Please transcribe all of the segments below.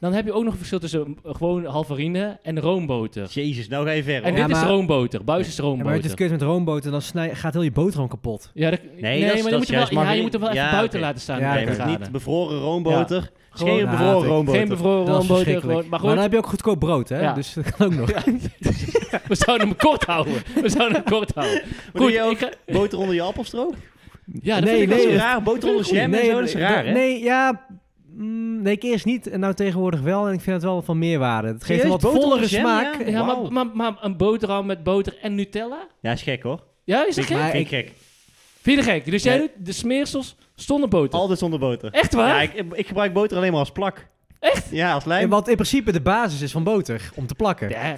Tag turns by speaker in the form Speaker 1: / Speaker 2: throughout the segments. Speaker 1: Dan heb je ook nog een verschil tussen eh, gewoon halvarine en roomboter.
Speaker 2: Jezus, nou ga je
Speaker 1: En
Speaker 2: ver. hoor.
Speaker 1: dit
Speaker 3: maar-
Speaker 1: is roomboter, buis is
Speaker 3: Ja, maar het
Speaker 1: roomboter.
Speaker 3: is kut met roomboter, dan snij, gaat heel je boterham kapot.
Speaker 1: Ja, dat-
Speaker 2: Nee,
Speaker 1: nee,
Speaker 2: dat is-
Speaker 1: maar
Speaker 2: dat
Speaker 1: dan moet
Speaker 2: is
Speaker 1: je, wel,
Speaker 2: juist
Speaker 1: ja, je
Speaker 2: margarine.
Speaker 1: moet hem wel
Speaker 2: Ja,
Speaker 1: even buiten
Speaker 2: oké.
Speaker 1: laten staan.
Speaker 3: Ja,
Speaker 1: in de
Speaker 2: Nee,
Speaker 3: oké.
Speaker 2: dus
Speaker 1: graden.
Speaker 2: niet bevroren roomboter.
Speaker 1: Gewoon-
Speaker 2: Geen
Speaker 3: Ja,
Speaker 2: bevroren
Speaker 3: ik-
Speaker 2: roomboter.
Speaker 1: Geen bevroren
Speaker 3: Dat is
Speaker 1: roomboter,
Speaker 3: verschrikkelijk.
Speaker 1: gewoon, maar
Speaker 3: maar,
Speaker 1: gewoon,
Speaker 3: dan heb je ook goedkoop brood, hè?
Speaker 1: Ja.
Speaker 3: Dus dat kan ook nog.
Speaker 1: we zouden hem kort houden. We zouden hem kort houden.
Speaker 2: Maar doe je ook
Speaker 1: ik ga-
Speaker 2: boter onder je appelstroop?
Speaker 1: ja, dat
Speaker 3: Nee,
Speaker 1: vind ik
Speaker 2: Dat
Speaker 1: wel
Speaker 2: is
Speaker 3: nee,
Speaker 1: zo.
Speaker 2: raar. Boter onder jam en zo, dat is raar, hè?
Speaker 3: Nee, ja... mm, nee, ik eerst niet. En nou tegenwoordig wel. En ik vind het wel van meerwaarde. Het geeft een
Speaker 2: Serieus?
Speaker 3: wat vollere
Speaker 2: Boterham jam,
Speaker 3: smaak.
Speaker 2: ja?
Speaker 1: Ja,
Speaker 2: Wauw.
Speaker 1: maar, maar, maar een boterham met boter en Nutella?
Speaker 2: Ja, is gek, hoor.
Speaker 1: Ja, is dat
Speaker 2: Vind
Speaker 1: gek?
Speaker 2: ik-
Speaker 3: Maar
Speaker 2: vind ik gek.
Speaker 1: Vind je dat gek? Dus jij
Speaker 2: Nee.
Speaker 1: doet de smeersels zonder boter?
Speaker 2: Altijd zonder boter.
Speaker 1: Echt waar?
Speaker 2: Ja, ik, ik gebruik boter alleen maar als plak.
Speaker 1: Echt?
Speaker 2: Ja, als
Speaker 3: En
Speaker 2: lijm.
Speaker 3: wat in principe de basis is van boter. Om te plakken.
Speaker 1: Ja,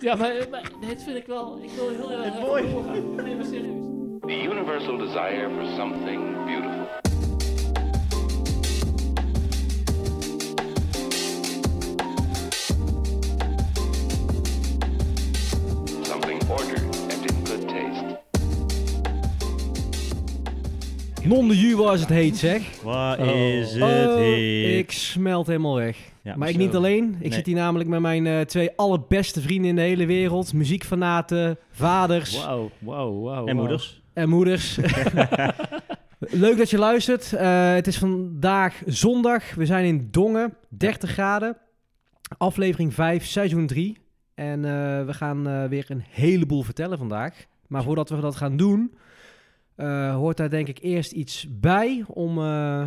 Speaker 1: ja maar, maar dit vind ik wel... Ik wil heel erg...
Speaker 2: Mooi.
Speaker 1: doorgaan. Nee, maar serieus.
Speaker 4: The universal desire for something beautiful. Something ordered and in good taste.
Speaker 3: Non de jus als het heet, zeg.
Speaker 2: Wat is het
Speaker 3: Oh,
Speaker 2: heet.
Speaker 3: ik smelt helemaal weg.
Speaker 2: Ja,
Speaker 3: maar ik
Speaker 2: zo.
Speaker 3: niet alleen. Ik
Speaker 2: Nee.
Speaker 3: zit hier namelijk met mijn eh, twee allerbeste vrienden in de hele wereld. Muziekfanaten, vaders
Speaker 1: Wauw, wauw,
Speaker 3: Oh,
Speaker 1: wauw.
Speaker 2: En moeders.
Speaker 3: en moeders. Leuk dat je luistert. Eh, het is vandaag zondag. We zijn in Dongen, 30 graden. Aflevering 5, seizoen 3. En eh, we gaan eh, weer een heleboel vertellen vandaag. Maar voordat we dat gaan doen, eh, hoort daar denk ik eerst iets bij om, eh,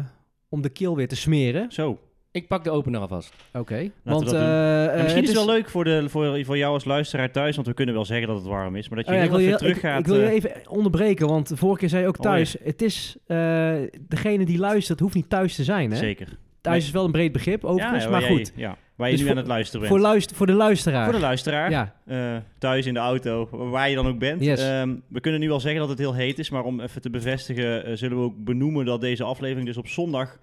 Speaker 3: om de keel weer te smeren.
Speaker 2: Zo. Nou,
Speaker 1: Ik pak de opener alvast.
Speaker 3: Oké. Want
Speaker 2: dat doen.
Speaker 3: eh, eh,
Speaker 2: misschien
Speaker 3: het
Speaker 2: is het wel leuk voor, de, voor, voor jou als luisteraar thuis, want we kunnen wel zeggen dat het warm is, maar dat je
Speaker 3: Oh ja, ik,
Speaker 2: heel
Speaker 3: wil je,
Speaker 2: even terug
Speaker 3: ik-
Speaker 2: gaat. eh.
Speaker 3: ik wil je even onderbreken, want de vorige keer zei je ook
Speaker 2: Oh, ja.
Speaker 3: thuis. Het is, eh, degene die luistert hoeft niet thuis te zijn. Hè?
Speaker 2: zeker.
Speaker 3: Thuis
Speaker 2: Nee.
Speaker 3: is wel een breed begrip, overigens,
Speaker 2: ja,
Speaker 3: maar
Speaker 2: waar
Speaker 3: goed.
Speaker 2: jij- ja, waar je
Speaker 3: Dus
Speaker 2: nu
Speaker 3: voor-
Speaker 2: aan het luisteren
Speaker 3: Voor,
Speaker 2: bent.
Speaker 3: luister, voor de luisteraar.
Speaker 2: Voor de luisteraar,
Speaker 3: Ja,
Speaker 2: eh, thuis in de auto, waar je dan ook bent.
Speaker 3: Yes.
Speaker 2: Ehm, we kunnen nu al zeggen dat het heel heet is, maar om even te bevestigen eh, zullen we ook benoemen dat deze aflevering dus op zondag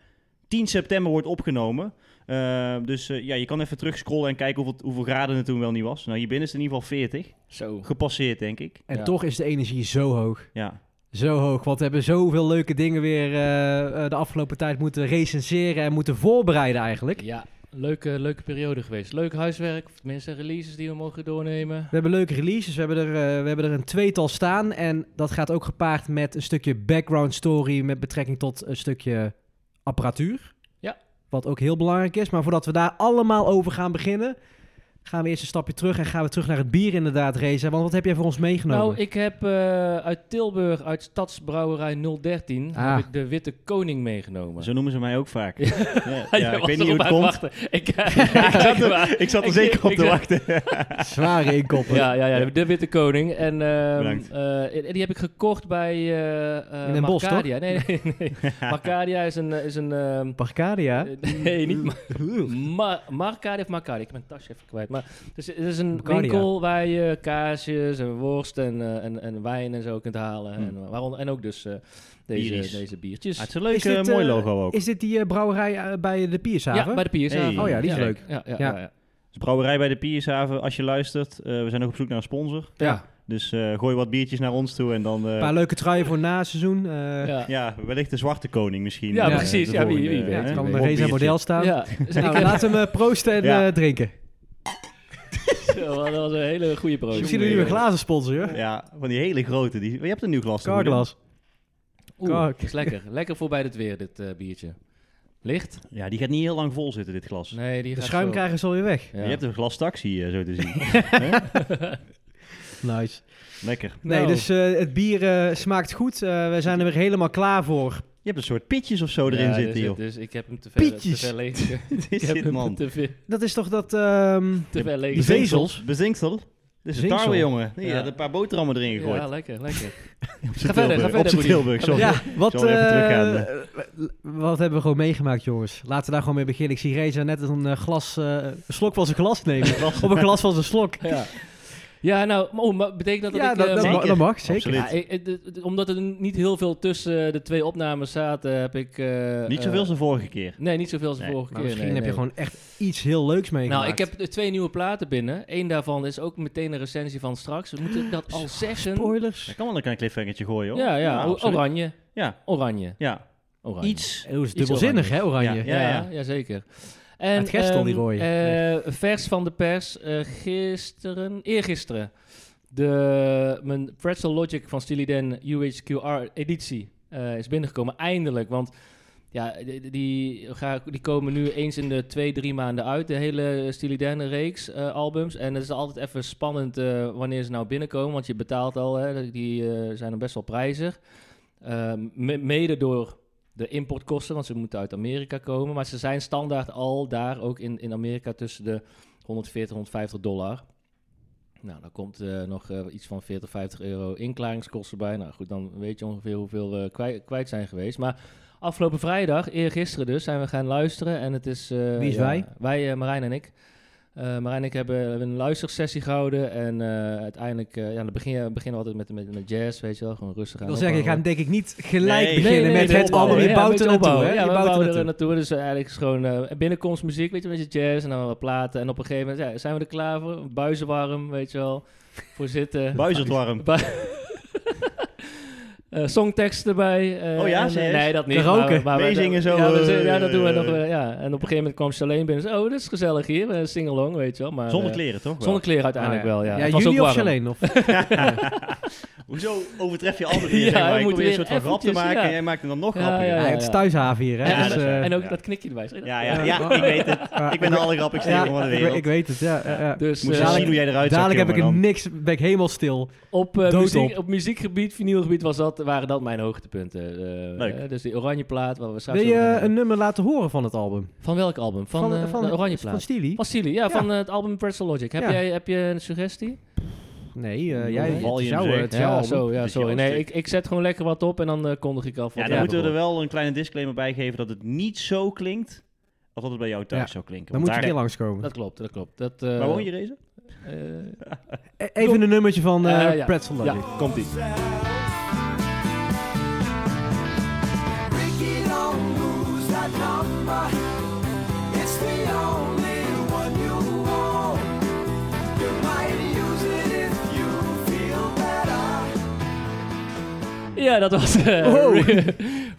Speaker 2: 10 september wordt opgenomen. Eh, dus eh, ja, je kan even terugscrollen en kijken hoeveel, hoeveel graden het toen wel niet was. Nou, hier binnen is het in ieder geval 40.
Speaker 1: Zo.
Speaker 2: Gepasseerd, denk ik.
Speaker 3: en
Speaker 1: Ja.
Speaker 3: toch is de energie zo hoog.
Speaker 2: Ja.
Speaker 3: Zo hoog, want we hebben zoveel leuke dingen weer eh, eh, de afgelopen tijd moeten recenseren en moeten voorbereiden eigenlijk.
Speaker 1: Ja, leuke, leuke periode geweest. Leuk huiswerk, of tenminste releases die we mogen doornemen.
Speaker 3: We hebben leuke releases, we hebben, er, eh, we hebben er een tweetal staan. En dat gaat ook gepaard met een stukje background story met betrekking tot een stukje apparatuur.
Speaker 1: Ja.
Speaker 3: Wat ook heel belangrijk is. Maar voordat we daar allemaal over gaan beginnen, gaan we eerst een stapje terug en gaan we terug naar het bier inderdaad, Reza. Want wat heb jij voor ons meegenomen?
Speaker 1: Nou, ik heb eh, uit Tilburg, uit Stadsbrouwerij 013,
Speaker 3: Ah.
Speaker 1: heb ik de Witte Koning meegenomen.
Speaker 2: Zo noemen ze mij ook vaak. Ja,
Speaker 1: Jij
Speaker 2: ja, ik
Speaker 1: was
Speaker 2: weet niet hoe
Speaker 1: erop aan
Speaker 2: het komt.
Speaker 1: wachten. Ik, ik zat er,
Speaker 2: Ik zat er
Speaker 1: Ik-
Speaker 2: zeker op
Speaker 1: ik-
Speaker 2: te wachten.
Speaker 3: Zware inkoppen.
Speaker 1: Ja, ja, ja, de Witte Koning. En ehm,
Speaker 2: Bedankt.
Speaker 1: eh, die heb ik gekocht bij eh eh,
Speaker 3: In Den Bosch,
Speaker 1: Marcadia. Nee, nee, nee. Marcadia is een... eh, Is een ehm,
Speaker 3: Parcadia.
Speaker 1: eh, nee, niet Mar- Mar- Marcadia of Marcadia. Ik ben mijn tasje even kwijt. Maar het is, het is een
Speaker 3: Marcadia.
Speaker 1: winkel waar je kaasjes en worst en, eh, en, en wijn en zo kunt halen. En, eh, waaronder, en ook dus eh,
Speaker 2: Bieries.
Speaker 1: deze, deze biertjes.
Speaker 2: Ah, het is een leuk,
Speaker 3: Is dit,
Speaker 2: eh, mooi
Speaker 3: eh,
Speaker 2: logo ook.
Speaker 3: Is dit die eh, brouwerij eh, bij de Piershaven?
Speaker 1: ja, bij de Piershaven.
Speaker 2: Hey.
Speaker 3: Oh ja, die is
Speaker 2: Ja.
Speaker 3: leuk.
Speaker 1: Ja, ja,
Speaker 3: Ja.
Speaker 1: ja, ja.
Speaker 2: Dus brouwerij bij de Piershaven, als je luistert. eh, we zijn ook op zoek naar een sponsor.
Speaker 3: Ja.
Speaker 2: Dus eh, gooi wat biertjes naar ons toe en dan... eh,
Speaker 3: Een paar leuke truien voor na het seizoen. eh,
Speaker 1: Ja.
Speaker 2: ja, wellicht de zwarte koning misschien.
Speaker 1: Ja,
Speaker 2: eh,
Speaker 1: precies.
Speaker 2: de
Speaker 1: Ja, wie- wie
Speaker 2: volgende,
Speaker 1: weet.
Speaker 2: eh,
Speaker 1: Ja,
Speaker 3: kan
Speaker 1: een
Speaker 3: de
Speaker 2: hop
Speaker 3: Reza
Speaker 2: biertje.
Speaker 3: model staan.
Speaker 1: Ja. Dus ik
Speaker 3: Nou,
Speaker 1: heb-
Speaker 3: laten we hem eh, proosten en
Speaker 2: Ja.
Speaker 3: eh, drinken.
Speaker 1: Zo, dat was een hele goede proos.
Speaker 3: Misschien een nieuwe glazen sponsor, joh.
Speaker 2: Ja, van die hele grote. Die, je hebt een nieuw glas. te
Speaker 3: Carglass.
Speaker 1: Oeh,
Speaker 3: Kak.
Speaker 1: dat is lekker. Lekker voor bij het weer, dit eh, biertje. Licht?
Speaker 2: doen. Ja, die gaat niet heel lang vol zitten, dit glas.
Speaker 1: Nee, die
Speaker 3: De
Speaker 1: gaat
Speaker 3: schuim
Speaker 1: zo.
Speaker 3: krijgen ze alweer weg.
Speaker 1: Ja.
Speaker 2: Je hebt een glas taxi, eh, zo te zien.
Speaker 3: Nice.
Speaker 2: Lekker.
Speaker 3: Nee,
Speaker 1: Nou.
Speaker 3: dus eh, het bier eh, smaakt goed. Eh, we zijn er weer helemaal klaar voor.
Speaker 2: Je hebt een soort pitjes of zo erin
Speaker 1: Ja,
Speaker 2: zitten,
Speaker 1: dus,
Speaker 2: joh.
Speaker 1: dus ik heb hem te ver, te
Speaker 3: Pietjes.
Speaker 1: ver leeg.
Speaker 2: Dit
Speaker 1: ik heb
Speaker 2: zit,
Speaker 1: hem
Speaker 2: man.
Speaker 1: te ver,
Speaker 3: Dat is toch dat... ehm,
Speaker 1: te ver leeg.
Speaker 3: de vezels.
Speaker 2: Bezinksel. Dit is een
Speaker 3: Bezinksel.
Speaker 2: tarwe, jongen. Nee,
Speaker 1: Ja.
Speaker 2: Je had een paar boterhammen erin gegooid.
Speaker 1: Ja, lekker, lekker.
Speaker 2: Op z'n
Speaker 1: Ga verder,
Speaker 2: Tilburg.
Speaker 1: ga
Speaker 2: Op
Speaker 1: verder,
Speaker 2: z'n
Speaker 1: Boeddie.
Speaker 2: Tilburg, sorry.
Speaker 3: ja, wat,
Speaker 2: zal even
Speaker 3: eh,
Speaker 2: teruggaan,
Speaker 3: wat hebben we gewoon meegemaakt, jongens? Laten we daar gewoon mee beginnen. Ik zie Reza net een eh, glas, eh, een slok van zijn glas nemen. Op een glas van zijn slok.
Speaker 1: Ja. ja, nou, maar, oh, maar betekent dat dat
Speaker 3: Ja,
Speaker 1: ik...
Speaker 3: dat,
Speaker 1: eh,
Speaker 3: dat,
Speaker 1: mag-
Speaker 3: ma- dat mag,
Speaker 2: Absoluut.
Speaker 3: zeker.
Speaker 1: ja, ik- het- het- het- omdat er niet heel veel tussen eh, de twee opnames zaten, heb ik... eh,
Speaker 2: Niet zoveel als
Speaker 1: eh,
Speaker 2: de vorige keer.
Speaker 1: Nee, niet zoveel als de
Speaker 2: Nee,
Speaker 1: vorige
Speaker 3: Maar
Speaker 1: keer.
Speaker 3: misschien
Speaker 1: nee,
Speaker 3: heb je
Speaker 1: nee.
Speaker 3: gewoon echt iets heel leuks meegemaakt.
Speaker 1: eh, Nou, ik heb eh, twee nieuwe platen binnen. Eén daarvan is ook meteen een recensie van straks. We moeten dat al zeggen.
Speaker 2: Ik
Speaker 3: Spoilers.
Speaker 2: kan wel een klein cliffhangertje gooien, hoor.
Speaker 1: Ja, ja, o-
Speaker 2: absoluut.
Speaker 1: oranje.
Speaker 2: Ja,
Speaker 1: Oranje.
Speaker 2: ja.
Speaker 1: oranje.
Speaker 2: iets.
Speaker 3: Het is
Speaker 1: Iets
Speaker 3: dubbelzinnig, hè, oranje?
Speaker 2: Ja,
Speaker 1: Ja, ja, zeker. En,
Speaker 3: Het gestel,
Speaker 1: ehm,
Speaker 3: die rode.
Speaker 1: eh, vers van de pers, eh, gisteren, eergisteren, de, mijn Pretzel Logic van Stiliden UHQR editie eh, is binnengekomen. Eindelijk, want ja, die, die, ga, die komen nu eens in de twee, drie maanden uit, de hele Stiliden reeks eh, albums. En het is altijd even spannend eh, wanneer ze nou binnenkomen, want je betaalt al, hè, die eh, zijn dan best wel prijzig. Eh, me- mede door de importkosten, want ze moeten uit Amerika komen. Maar ze zijn standaard al daar ook in, in Amerika tussen de 140 en 150 dollar. Nou, dan komt eh, nog eh, iets van 40, 50 euro inklaringskosten bij. Nou goed, dan weet je ongeveer hoeveel we kwijt, kwijt zijn geweest. Maar afgelopen vrijdag, eergisteren dus, zijn we gaan luisteren. En het is... eh,
Speaker 3: Wie is wij?
Speaker 1: Wij, eh, Marijn en ik. Eh, Marijn en ik hebben een luistersessie gehouden. En eh, uiteindelijk, eh, ja, dan begin, je- beginnen we altijd met, met, met jazz, weet je wel. Gewoon rustig aan.
Speaker 3: Ik wil zeggen, je
Speaker 1: opbouwen.
Speaker 3: gaat denk ik niet gelijk
Speaker 2: Nee,
Speaker 3: beginnen
Speaker 2: nee,
Speaker 3: met
Speaker 2: nee,
Speaker 3: het album.
Speaker 2: opbouwen.
Speaker 3: Je
Speaker 1: Ja,
Speaker 3: bouwt
Speaker 1: een
Speaker 3: er
Speaker 1: beetje
Speaker 3: naartoe,
Speaker 1: opbouwen.
Speaker 3: hè?
Speaker 1: Ja,
Speaker 3: Je
Speaker 1: we
Speaker 3: bouwt er
Speaker 1: bouwen er
Speaker 3: naartoe.
Speaker 1: naartoe. Dus eigenlijk is gewoon eh, binnenkomstmuziek, weet je, met je jazz en dan wat platen. En op een gegeven moment ja, zijn we er klaar voor. Buizen warm, weet je wel. Voor zitten.
Speaker 2: Buizerd warm.
Speaker 1: Bu- Eh, songtekst erbij. eh,
Speaker 2: Oh ja,
Speaker 1: en, eh,
Speaker 2: serieus?
Speaker 1: Nee, dat niet.
Speaker 3: Karaoke.
Speaker 1: Maar, we- maar we-
Speaker 2: Meezingen zo,
Speaker 1: Ja, dat,
Speaker 2: eh,
Speaker 1: ja, dat doen we nog. eh, ja. En op een gegeven moment kwam ze alleen binnen. Zo, oh, dat is gezellig hier. eh, Sing along, weet je wel. Maar,
Speaker 2: Zonder
Speaker 1: eh,
Speaker 2: kleren, toch? wel?
Speaker 1: Zonder kleren uiteindelijk
Speaker 3: Ah,
Speaker 1: wel, ja.
Speaker 3: Ja,
Speaker 1: Het was
Speaker 3: jullie
Speaker 1: ook
Speaker 3: of
Speaker 1: warm.
Speaker 3: Charlene? Of
Speaker 2: Hoezo overtref je altijd
Speaker 1: Ja,
Speaker 2: weer?
Speaker 1: hij
Speaker 2: Ja, ik
Speaker 1: moet
Speaker 2: probeer een
Speaker 1: weer
Speaker 2: soort van grap te
Speaker 1: eventjes,
Speaker 2: maken
Speaker 1: ja.
Speaker 2: en jij maakt hem dan nog
Speaker 1: Ja,
Speaker 2: grappiger.
Speaker 1: ja,
Speaker 3: Ja,
Speaker 2: Ja,
Speaker 3: het is thuishaven hier, hè?
Speaker 1: Ja,
Speaker 3: dus,
Speaker 2: dat is
Speaker 3: eh,
Speaker 2: waar.
Speaker 1: En ook
Speaker 2: Ja.
Speaker 1: dat knikje erbij. Zeg je dat?
Speaker 2: ja,
Speaker 3: ja.
Speaker 2: ja, ik weet het.
Speaker 3: ja,
Speaker 2: Ik ben de alle grappigste
Speaker 3: ja,
Speaker 2: jongen van de
Speaker 3: ik-
Speaker 2: wereld.
Speaker 3: Ik weet het, ja. ja, ja.
Speaker 1: Dus,
Speaker 2: Moet je
Speaker 1: eh,
Speaker 2: zien hoe jij eruit zag,
Speaker 3: Dadelijk heb ik
Speaker 2: jongen,
Speaker 3: er
Speaker 2: dan.
Speaker 3: niks, ben ik helemaal stil.
Speaker 1: Op, eh,
Speaker 3: Dood
Speaker 1: muziek,
Speaker 3: op.
Speaker 1: op muziekgebied, vinylgebied was dat, waren dat mijn hoogtepunten. eh,
Speaker 2: Leuk.
Speaker 1: eh, dus die oranje plaat waar we straks
Speaker 3: Wil je
Speaker 1: over gaan
Speaker 3: eh,
Speaker 1: hebben.
Speaker 3: een nummer laten horen van het album?
Speaker 1: Van welk album? Van, eh, de oranje
Speaker 3: Van
Speaker 1: plaat.
Speaker 3: Steely?
Speaker 1: Van Silly, ja, van eh, het album Pretzel Logic. Heb,
Speaker 3: Ja.
Speaker 1: jij, heb je een suggestie?
Speaker 3: Nee, eh,
Speaker 2: Hoe
Speaker 3: jij, het
Speaker 2: val
Speaker 3: is
Speaker 2: je
Speaker 3: jouw,
Speaker 2: hem
Speaker 3: eh,
Speaker 2: zeker?
Speaker 3: het is jouw
Speaker 1: ja,
Speaker 3: album.
Speaker 1: zo, ja,
Speaker 2: Dus
Speaker 1: sorry.
Speaker 2: jouw
Speaker 1: Nee, ik,
Speaker 2: stuk.
Speaker 1: ik zet gewoon lekker wat op en dan eh, kondig ik af.
Speaker 2: Ja,
Speaker 1: wat
Speaker 2: dan
Speaker 1: we
Speaker 2: moeten we er
Speaker 1: hebben
Speaker 2: wel een kleine disclaimer bij geven dat het niet zo klinkt als dat het bij jou thuis
Speaker 3: Ja,
Speaker 2: zou klinken.
Speaker 3: Dan
Speaker 2: Want
Speaker 3: moet je een
Speaker 2: daar-
Speaker 3: keer langskomen.
Speaker 1: gehoord. Dat klopt, dat klopt. Dat, eh,
Speaker 2: Waar woon je, Reza?
Speaker 1: eh,
Speaker 3: E- Even een nummertje van eh
Speaker 1: Eh, ja.
Speaker 3: Pretzel Logic.
Speaker 1: ja, komt-ie.
Speaker 5: Ricky don't lose that number. It's the only one you own. You might use it if you feel better.
Speaker 1: Ja, dat was eh,
Speaker 3: Wow.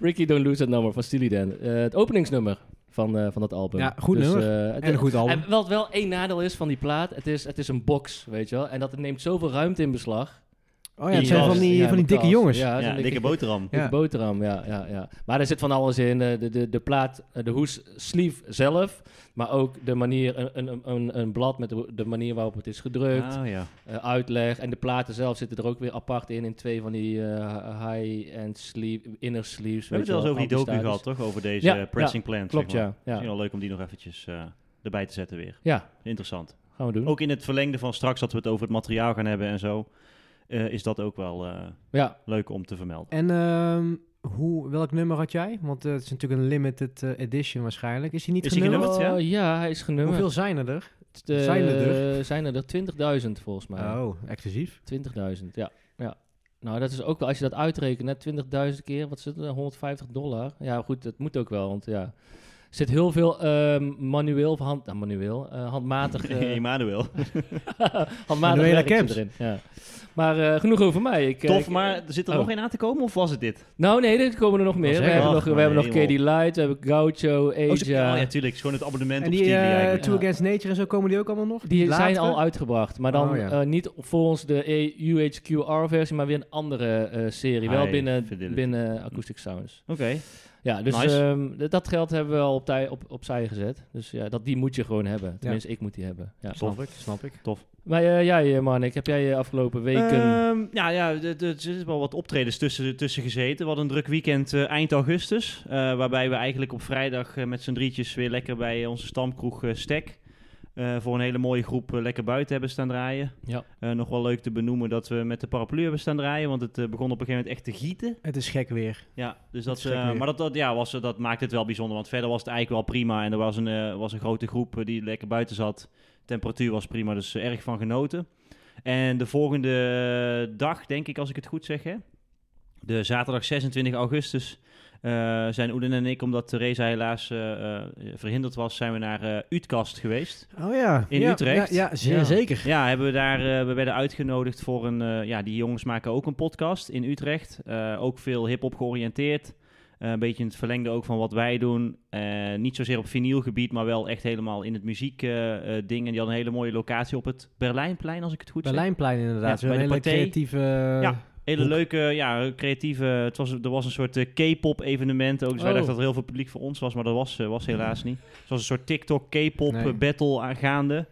Speaker 1: Ricky Don't Lose That Number van Steely Dan. Eh, het openingsnummer van, eh, van dat album.
Speaker 3: Ja, goed nummer.
Speaker 1: eh, het-
Speaker 3: En een goed album.
Speaker 1: En wat wel één nadeel is van die plaat, het is, het is een box, weet je wel. En dat neemt zoveel ruimte in beslag.
Speaker 3: Oh ja, het
Speaker 2: Die
Speaker 3: zijn van
Speaker 2: gast.
Speaker 3: die,
Speaker 1: Ja,
Speaker 3: van die
Speaker 1: in de
Speaker 3: dikke
Speaker 1: kast.
Speaker 3: jongens.
Speaker 1: Ja,
Speaker 2: Ja,
Speaker 1: zo'n
Speaker 2: dikke boterham.
Speaker 1: dikke
Speaker 3: Ja.
Speaker 1: boterham, ja, ja, ja. Maar er zit van alles in. eh, De, de, de plaat, eh, de hoes sleeve zelf, maar ook de manier, een- een, een, een blad met de, de manier waarop het is gedrukt.
Speaker 2: Ah, ja.
Speaker 1: eh, uitleg. En de platen zelf zitten er ook weer apart in. In twee van die eh, high-end sleeve, inner sleeves.
Speaker 2: We hebben het wel eens over die docu gehad, toch? Over deze
Speaker 1: Ja,
Speaker 2: eh, pressing plant.
Speaker 1: Klopt,
Speaker 2: zeg maar.
Speaker 1: ja. ja.
Speaker 2: Misschien wel leuk om die nog eventjes eh, erbij te zetten weer.
Speaker 1: Ja,
Speaker 2: Interessant.
Speaker 1: gaan we
Speaker 3: Hm?
Speaker 1: doen.
Speaker 2: Ook in het verlengde van straks dat we het over het materiaal gaan hebben en zo, eh, is dat ook wel eh,
Speaker 1: Ja,
Speaker 2: leuk om te vermelden.
Speaker 3: En ehm, hoe, welk nummer had jij? Want eh, het is natuurlijk een limited eh, edition waarschijnlijk. Is die niet
Speaker 2: Is die
Speaker 3: genummerd?
Speaker 2: genummerd?
Speaker 1: Oh,
Speaker 2: ja?
Speaker 1: ja? hij is genummerd.
Speaker 3: Hoeveel zijn er er?
Speaker 1: Eh,
Speaker 3: zijn er
Speaker 1: Zijn er er 20.000 volgens mij.
Speaker 3: Oh, exclusief.
Speaker 1: 20.000, ja. ja. Nou, dat is ook wel, als je dat uitrekent, net 20.000 keer, wat zit er, 150 dollar. Ja, goed, dat moet ook wel, want ja. Er zit heel veel ehm, manueel, of hand, nou, manueel, eh, handmatig, eh,
Speaker 2: Emanuel.
Speaker 1: handmatig
Speaker 3: Manuela
Speaker 1: werk zit
Speaker 3: Kemps.
Speaker 1: erin. Ja. Maar eh, genoeg over mij. Ik, eh,
Speaker 2: Tof,
Speaker 1: ik-
Speaker 2: maar zit er
Speaker 1: oh.
Speaker 2: nog één aan te komen of was het dit?
Speaker 1: Nou, nee, er komen er nog meer.
Speaker 3: zeg
Speaker 1: We
Speaker 3: maar.
Speaker 1: hebben
Speaker 2: Ach,
Speaker 1: nog, we
Speaker 2: mijn
Speaker 1: hebben nog KD
Speaker 2: hemel.
Speaker 1: Light, we hebben Gaucho, Asia.
Speaker 2: Oh, ze- oh, ja, tuurlijk. Het is gewoon het abonnement
Speaker 3: En
Speaker 2: op
Speaker 3: die
Speaker 2: Stevie
Speaker 3: eh,
Speaker 2: eigenlijk.
Speaker 3: Two
Speaker 1: Ja.
Speaker 3: Against Nature en zo komen die ook allemaal nog?
Speaker 1: Die
Speaker 3: Latere?
Speaker 1: zijn al uitgebracht, maar dan
Speaker 3: Oh, ja.
Speaker 1: eh, niet volgens de E- UHQR-versie, maar weer een andere eh, serie. Wel
Speaker 2: High
Speaker 1: binnen,
Speaker 2: fidelity.
Speaker 1: binnen Acoustic Sounds.
Speaker 2: Oké.
Speaker 1: Ja, dus
Speaker 2: Nice.
Speaker 1: ehm, d- dat geld hebben we al op tij- op, opzij gezet. Dus ja, dat, die moet je gewoon hebben. Tenminste, ik moet die hebben. Ja. Nou,
Speaker 3: Snap ik, snap ik.
Speaker 2: Tof.
Speaker 1: Maar eh, jij, eh, Marnik, heb jij eh, afgelopen weken...
Speaker 2: Ehm, ja, ja, er er zitten wel wat optredens tussen, tussen gezeten. We hadden een druk weekend eh, eind augustus. eh, waarbij we eigenlijk op vrijdag eh, met z'n drietjes weer lekker bij eh, onze stamkroeg eh, Stek. eh, voor een hele mooie groep eh, lekker buiten hebben staan draaien.
Speaker 1: Ja.
Speaker 2: Eh, nog wel leuk te benoemen dat we met de paraplu hebben staan draaien. Want het eh, begon op een gegeven moment echt te gieten.
Speaker 3: Het is gek weer.
Speaker 2: Ja, dus dat,
Speaker 3: Dat is gek
Speaker 2: eh,
Speaker 3: weer.
Speaker 2: maar dat, dat, ja, was, dat maakt het wel bijzonder. Want verder was het eigenlijk wel prima. En er was een, eh, was een grote groep eh, die lekker buiten zat. Temperatuur was prima, dus eh, erg van genoten. En de volgende eh, dag, denk ik, als ik het goed zeg, hè? de zaterdag 26 augustus, eh, zijn Oeden en ik, omdat Theresa helaas eh, eh, verhinderd was, zijn we naar eh Utkast geweest.
Speaker 3: Oh ja.
Speaker 2: In
Speaker 3: ja,
Speaker 2: Utrecht?
Speaker 3: Ja, ja, zeer
Speaker 1: Ja.
Speaker 3: zeker.
Speaker 2: Ja, hebben we daar, eh, we werden uitgenodigd voor een, eh, ja, die jongens maken ook een podcast in Utrecht. Eh, ook veel hip-hop georiënteerd. Eh, een beetje in het verlengde ook van wat wij doen. Eh, niet zozeer op vinylgebied, maar wel echt helemaal in het muziekding. eh ding. en die had een hele mooie locatie op het Berlijnplein, als ik het goed zeg.
Speaker 3: Berlijnplein inderdaad.
Speaker 2: Ja,
Speaker 3: Zo'n
Speaker 2: bij de
Speaker 3: hele
Speaker 2: Pathé.
Speaker 3: creatieve...
Speaker 2: Ja. Hele
Speaker 3: Hoek.
Speaker 2: leuke, ja, creatieve. Het was, er was een soort eh, K-pop evenement ook. Dus wij
Speaker 1: Oh.
Speaker 2: dachten dat er heel veel publiek voor ons was, maar dat was, eh, was helaas niet. Het was een soort TikTok K-pop
Speaker 3: Nee.
Speaker 2: eh, battle aangaande.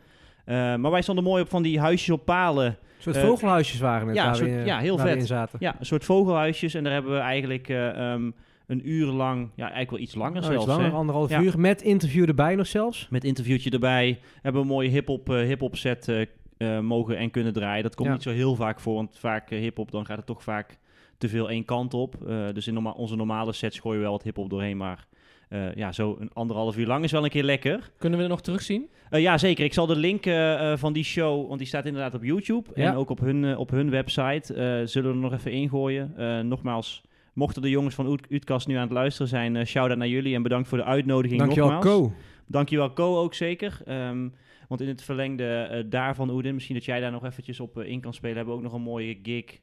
Speaker 2: Eh, maar wij stonden mooi op van die huisjes op palen.
Speaker 3: soort
Speaker 2: eh,
Speaker 3: vogelhuisjes waren het.
Speaker 2: ja,
Speaker 3: waar
Speaker 2: soort-
Speaker 3: we, eh,
Speaker 2: ja, heel
Speaker 3: waar we
Speaker 2: vet.
Speaker 3: in zaten.
Speaker 2: Ja, een soort vogelhuisjes. En daar hebben we eigenlijk eh, ehm, een uur lang, ja, eigenlijk wel iets langer
Speaker 3: Oh,
Speaker 2: zelfs.
Speaker 3: iets langer,
Speaker 2: hè.
Speaker 3: anderhalf
Speaker 2: Ja.
Speaker 3: uur. Met interview erbij nog zelfs.
Speaker 2: Met interviewtje erbij. Hebben we een mooie hip-hop eh, hip-hop set eh, eh, mogen en kunnen draaien. Dat komt
Speaker 3: Ja.
Speaker 2: niet zo heel vaak voor, want vaak eh, hip-hop dan gaat het toch vaak te veel één kant op. Eh, dus in norma- onze normale sets gooi je wel wat hip-hop doorheen, maar eh, ja, zo een anderhalf uur lang is wel een keer lekker.
Speaker 1: Kunnen we het nog terugzien?
Speaker 2: Eh, ja, zeker. Ik zal de link eh, eh, van die show, want die staat inderdaad op YouTube
Speaker 3: Ja.
Speaker 2: en ook op hun, eh, op hun website, eh, zullen we er nog even ingooien. Eh, nogmaals, mochten de jongens van Oet- Utkast nu aan het luisteren zijn, eh shout-out naar jullie en bedankt voor de uitnodiging
Speaker 3: Dankjewel,
Speaker 2: nogmaals.
Speaker 3: Co.
Speaker 2: Dankjewel Co ook zeker. Ehm, want in het verlengde eh, daarvan, Oedin, misschien dat jij daar nog eventjes op eh, in kan spelen, hebben we ook nog een mooie gig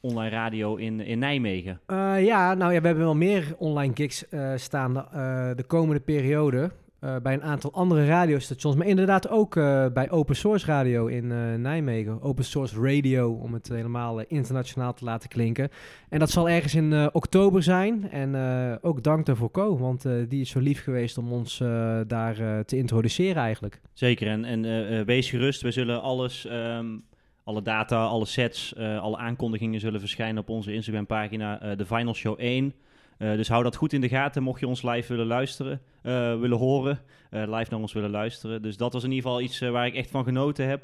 Speaker 2: online radio in, in Nijmegen.
Speaker 3: Eh, ja, nou ja, we hebben wel meer online gigs eh, staan eh, de komende periode. eh, bij een aantal andere radiostations. Maar inderdaad ook eh, bij Open Source Radio in eh, Nijmegen. Open Source Radio, om het helemaal eh, internationaal te laten klinken. En dat zal ergens in eh, oktober zijn. En eh, ook dank daarvoor Co, want eh, die is zo lief geweest om ons eh, daar eh, te introduceren eigenlijk.
Speaker 2: Zeker, en, en eh, eh, wees gerust, we zullen alles, ehm, alle data, alle sets, eh, alle aankondigingen zullen verschijnen op onze Instagram-pagina, eh The Final Show 1. Eh, dus hou dat goed in de gaten, mocht je ons live willen luisteren, eh, willen horen, eh, live naar ons willen luisteren. Dus dat was in ieder geval iets eh, waar ik echt van genoten heb.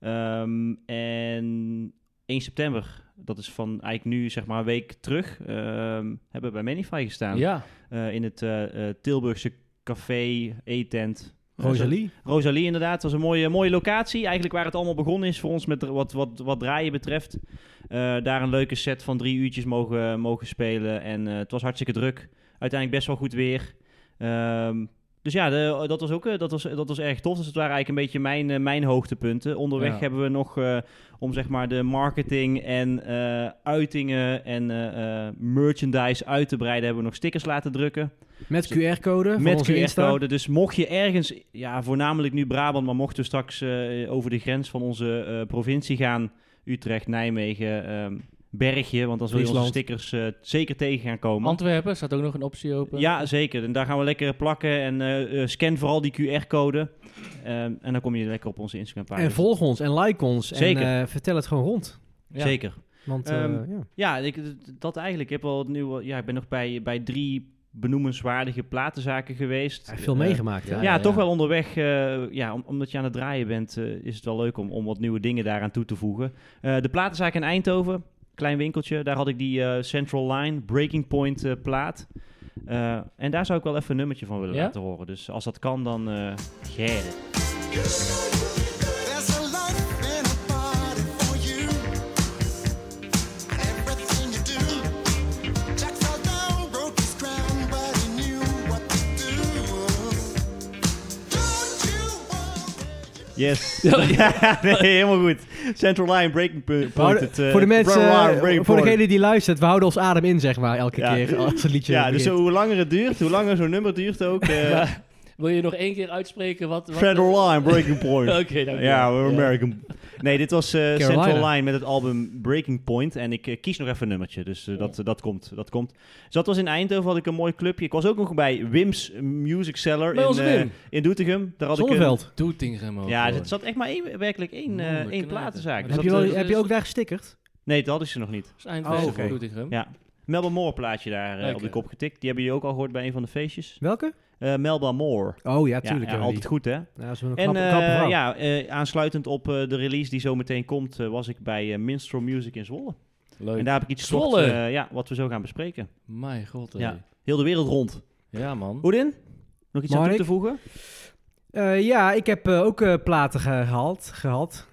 Speaker 2: Ehm, en 1 september, dat is van eigenlijk nu zeg maar een week terug, ehm, hebben we bij Manify gestaan.
Speaker 1: Ja.
Speaker 2: Eh, in het eh, eh, Tilburgse café, Eh, eetent.
Speaker 3: Oh, Rosalie.
Speaker 2: Rosalie inderdaad, Het was een mooie, mooie locatie. Eigenlijk waar het allemaal begonnen is voor ons met wat, wat, wat draaien betreft. Eh, daar een leuke set van drie uurtjes mogen, mogen spelen. En eh, het was hartstikke druk. Uiteindelijk best wel goed weer. Ehm, dus ja, de- dat, was ook, eh, dat, was, dat was erg tof. Dus dat waren eigenlijk een beetje mijn, eh, mijn hoogtepunten. Onderweg
Speaker 1: Ja.
Speaker 2: hebben we nog eh, om zeg maar de marketing en eh, uitingen en eh, eh, merchandise uit te breiden... hebben we nog stickers laten drukken.
Speaker 3: Met QR-code. van
Speaker 2: Met
Speaker 3: onze Insta.
Speaker 2: QR-code. Dus mocht je ergens, ja, voornamelijk nu Brabant, maar mochten we straks eh, over de grens van onze eh, provincie gaan, Utrecht, Nijmegen, ehm, Bergje, want dan zul je onze stickers eh, zeker tegen gaan komen.
Speaker 1: Antwerpen staat ook nog een optie open.
Speaker 2: ja, zeker. En daar gaan we lekker plakken en eh, eh, scan vooral die QR-code. Ehm, en dan kom je lekker op onze Instagram-pagina.
Speaker 3: En volg ons en like ons.
Speaker 2: Zeker.
Speaker 3: En eh, vertel het gewoon rond.
Speaker 1: Ja.
Speaker 2: Zeker.
Speaker 3: Want eh,
Speaker 2: Ehm,
Speaker 3: ja.
Speaker 2: Ja, ik, d- dat eigenlijk. Ik, heb wel nu, wel- ja, ik ben nog bij, bij drie benoemenswaardige platenzaken geweest.
Speaker 3: Hij heeft veel
Speaker 2: Eh,
Speaker 3: meegemaakt. hè?
Speaker 1: ja.
Speaker 2: ja, toch wel onderweg. eh, ja, om- omdat je aan het draaien bent, eh, is het wel leuk om, om wat nieuwe dingen daaraan toe te voegen. Eh, de platenzaak in Eindhoven, klein winkeltje. Daar had ik die eh, Central Line Breaking Point eh, plaat. Eh, en daar zou ik wel even een nummertje van willen
Speaker 1: Ja?
Speaker 2: laten horen. Dus als dat kan, dan eh get it.
Speaker 6: There's a life and a body for you. Everything you do. Jack fell down, broke his crown, but he knew what to do. Don't you want
Speaker 2: Yes. ja, nee, helemaal goed. Central Line Breaking Po- Point.
Speaker 3: We houden-
Speaker 2: het, eh,
Speaker 3: voor de mensen,
Speaker 2: Central Line
Speaker 3: eh,
Speaker 2: Breaking
Speaker 3: voor
Speaker 2: Point.
Speaker 3: degene die luistert, we houden ons adem in, zeg maar, elke
Speaker 2: Ja.
Speaker 3: keer als het liedje
Speaker 2: Ja, dus
Speaker 3: begint.
Speaker 2: zo, hoe langer het duurt, hoe langer zo'n nummer duurt ook. eh,
Speaker 1: Maar wil je nog één keer uitspreken wat... wat
Speaker 2: Central Line Breaking Point.
Speaker 1: Oké, dankjewel.
Speaker 2: Ja, we're American. Nee, dit was eh,
Speaker 3: Carolina.
Speaker 2: Central Line met het album Breaking Point. En ik eh, kies nog even een nummertje, dus eh, dat, dat, komt, dat komt. Dus dat was in Eindhoven, had ik een mooi clubje. Ik was ook nog bij Wim's Music Cellar
Speaker 1: Bij
Speaker 2: in,
Speaker 1: onze
Speaker 2: eh,
Speaker 1: Wim.
Speaker 2: in Doetinchem. Daar had
Speaker 3: Zonneveld.
Speaker 1: Doe Tingham
Speaker 2: Ik
Speaker 1: ook
Speaker 2: een, ja,
Speaker 1: gewoon.
Speaker 2: er zat echt maar één, werkelijk één, eh,
Speaker 1: Mannen,
Speaker 2: één
Speaker 1: knijten.
Speaker 2: platenzaak. Dus
Speaker 1: Maar
Speaker 2: dat,
Speaker 3: heb, je wel,
Speaker 2: eh,
Speaker 1: eh,
Speaker 3: heb je ook daar gestickerd?
Speaker 2: nee, dat had ik ze nog niet.
Speaker 1: Dat is Eindhoven,
Speaker 3: Oh, oké.
Speaker 1: Doe Tingham.
Speaker 2: Ja. Melba Moore plaatje daar eh, op
Speaker 1: Lekker.
Speaker 2: de kop getikt. Die hebben jullie ook al gehoord bij een van de feestjes.
Speaker 3: Welke?
Speaker 2: Eh, Melba Moore.
Speaker 3: Oh ja,
Speaker 2: Ja,
Speaker 3: tuurlijk.
Speaker 2: ja,
Speaker 3: ja,
Speaker 2: altijd goed hè?
Speaker 3: die. Ja, dat is wel een
Speaker 2: En
Speaker 3: knappe,
Speaker 2: eh,
Speaker 3: knappe vrouw.
Speaker 2: ja, eh, aansluitend op eh, de release die zo meteen komt, eh, was ik bij eh, Minstrel Music in Zwolle.
Speaker 1: Leuk.
Speaker 2: En daar heb ik iets
Speaker 1: Zwolle.
Speaker 2: gekocht, eh, ja, wat we zo gaan bespreken.
Speaker 1: Mijn god, hé.
Speaker 2: Ja. Heel de wereld rond.
Speaker 1: Ja, man.
Speaker 2: Oedin, nog iets aan toe
Speaker 3: Mark?
Speaker 2: te voegen?
Speaker 3: Eh, ja, ik heb eh, ook eh, platen gehaald, gehad.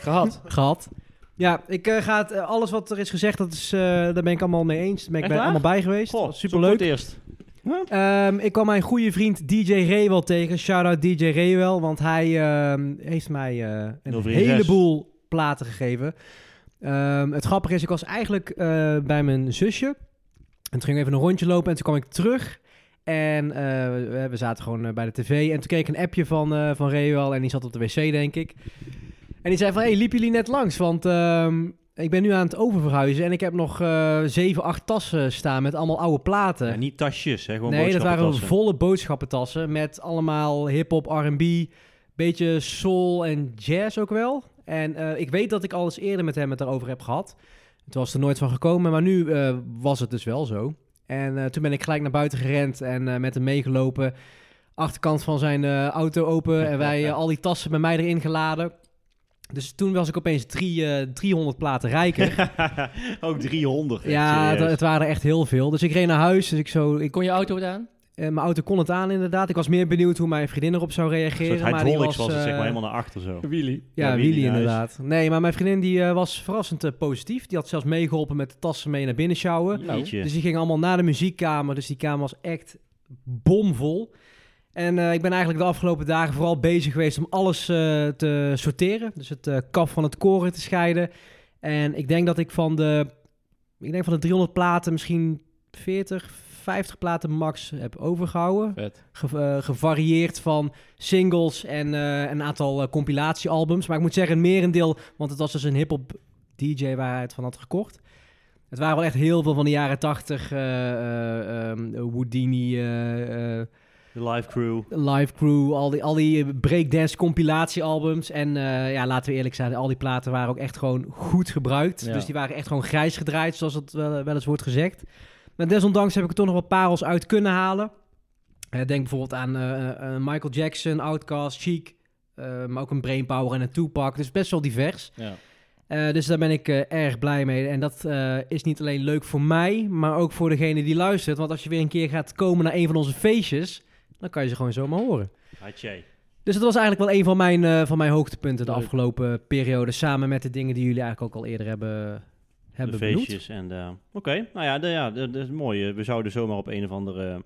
Speaker 1: Gehad.
Speaker 3: gehad. Ja, ik eh, ga het, eh, alles wat er is gezegd, dat is, eh, daar ben ik allemaal mee eens. Daar ben ik
Speaker 2: Echt
Speaker 3: bij-
Speaker 2: waar?
Speaker 3: allemaal bij geweest.
Speaker 2: Goh,
Speaker 3: Dat was superleuk.
Speaker 2: zo voor het eerst.
Speaker 3: Ehm, ik kwam mijn goede vriend DJ Rewel tegen. Shout-out DJ Rewel, want hij ehm, heeft mij eh, een
Speaker 2: 036.
Speaker 3: heleboel platen gegeven. Ehm, het grappige is, ik was eigenlijk eh, bij mijn zusje. En toen ging ik even een rondje lopen en toen kwam ik terug. En eh, we- we zaten gewoon eh, bij de tv. En toen keek ik een appje van, eh van Reuel en die zat op de wc, denk ik. En die zei van, hey, liepen jullie net langs? Want ehm, ik ben nu aan het oververhuizen en ik heb nog eh, zeven, acht tassen staan met allemaal oude platen.
Speaker 2: Ja, niet tasjes, hè? Gewoon
Speaker 3: nee, dat waren
Speaker 2: boodschappentassen.
Speaker 3: volle boodschappentassen met allemaal hip-hop, RB, beetje soul en jazz ook wel. En eh, ik weet dat ik al eens eerder met hem het daarover heb gehad. Het was er nooit van gekomen, maar nu eh, was het dus wel zo. En eh, toen ben ik gelijk naar buiten gerend en eh, met hem meegelopen. Achterkant van zijn eh, auto open en wij eh, al die tassen bij mij erin geladen. Dus toen was ik opeens drie, eh, 300 platen rijker.
Speaker 2: Ook 300. echt,
Speaker 3: ja, het,
Speaker 2: serieus.
Speaker 3: het waren er echt heel veel. Dus ik reed naar huis. Dus ik zo, ik
Speaker 1: Kon je auto het aan?
Speaker 3: eh, mijn auto kon het aan, inderdaad. Ik was meer benieuwd hoe mijn vriendin erop zou
Speaker 2: Een soort
Speaker 3: reageren. maar die
Speaker 2: hydraulics was, het, zeg maar,
Speaker 3: eh,
Speaker 2: helemaal naar achter zo.
Speaker 1: Willy.
Speaker 3: Ja,
Speaker 2: Ja,
Speaker 3: Willy,
Speaker 2: Willy naar
Speaker 3: inderdaad. Nee, maar mijn vriendin die, eh, was verrassend eh, positief. Die had zelfs meegeholpen met de tassen mee naar binnen sjouwen.
Speaker 1: Nou.
Speaker 2: Jeetje.
Speaker 3: Dus die ging allemaal naar de muziekkamer. Dus die kamer was echt bomvol. En eh, ik ben eigenlijk de afgelopen dagen vooral bezig geweest om alles eh, te sorteren. Dus het eh, kaf van het koren te scheiden. En ik denk dat ik van de, ik denk van de 300 platen misschien 40, 50 platen max heb overgehouden.
Speaker 1: Vet.
Speaker 3: Ge- eh, gevarieerd van singles en eh, een aantal eh, compilatiealbums. Maar ik moet zeggen, een merendeel, want het was dus een hip-hop DJ waar hij het van had gekocht. Het waren wel echt heel veel van de jaren 80 eh eh, ehm, Houdini, eh, eh,
Speaker 2: De live crew.
Speaker 3: Live Crew, al die, al die eh, breakdance compilatiealbums. En eh, ja, laten we eerlijk zijn, al die platen waren ook echt gewoon goed gebruikt.
Speaker 1: Ja.
Speaker 3: Dus die waren echt gewoon grijs gedraaid, zoals het wel, wel eens wordt gezegd. Maar desondanks heb ik er toch nog wat parels uit kunnen halen. Eh, denk bijvoorbeeld aan eh, eh, Michael Jackson, Outkast, Chic, eh, maar ook een Brainpower en een Tupac. Dus best wel divers.
Speaker 1: Ja.
Speaker 3: Eh, dus daar ben ik eh, erg blij mee. En dat eh, is niet alleen leuk voor mij, maar ook voor degene die luistert. Want als je weer een keer gaat komen naar een van onze feestjes, dan kan je ze gewoon zomaar horen.
Speaker 2: Hatje.
Speaker 3: Dus dat was eigenlijk wel een van mijn, eh, van mijn hoogtepunten de
Speaker 1: Leuk.
Speaker 3: afgelopen periode. Samen met de dingen die jullie eigenlijk ook al eerder hebben,
Speaker 2: De
Speaker 3: hebben benoemd.
Speaker 2: feestjes. En, eh, Oké, nou ja, de, ja de- dat is mooi. eh, We zouden zomaar op een of andere eh,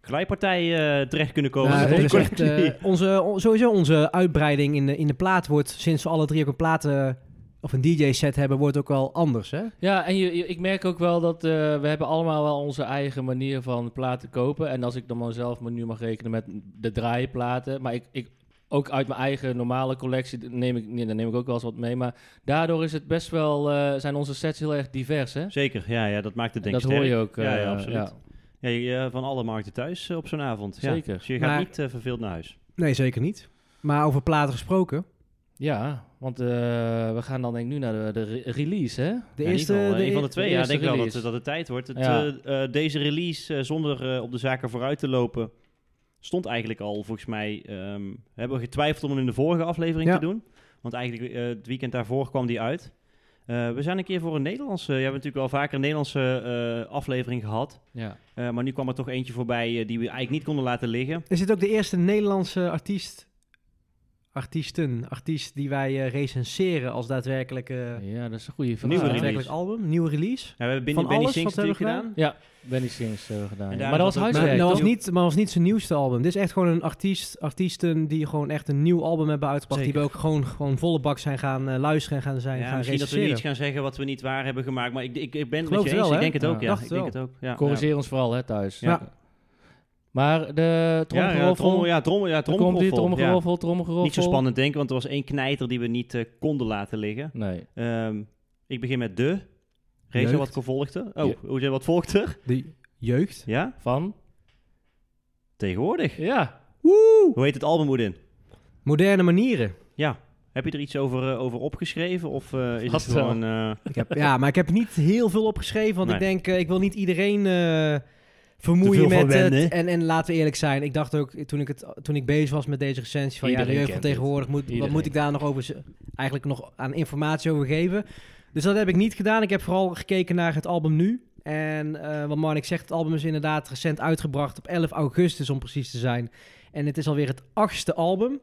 Speaker 2: glijpartij eh, terecht kunnen komen.
Speaker 3: Nou,
Speaker 2: Dat
Speaker 3: er is
Speaker 2: kon ik
Speaker 3: echt, eh,
Speaker 2: niet.
Speaker 3: onze, on- sowieso onze uitbreiding in de, in de plaat wordt, sinds we alle drie ook een plaat eh, of een DJ-set hebben, wordt ook wel anders. Hè?
Speaker 1: Ja, en je, je- ik merk ook wel dat eh, we hebben allemaal wel onze eigen manier van platen kopen. En als ik dan maar zelf maar nu mag rekenen met de draaiplaten. Maar ik, ik, ook uit mijn eigen normale collectie d- neem ik, nee, daar neem ik ook wel eens wat mee. Maar daardoor is het best wel, eh, zijn onze sets heel erg divers, hè?
Speaker 2: Zeker, ja, ja, dat maakt het
Speaker 1: En
Speaker 2: denk ik
Speaker 1: dat hoor je
Speaker 2: sterk.
Speaker 1: ook.
Speaker 2: ja,
Speaker 1: eh,
Speaker 2: ja, absoluut. Ja. je, eh, van alle markten thuis eh, op zo'n avond. Ja.
Speaker 1: Zeker.
Speaker 2: Dus je gaat
Speaker 3: Maar-
Speaker 2: niet eh, verveeld naar huis.
Speaker 3: Nee, zeker niet. Maar over platen gesproken.
Speaker 1: Ja, want eh, we gaan dan denk ik nu naar de, de re- release, hè?
Speaker 3: De
Speaker 2: Ja, in
Speaker 3: eerste,
Speaker 2: ieder geval,
Speaker 3: de
Speaker 2: een
Speaker 3: e-
Speaker 2: van de twee.
Speaker 1: de
Speaker 2: ja, ik
Speaker 1: eerste
Speaker 2: denk wel dat,
Speaker 1: release.
Speaker 2: dat het tijd wordt. Het,
Speaker 1: Ja.
Speaker 2: eh, eh, deze release, eh, zonder eh, op de zaken vooruit te lopen, stond eigenlijk al volgens mij. ehm, we hebben getwijfeld om het in de vorige aflevering
Speaker 3: Ja.
Speaker 2: te doen. Want eigenlijk eh, het weekend daarvoor kwam die uit. Eh, we zijn een keer voor een Nederlandse. We hebben natuurlijk wel vaker een Nederlandse eh, aflevering gehad.
Speaker 1: Ja.
Speaker 2: Eh, maar nu kwam er toch eentje voorbij eh, die we eigenlijk niet konden laten liggen.
Speaker 3: Is dit ook de eerste Nederlandse artiest, artiesten, artiest die wij eh, recenseren als daadwerkelijke,
Speaker 1: ja, dat is een goede
Speaker 2: Nieuwe
Speaker 3: als
Speaker 1: vraag.
Speaker 2: release.
Speaker 3: daadwerkelijk album, nieuwe release?
Speaker 2: Ja, we hebben
Speaker 3: Van
Speaker 2: binnen Benny
Speaker 3: alles
Speaker 2: Sings
Speaker 3: wat we
Speaker 2: natuurlijk gedaan.
Speaker 3: hebben
Speaker 1: Ja, Benny Sings hebben we gedaan.
Speaker 2: En
Speaker 1: ja.
Speaker 2: daar
Speaker 1: Maar dat was
Speaker 2: was ook-
Speaker 3: Maar
Speaker 1: huiswerk,
Speaker 3: dat was,
Speaker 1: toch?
Speaker 3: niet, maar dat was niet zijn nieuwste album. Dit is echt gewoon een artiest, artiesten die gewoon echt een nieuw album hebben uitgebracht.
Speaker 2: Zeker.
Speaker 3: Die we ook gewoon, gewoon volle bak zijn gaan eh, luisteren en gaan, zijn,
Speaker 2: Ja,
Speaker 3: gaan
Speaker 2: misschien dat we nu
Speaker 3: recenseren.
Speaker 2: iets gaan zeggen wat we niet waar hebben gemaakt. Maar ik, ik, ik ben het
Speaker 3: Geloof
Speaker 2: met je
Speaker 3: het
Speaker 2: eens.
Speaker 3: wel,
Speaker 2: ik
Speaker 3: hè?
Speaker 2: denk het ook,
Speaker 3: Ja.
Speaker 2: ja.
Speaker 3: Dacht
Speaker 2: ik
Speaker 3: het
Speaker 2: denk het ook. Ja, ja.
Speaker 1: Corrigeer ons vooral, hè, thuis.
Speaker 3: Ja.
Speaker 1: Maar de
Speaker 2: Ja, ja,
Speaker 1: tromgeroffel...
Speaker 2: trommel, ja, trommel, ja,
Speaker 1: Daar komt die
Speaker 2: trommelgeroffel, ja.
Speaker 1: tromgeroffel, tromgeroffel.
Speaker 2: Niet zo spannend denken, want er was één knijter die we niet eh, konden laten liggen.
Speaker 1: Nee.
Speaker 2: Ehm, ik begin met de. Reza,
Speaker 3: Jeugd.
Speaker 2: wat gevolgde?
Speaker 1: Je-
Speaker 2: Oh, hoe zei wat volgt er?
Speaker 3: De jeugd.
Speaker 2: Ja,
Speaker 1: Van?
Speaker 2: tegenwoordig.
Speaker 1: Ja.
Speaker 3: Woe!
Speaker 2: Hoe heet het album Oedin?
Speaker 3: Moderne manieren.
Speaker 2: Ja, heb je er iets over, eh, over opgeschreven? Of eh, is
Speaker 1: Vast
Speaker 2: het gewoon... eh,
Speaker 3: Ik heb, ja, maar ik heb niet heel veel opgeschreven. Want ik
Speaker 2: Nee.
Speaker 3: denk, eh, ik wil niet iedereen eh,
Speaker 2: Te
Speaker 3: vermoeien
Speaker 2: veel
Speaker 3: met
Speaker 2: van wennen.
Speaker 3: het. En, en laten we eerlijk zijn. Ik dacht ook, toen ik, het, toen ik bezig was met deze recensie... van ja,
Speaker 1: Iedereen
Speaker 3: de jeugd van
Speaker 1: kent dit.
Speaker 3: tegenwoordig, moet, wat
Speaker 1: Iedereen.
Speaker 3: moet ik daar nog over... z- eigenlijk nog aan informatie over geven? Dus dat heb ik niet gedaan. Ik heb vooral gekeken naar het album nu. En eh, wat Marnik zegt, het album is inderdaad recent uitgebracht... op 11 augustus, om precies te zijn. En het is alweer het achtste album.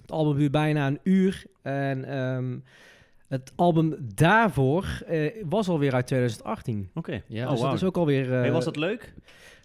Speaker 3: Het album duurt bijna een uur. En... ehm, het album daarvoor eh, was alweer uit 2018.
Speaker 2: Oké.
Speaker 1: Ja,
Speaker 2: Oh,
Speaker 3: dus
Speaker 2: wauw.
Speaker 3: dat is ook alweer... eh,
Speaker 2: Hey, was dat leuk?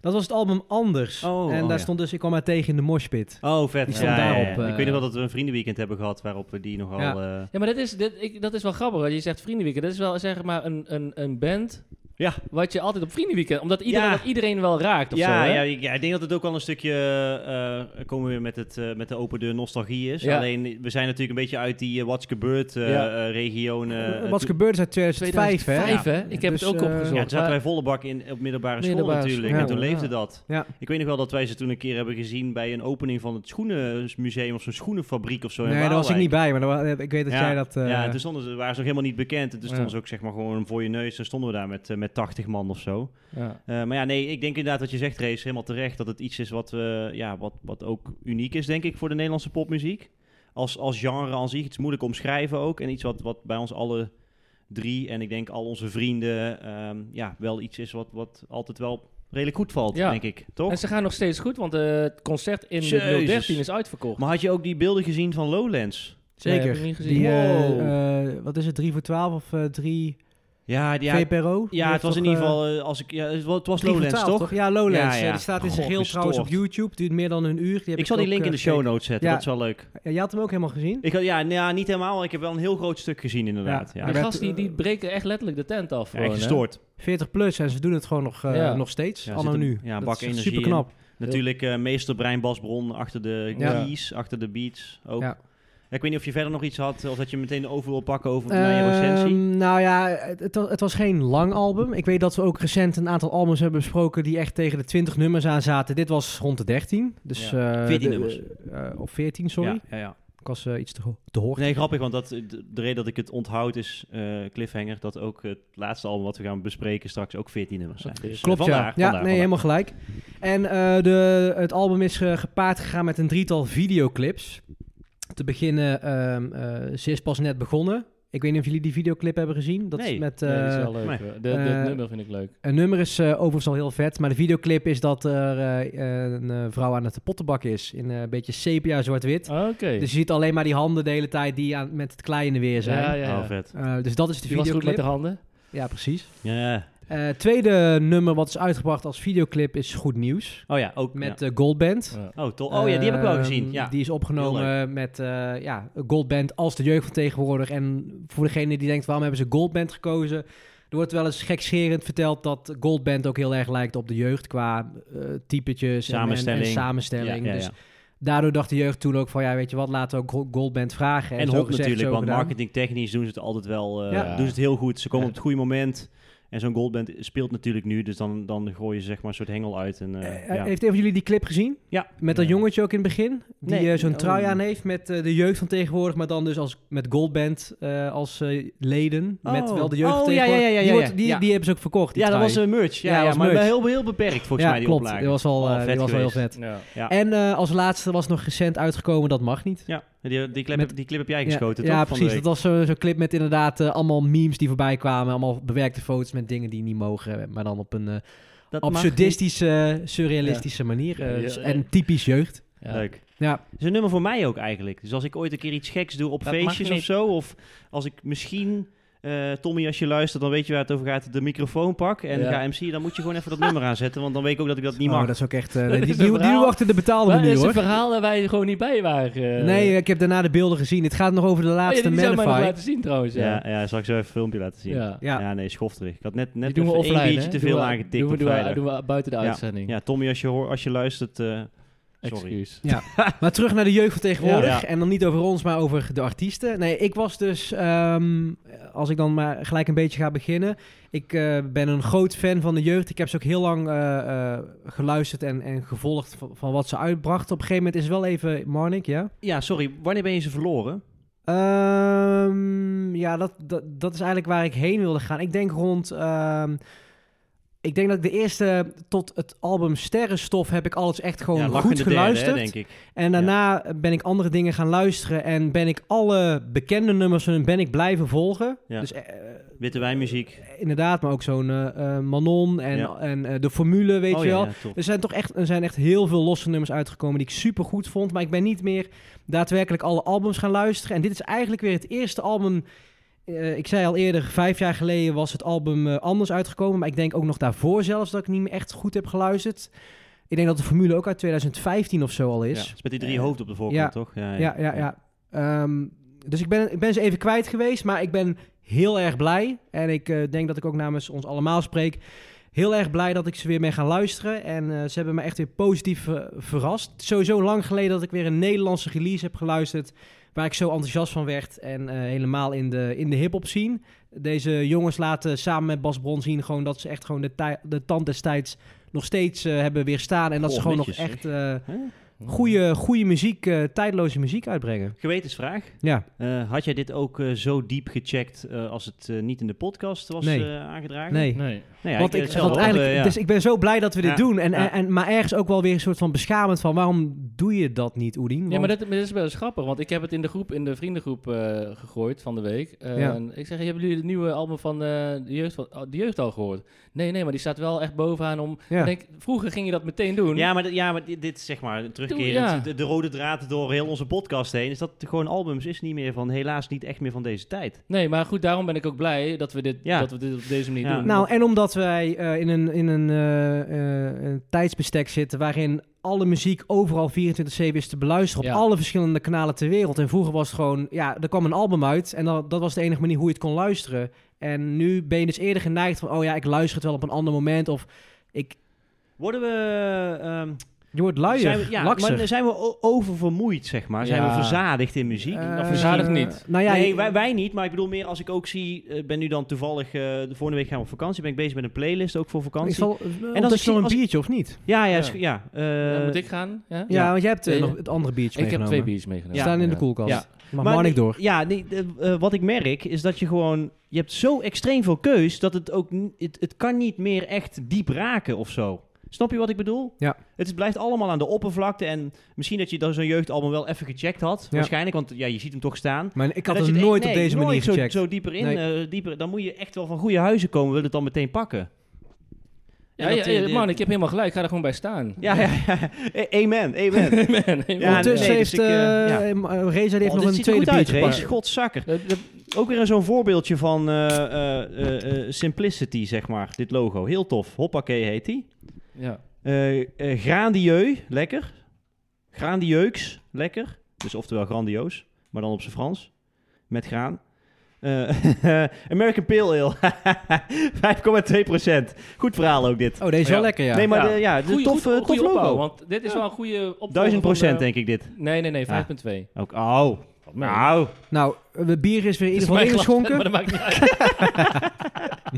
Speaker 3: dat was het album Anders.
Speaker 2: Oh,
Speaker 3: en
Speaker 2: oh,
Speaker 3: daar
Speaker 2: ja.
Speaker 3: stond dus... Ik kwam haar tegen in de moshpit.
Speaker 2: Oh, vet.
Speaker 3: Die
Speaker 2: Ja, ja,
Speaker 3: stond
Speaker 2: ja,
Speaker 3: daarop,
Speaker 2: ja.
Speaker 3: eh.
Speaker 2: Ik weet nog wel dat we een vriendenweekend hebben gehad waarop we die nogal...
Speaker 3: Ja.
Speaker 2: eh,
Speaker 1: Ja, maar dat is, dit, ik, dat is wel grappig. hoor. Je zegt Vriendenweekend. Dat is wel zeg maar een, een, een band
Speaker 2: Ja.
Speaker 1: Wat je altijd op vriendenweekend... Omdat iedereen,
Speaker 2: Ja.
Speaker 1: dat iedereen wel raakt of
Speaker 2: Ja,
Speaker 1: zo, hè?
Speaker 2: ja, ik- ja, ik denk dat het ook wel een stukje, eh, komen we weer met, het, eh, met de open deur nostalgie is.
Speaker 1: Ja.
Speaker 2: Alleen, we zijn natuurlijk een beetje uit die eh, What's Gebeurd eh,
Speaker 1: Ja.
Speaker 2: eh, regionen. eh,
Speaker 3: Wat is gebeurd is uit 2005,
Speaker 1: 2005,
Speaker 3: hè?
Speaker 1: hè? Ik heb het ook
Speaker 3: eh,
Speaker 1: opgezocht.
Speaker 2: Ja, toen zaten
Speaker 1: Maar-
Speaker 2: wij volle bak in, op middelbare school
Speaker 1: Middelbare
Speaker 2: natuurlijk.
Speaker 1: school,
Speaker 2: en toen
Speaker 1: ja.
Speaker 2: leefde
Speaker 1: Ja.
Speaker 2: dat.
Speaker 3: Ja.
Speaker 2: Ik weet nog wel dat wij ze toen een keer hebben gezien bij een opening van het schoenenmuseum of zo'n schoenenfabriek of zo. in
Speaker 3: Nee, daar was ik
Speaker 2: Waalwijk.
Speaker 3: niet bij, maar daar wa- ik weet dat
Speaker 2: ja,
Speaker 3: jij dat... eh,
Speaker 2: ja, dus- en toen stonden ze, waren ze nog helemaal niet bekend. En toen stonden
Speaker 1: Ja.
Speaker 2: ze ook zeg maar gewoon voor je neus. En stonden we daar met, eh, met 80 man of zo.
Speaker 1: Ja.
Speaker 2: Eh, maar ja, nee, ik denk inderdaad wat je zegt, Race, helemaal terecht. Dat het iets is wat, we ja, wat, wat ook uniek is, denk ik, voor de Nederlandse popmuziek. Als, als genre aan zich, iets moeilijk omschrijven ook. En iets wat, wat bij ons alle drie en ik denk al onze vrienden, ehm, ja, wel iets is wat, wat altijd wel redelijk goed valt,
Speaker 1: Ja.
Speaker 2: denk ik. Toch?
Speaker 1: En ze gaan nog steeds goed, want eh, het concert in de
Speaker 2: Jezus.
Speaker 1: 013 is uitverkocht.
Speaker 2: Maar had je ook die beelden gezien van Lowlands?
Speaker 1: Nee,
Speaker 3: Zeker.
Speaker 1: heb ik niet gezien.
Speaker 3: Die, eh,
Speaker 1: Wow.
Speaker 3: eh, wat is het, 3 voor 12 of eh, 3
Speaker 2: Ja, die- ja,
Speaker 3: VPRO? Die
Speaker 2: ja het
Speaker 3: heeft
Speaker 2: was in
Speaker 3: toch,
Speaker 2: ieder
Speaker 3: eh,
Speaker 2: geval, eh, als ik, ja, het wa- het was
Speaker 3: 3 voor
Speaker 2: Lowlands,
Speaker 3: 12,
Speaker 2: toch?
Speaker 3: Ja, Lowlands.
Speaker 2: Ja,
Speaker 3: Ja,
Speaker 2: ja.
Speaker 3: Die staat in
Speaker 2: God,
Speaker 3: zijn geheel trouwens op
Speaker 2: gestoord.
Speaker 3: YouTube. Duurt meer dan een uur. Die heb
Speaker 2: Ik zal die
Speaker 3: ook,
Speaker 2: link in
Speaker 3: eh,
Speaker 2: de show
Speaker 3: gekeken.
Speaker 2: notes zetten,
Speaker 3: Ja.
Speaker 2: dat is wel leuk.
Speaker 3: Ja, Jij had hem ook helemaal gezien?
Speaker 2: Ik had, ja, nou, ja, niet helemaal. Ik heb wel een heel groot stuk gezien inderdaad. Ja,
Speaker 1: die
Speaker 3: werd,
Speaker 1: gasten die, die breken echt letterlijk de tent af.
Speaker 2: Ja,
Speaker 1: gewoon, hè?
Speaker 2: gestoord.
Speaker 3: 40 plus en ze doen het gewoon nog, eh,
Speaker 1: Ja.
Speaker 3: nog steeds.
Speaker 2: Ja,
Speaker 3: anno
Speaker 2: zit een-
Speaker 3: nu.
Speaker 2: ja, een
Speaker 3: Dat
Speaker 2: bak
Speaker 3: is echt
Speaker 2: energie
Speaker 3: superknap.
Speaker 2: Natuurlijk eh, meester Brein Basbron achter de
Speaker 1: Ja.
Speaker 2: keys, achter de beats ook.
Speaker 3: Ja.
Speaker 2: Ja, Ik weet niet of je verder nog iets had, of dat je meteen over wil pakken over naar je recensie.
Speaker 3: Ehm, nou ja, het, het was- het was geen lang album. Ik weet dat we ook recent een aantal albums hebben besproken die echt tegen de 20 nummers aan zaten. Dit was rond de 13. Dus, eh,
Speaker 2: 14
Speaker 3: de-
Speaker 2: nummers.
Speaker 3: eh, of 14, sorry.
Speaker 2: Ja, ja, ja.
Speaker 3: Ik was eh, iets te, ho- te hoog.
Speaker 2: Nee, grappig, want dat, de de reden dat ik het onthoud is, eh, Cliffhanger, dat ook het laatste album wat we gaan bespreken straks ook 14 nummers zijn.
Speaker 1: Oké.
Speaker 2: Dus, eh,
Speaker 3: Klopt, ja.
Speaker 2: vandaar,
Speaker 3: ja,
Speaker 2: vandaar,
Speaker 3: nee,
Speaker 2: vandaar.
Speaker 3: helemaal gelijk. En eh, de, het album is eh, gepaard gegaan met een drietal videoclips. Te beginnen, ehm, eh, ze is pas net begonnen. Ik weet niet of jullie die videoclip hebben gezien. Dat
Speaker 2: Nee.
Speaker 3: is met,
Speaker 1: Ja, die is
Speaker 3: eh,
Speaker 1: wel leuk.
Speaker 2: maar-
Speaker 1: hoor. de, de- het
Speaker 3: eh,
Speaker 1: nummer vind ik leuk.
Speaker 3: Een nummer is eh, overigens al heel vet, maar de videoclip is dat er eh, een eh, vrouw aan het pottenbak is. In eh, een beetje sepia zwart-wit.
Speaker 1: Oké.
Speaker 3: Dus je ziet alleen maar die handen de hele tijd die aan, met het klei in de weer zijn.
Speaker 1: ja, ja, ja.
Speaker 2: Oh, vet.
Speaker 3: Eh, dus dat is de
Speaker 1: Die was goed met
Speaker 3: videoclip.
Speaker 1: de handen.
Speaker 3: Ja, precies.
Speaker 2: Ja.
Speaker 3: Eh, tweede nummer wat is uitgebracht als videoclip is Goed Nieuws.
Speaker 2: Oh ja, ook
Speaker 3: Met
Speaker 2: met...
Speaker 3: eh, Gold Band.
Speaker 1: Ja.
Speaker 2: Oh, tof. Oh ja, die heb ik wel
Speaker 3: Ehm,
Speaker 2: gezien. Ja.
Speaker 3: Die is
Speaker 2: Heel
Speaker 3: opgenomen met eh ja, Goldband als de jeugd van tegenwoordig. En voor degene die denkt, waarom hebben ze Goldband gekozen? Er wordt wel eens gekscherend verteld dat Goldband ook heel erg lijkt op de jeugd qua eh, typetjes en- en- En,
Speaker 2: Samenstelling.
Speaker 3: samenstelling.
Speaker 2: Ja, ja,
Speaker 3: Dus
Speaker 2: ja.
Speaker 3: daardoor dacht de jeugd toen ook van, ja, weet je wat, laten we ook Go- Goldband vragen.
Speaker 2: En
Speaker 3: zo
Speaker 2: Hop
Speaker 3: gezegd,
Speaker 2: natuurlijk,
Speaker 3: zo
Speaker 2: want
Speaker 3: gedaan.
Speaker 2: marketingtechnisch doen ze het altijd wel. eh,
Speaker 3: Ja.
Speaker 2: Doen ze het heel goed. Ze komen
Speaker 1: Ja.
Speaker 2: op het goede moment. En zo'n goldband speelt natuurlijk nu, dus dan, dan gooi je zeg maar een soort hengel uit. En, eh,
Speaker 3: Eh,
Speaker 2: ja.
Speaker 3: Heeft een van jullie die clip gezien?
Speaker 2: Ja.
Speaker 3: Met dat
Speaker 1: Nee.
Speaker 3: jongetje ook in het begin? Die
Speaker 2: Nee.
Speaker 3: eh, zo'n
Speaker 2: Oh.
Speaker 3: trui aan heeft met eh, de jeugd van tegenwoordig, maar dan dus als, met Goldband eh, als eh, leden. Met
Speaker 2: Oh.
Speaker 3: wel de jeugd van
Speaker 2: Oh, ja, ja,
Speaker 3: tegenwoordig.
Speaker 2: ja, ja,
Speaker 3: die, wordt-
Speaker 2: ja.
Speaker 3: die,
Speaker 2: Ja.
Speaker 3: die hebben ze ook verkocht, die
Speaker 2: ja, dat
Speaker 3: trui.
Speaker 2: was een merch. Ja,
Speaker 3: Ja,
Speaker 2: ja,
Speaker 3: was
Speaker 2: maar
Speaker 3: merch.
Speaker 2: wel heel, heel beperkt volgens
Speaker 3: ja,
Speaker 2: mij die
Speaker 3: klopt.
Speaker 2: oplage.
Speaker 3: Die was wel,
Speaker 2: Wel
Speaker 3: eh,
Speaker 2: vet
Speaker 3: die was wel heel
Speaker 2: geweest.
Speaker 3: vet.
Speaker 1: Ja.
Speaker 2: Ja.
Speaker 3: En eh, als laatste was nog recent uitgekomen Dat Mag Niet.
Speaker 2: Ja, die, die, clip,
Speaker 3: Met-
Speaker 2: die clip heb jij geschoten,
Speaker 3: ja,
Speaker 2: toch?
Speaker 3: ja,
Speaker 2: van de
Speaker 3: precies.
Speaker 2: week?
Speaker 3: Dat was zo- zo'n clip met inderdaad eh, allemaal memes die voorbij kwamen. Allemaal bewerkte foto's met dingen die niet mogen. Maar dan op een eh,
Speaker 2: Dat mag
Speaker 3: absurdistische, eh, surrealistische manier. eh,
Speaker 1: Ja,
Speaker 3: dus-
Speaker 1: ja.
Speaker 3: En typisch jeugd.
Speaker 2: niet.
Speaker 1: Ja.
Speaker 2: Leuk.
Speaker 3: Ja,
Speaker 2: Het is een nummer voor mij ook eigenlijk. Dus als ik ooit een keer iets geks doe op
Speaker 1: Dat mag
Speaker 2: feestjes of
Speaker 1: niet.
Speaker 2: zo, of als ik misschien... eh, Tommy, als je luistert, dan weet je waar het over gaat. De microfoon pak en
Speaker 1: Ja.
Speaker 2: ga MC. Dan moet je gewoon even dat nummer aanzetten, want dan weet ik ook dat ik dat niet
Speaker 3: Oh,
Speaker 2: mag.
Speaker 3: dat is ook echt... eh,
Speaker 1: Dat
Speaker 3: die
Speaker 1: is
Speaker 3: die,
Speaker 1: een
Speaker 3: die
Speaker 1: verhaal.
Speaker 3: wachten de betaalde
Speaker 1: Maar
Speaker 3: manier,
Speaker 1: is een
Speaker 3: hoor.
Speaker 1: verhaal waar wij gewoon niet bij waren. eh.
Speaker 3: Nee, ik heb daarna de beelden gezien. Het gaat nog over de
Speaker 1: Oh, ja,
Speaker 3: laatste
Speaker 1: die zou mij nog
Speaker 3: Manify.
Speaker 1: laten zien trouwens. Ja.
Speaker 2: Ja, ja, zal ik zo even een filmpje laten zien. Ja,
Speaker 1: Ja.
Speaker 3: Ja.
Speaker 2: nee, schofterig. Ik had net, net
Speaker 1: Die doen we
Speaker 2: even
Speaker 1: offline.
Speaker 2: één biertje
Speaker 1: hè?
Speaker 2: te
Speaker 1: Doen
Speaker 2: veel
Speaker 1: we-
Speaker 2: aangetikt
Speaker 1: doen we-
Speaker 2: op
Speaker 1: doen we-
Speaker 2: vrijdag.
Speaker 1: Doen we buiten de
Speaker 2: Ja.
Speaker 1: uitzending.
Speaker 2: Ja, Tommy, als je, hoor, als je luistert, eh, sorry.
Speaker 1: Excuus.
Speaker 3: Maar terug naar de jeugd van tegenwoordig.
Speaker 2: Ja. Ja.
Speaker 3: En dan niet over ons, maar over de artiesten. Nee, ik was dus, ehm, als ik dan maar gelijk een beetje ga beginnen. Ik eh, ben een groot fan van de jeugd. Ik heb ze ook heel lang eh, eh, geluisterd en, en gevolgd van, van wat ze uitbrachten. Op een gegeven moment is wel even Marnik, ja?
Speaker 2: Ja, sorry. Wanneer ben je ze verloren?
Speaker 3: Ehm, ja, dat, dat, dat is eigenlijk waar ik heen wilde gaan. Ik denk rond. ehm, ik denk dat ik de eerste tot het album Sterrenstof heb ik alles echt
Speaker 2: ja,
Speaker 1: Oh,
Speaker 3: gewoon
Speaker 2: lachende
Speaker 3: goed
Speaker 2: derde, hè,
Speaker 3: geluisterd.
Speaker 2: denk ik.
Speaker 3: En daarna ben ik andere dingen gaan luisteren en ben ik alle bekende nummers van hun ben ik blijven volgen.
Speaker 2: Ja.
Speaker 3: Dus eh, eh,
Speaker 2: Witte wijnmuziek.
Speaker 3: inderdaad, maar ook zo'n eh, eh, Manon en,
Speaker 2: Ja.
Speaker 3: en eh, de formule, weet
Speaker 2: oh,
Speaker 3: je
Speaker 2: ja,
Speaker 3: wel.
Speaker 2: ja, tof.
Speaker 3: Er zijn toch echt, er zijn echt heel veel losse nummers uitgekomen die ik super goed vond. Maar ik ben niet meer daadwerkelijk alle albums gaan luisteren. En dit is eigenlijk weer het eerste album. eh, ik zei al eerder, vijf jaar geleden was het album eh, anders uitgekomen. Maar ik denk ook nog daarvoor zelfs dat ik niet meer echt goed heb geluisterd. Ik denk dat de formule ook uit 2015 of zo al
Speaker 2: Ja,
Speaker 3: is.
Speaker 2: dat is met die drie hoofd op de voorkant,
Speaker 3: ja.
Speaker 2: toch? Ja,
Speaker 3: Ja, ja, ja. Ehm, dus ik ben, ik ben ze even kwijt geweest, maar ik ben heel erg blij. En ik eh, denk dat ik ook namens ons allemaal spreek. Heel erg blij dat ik ze weer ben gaan luisteren. En eh, ze hebben me echt weer positief eh, verrast. Sowieso lang geleden dat ik weer een Nederlandse release heb geluisterd. Waar ik zo enthousiast van werd. En eh, helemaal in de, in de hip-hop scene. Deze jongens laten samen met Bas Bron zien gewoon dat ze echt gewoon de, tij- de tand destijds nog steeds eh, hebben weerstaan. En dat
Speaker 2: Goh,
Speaker 3: ze gewoon
Speaker 2: netjes,
Speaker 3: nog
Speaker 2: zeg.
Speaker 3: echt eh, goede, goede muziek, eh, tijdloze muziek uitbrengen.
Speaker 2: Gewetensvraag.
Speaker 3: Ja.
Speaker 2: Eh, had jij dit ook eh, zo diep gecheckt eh, als het eh, niet in de podcast was
Speaker 3: Nee.
Speaker 2: eh, aangedragen?
Speaker 3: Nee.
Speaker 1: Nee.
Speaker 2: Nee, ja,
Speaker 3: want
Speaker 2: ik,
Speaker 3: ik,
Speaker 2: eh,
Speaker 3: want
Speaker 2: hetzelfde.
Speaker 3: eigenlijk,
Speaker 2: Eh, ja.
Speaker 3: Dus ik ben zo blij dat we dit
Speaker 2: Ja,
Speaker 3: doen. En,
Speaker 2: ja.
Speaker 3: en, maar ergens ook wel weer een soort van beschamend van... waarom doe je dat niet, Oedien?
Speaker 1: Ja,
Speaker 3: Want-
Speaker 1: maar dat, maar dat is wel eens grappig, want ik heb het in de groep, in de vriendengroep eh, gegooid van de week. Eh,
Speaker 3: Ja.
Speaker 1: en Ik zeg, hebben jullie het nieuwe album van eh, de, jeugd, van- oh, de jeugd al gehoord? Nee, nee, maar die staat wel echt bovenaan om...
Speaker 3: Ja.
Speaker 1: Ik Denk, vroeger ging je dat meteen doen.
Speaker 2: Ja, maar, dit- ja, maar dit, dit is zeg maar terugkerend.
Speaker 1: ja.
Speaker 2: De, de rode draad door heel onze podcast heen is dat gewoon albums is niet meer van, helaas niet echt meer van deze tijd.
Speaker 1: Nee, maar goed, daarom ben ik ook blij dat we dit,
Speaker 2: Ja.
Speaker 1: dat we dit op deze manier
Speaker 2: Ja.
Speaker 1: doen.
Speaker 3: Nou, en omdat wij eh, in, een, in een, eh, eh, een tijdsbestek zitten waarin alle muziek overal 24-7 is te beluisteren op
Speaker 1: Ja.
Speaker 3: alle verschillende kanalen ter wereld. En vroeger was het gewoon, ja, er kwam een album uit en dat, dat was de enige manier hoe je het kon luisteren. En nu ben je dus eerder geneigd van, oh ja, ik luister het wel op een ander moment of ik,
Speaker 2: Worden we... ehm,
Speaker 3: je wordt luier,
Speaker 2: zijn we, ja,
Speaker 3: lakser.
Speaker 2: maar zijn we o- oververmoeid, zeg maar? Zijn
Speaker 1: Ja.
Speaker 2: we verzadigd in muziek?
Speaker 3: Eh,
Speaker 1: of verzadigd niet.
Speaker 3: Nou ja,
Speaker 2: nee,
Speaker 3: ik-
Speaker 2: wij, wij niet, maar ik bedoel meer als ik ook zie... eh, ben nu dan toevallig... eh, de volgende week gaan we op vakantie. Ben ik bezig met een playlist, ook voor
Speaker 3: ik
Speaker 2: vakantie.
Speaker 3: zal, en
Speaker 2: als ik
Speaker 3: dat is
Speaker 2: zie-
Speaker 3: nog een
Speaker 2: als ik-
Speaker 3: biertje of niet?
Speaker 2: Ja, ja,
Speaker 1: Ja.
Speaker 2: is- ja. eh,
Speaker 1: Dan moet ik gaan? Ja,
Speaker 3: Ja, want jij hebt eh,
Speaker 1: Ja, ja.
Speaker 3: nog het andere biertje
Speaker 1: ik heb
Speaker 3: meegenomen.
Speaker 1: twee biertjes meegenomen.
Speaker 3: Die staan in de
Speaker 1: Ja.
Speaker 3: koelkast.
Speaker 1: Ja.
Speaker 3: Mag maar
Speaker 2: nee,
Speaker 3: niet door.
Speaker 2: Ja, nee, eh, eh, wat ik merk is dat je gewoon... Je hebt zo extreem veel keus dat het ook... n- Het, het kan niet meer echt diep raken of zo. Snap je wat ik bedoel?
Speaker 3: Ja.
Speaker 2: Het is- blijft allemaal aan de oppervlakte. En misschien dat je dan zo'n jeugdalbum wel even gecheckt had.
Speaker 3: Ja.
Speaker 2: Waarschijnlijk, want ja, je ziet hem toch staan.
Speaker 3: Maar ik
Speaker 2: En
Speaker 3: had
Speaker 2: dat
Speaker 3: het
Speaker 2: je denkt,
Speaker 3: nooit op
Speaker 2: nee,
Speaker 3: deze manier
Speaker 2: nooit zo,
Speaker 3: gecheckt.
Speaker 2: Zo dieper in,
Speaker 3: Nee.
Speaker 2: eh, dieper, dan moet je echt wel van goede huizen komen. Wil het dan meteen pakken?
Speaker 1: Ja,
Speaker 2: En
Speaker 1: ja,
Speaker 2: dat, eh,
Speaker 1: ja,
Speaker 2: de-
Speaker 1: man, ik heb helemaal gelijk. Ik ga er gewoon bij staan.
Speaker 2: Ja, ja, ja. Eh, Amen, amen. Oh,
Speaker 1: Man, helemaal-
Speaker 2: Ja, nee,
Speaker 3: Ondertussen
Speaker 2: dus
Speaker 3: heeft
Speaker 2: ik, eh, ja.
Speaker 3: eh, m- eh, Reza die heeft
Speaker 2: Oh, dit
Speaker 3: nog een
Speaker 2: ziet er
Speaker 3: tweede
Speaker 2: goed uit,
Speaker 3: biertje
Speaker 2: Rees.
Speaker 3: pakken.
Speaker 2: Godzakker.
Speaker 1: Eh, Dat- dat-
Speaker 2: Ook weer zo'n voorbeeldje van eh, eh, eh, eh, simplicity, zeg maar. Dit logo. Heel tof. Hoppakee heet die.
Speaker 1: ja.
Speaker 2: Eh eh, grandieu, lekker. Grandieux, lekker. Dus oftewel grandioos, maar dan op zijn Frans. Met graan. Eh, American Pale Ale. 5,2%. Goed verhaal ook dit.
Speaker 3: Oh, deze is wel
Speaker 1: Ja.
Speaker 3: lekker, ja.
Speaker 2: nee, maar
Speaker 1: Ja.
Speaker 2: de- ja, de
Speaker 1: Goeie-
Speaker 2: tof,
Speaker 1: goed-
Speaker 2: eh, tof
Speaker 1: goeie
Speaker 2: logo.
Speaker 1: opbouw, want dit is wel een goede op.
Speaker 2: 1000 procent denk ik dit.
Speaker 1: Nee, nee, nee, 5.2.
Speaker 2: Ook, oh. Nou.
Speaker 3: Nou, het bier is weer in ieder geval
Speaker 1: Dit is mijn glas,
Speaker 3: ingeschonken.
Speaker 1: Maar dat maakt niet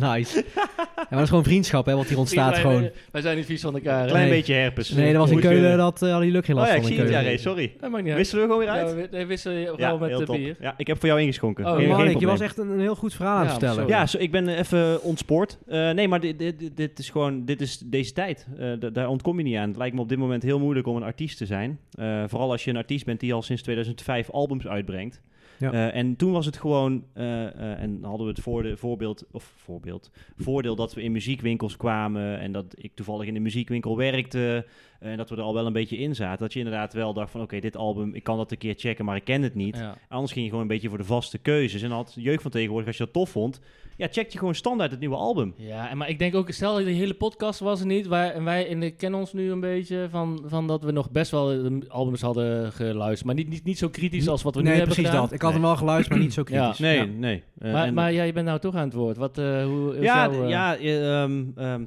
Speaker 1: uit.
Speaker 3: Nice. Ja, maar dat is gewoon vriendschap, hè, wat hier ontstaat
Speaker 1: Wij-
Speaker 3: gewoon.
Speaker 1: eh, Wij zijn niet vies van elkaar. hè?
Speaker 2: Klein
Speaker 3: Nee.
Speaker 2: beetje herpes.
Speaker 3: Nee, dat was in
Speaker 2: Moet je-
Speaker 3: Keulen, dat eh, hadden jullie ook geen
Speaker 2: Oh
Speaker 3: last
Speaker 2: ja, ik
Speaker 3: van in
Speaker 2: zie het. Ja,
Speaker 3: Keulen.
Speaker 2: nee, sorry.
Speaker 1: Dat maakt niet uit.
Speaker 2: Wisselen we gewoon weer uit?
Speaker 1: Ja, we- nee, wisselen je
Speaker 2: Ja,
Speaker 1: gewoon met
Speaker 2: heel
Speaker 1: de
Speaker 2: top.
Speaker 1: bier.
Speaker 2: Ja, ik heb voor jou ingeschonken.
Speaker 1: Oh,
Speaker 2: Geen- geen
Speaker 3: Marnik, je
Speaker 2: probleem.
Speaker 3: was echt een, een heel goed verhaal aan het
Speaker 1: Ja,
Speaker 3: vertellen.
Speaker 1: sorry.
Speaker 2: Ja, zo, ik ben eh, even ontspoord. Eh, nee, maar dit, dit, dit is gewoon, dit is deze tijd. Eh, da- daar ontkom je niet aan. Het lijkt me op dit moment heel moeilijk om een artiest te zijn. Eh, vooral als je een artiest bent die al sinds 2005 albums uitbrengt.
Speaker 3: Ja.
Speaker 2: Eh, en toen was het gewoon, eh, eh, en hadden we het voorde- voorbeeld, of voorbeeld, voordeel dat we in muziekwinkels kwamen en dat ik toevallig in de muziekwinkel werkte eh, en dat we er al wel een beetje in zaten. Dat je inderdaad wel dacht van oké, dit album, ik kan dat een keer checken, maar ik ken het niet.
Speaker 1: Ja.
Speaker 2: Anders ging je gewoon een beetje voor de vaste keuzes. En dan had de jeugd van tegenwoordig, als je dat tof vond, ja, check je gewoon standaard het nieuwe album.
Speaker 1: Ja, en maar ik denk ook, stel die hele podcast was er niet, wij, en wij en ik ken ons nu een beetje van, van dat we nog best wel eh, albums hadden geluisterd, maar niet, niet, niet zo kritisch als wat we nu
Speaker 3: nee,
Speaker 1: hebben
Speaker 3: precies
Speaker 1: gedaan.
Speaker 3: dat. Ik had hem wel geluisterd, maar niet zo kritisch.
Speaker 1: Ja.
Speaker 2: Nee, nee. Eh,
Speaker 1: Maar,
Speaker 2: en-
Speaker 1: maar ja, je bent nou toch aan het woord. Wat, eh, hoe, is
Speaker 2: ja,
Speaker 1: jouw, eh,
Speaker 2: ja, eh, ehm, ehm,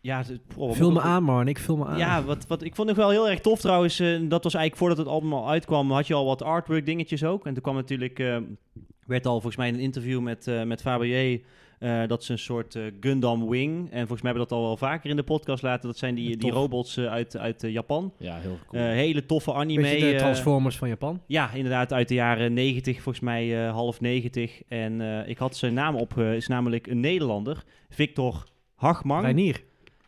Speaker 2: ja, het- oh, wat
Speaker 3: Vul
Speaker 2: moet
Speaker 3: me
Speaker 2: ik-
Speaker 3: aan, Marnik, vul me aan.
Speaker 2: Ja, wat, wat, ik vond het wel heel erg tof trouwens. eh, dat was eigenlijk voordat het album al uitkwam, had je al wat artwork dingetjes ook. En toen kwam natuurlijk, eh, werd al volgens mij een interview met, eh met Fabier. eh, dat ze een soort eh, Gundam Wing. En volgens mij hebben we dat al wel vaker in de podcast laten. Dat zijn die, die
Speaker 1: Tof.
Speaker 2: robots eh, uit, uit eh, Japan.
Speaker 1: Ja, heel
Speaker 2: Eh,
Speaker 1: cool.
Speaker 2: hele toffe anime.
Speaker 3: Beetje de
Speaker 2: eh,
Speaker 3: Transformers van Japan.
Speaker 2: ja, inderdaad, uit de jaren 90, volgens mij eh, half 90. En eh, ik had zijn naam op, eh, is namelijk een Nederlander, Victor Hagman.
Speaker 3: Reinier.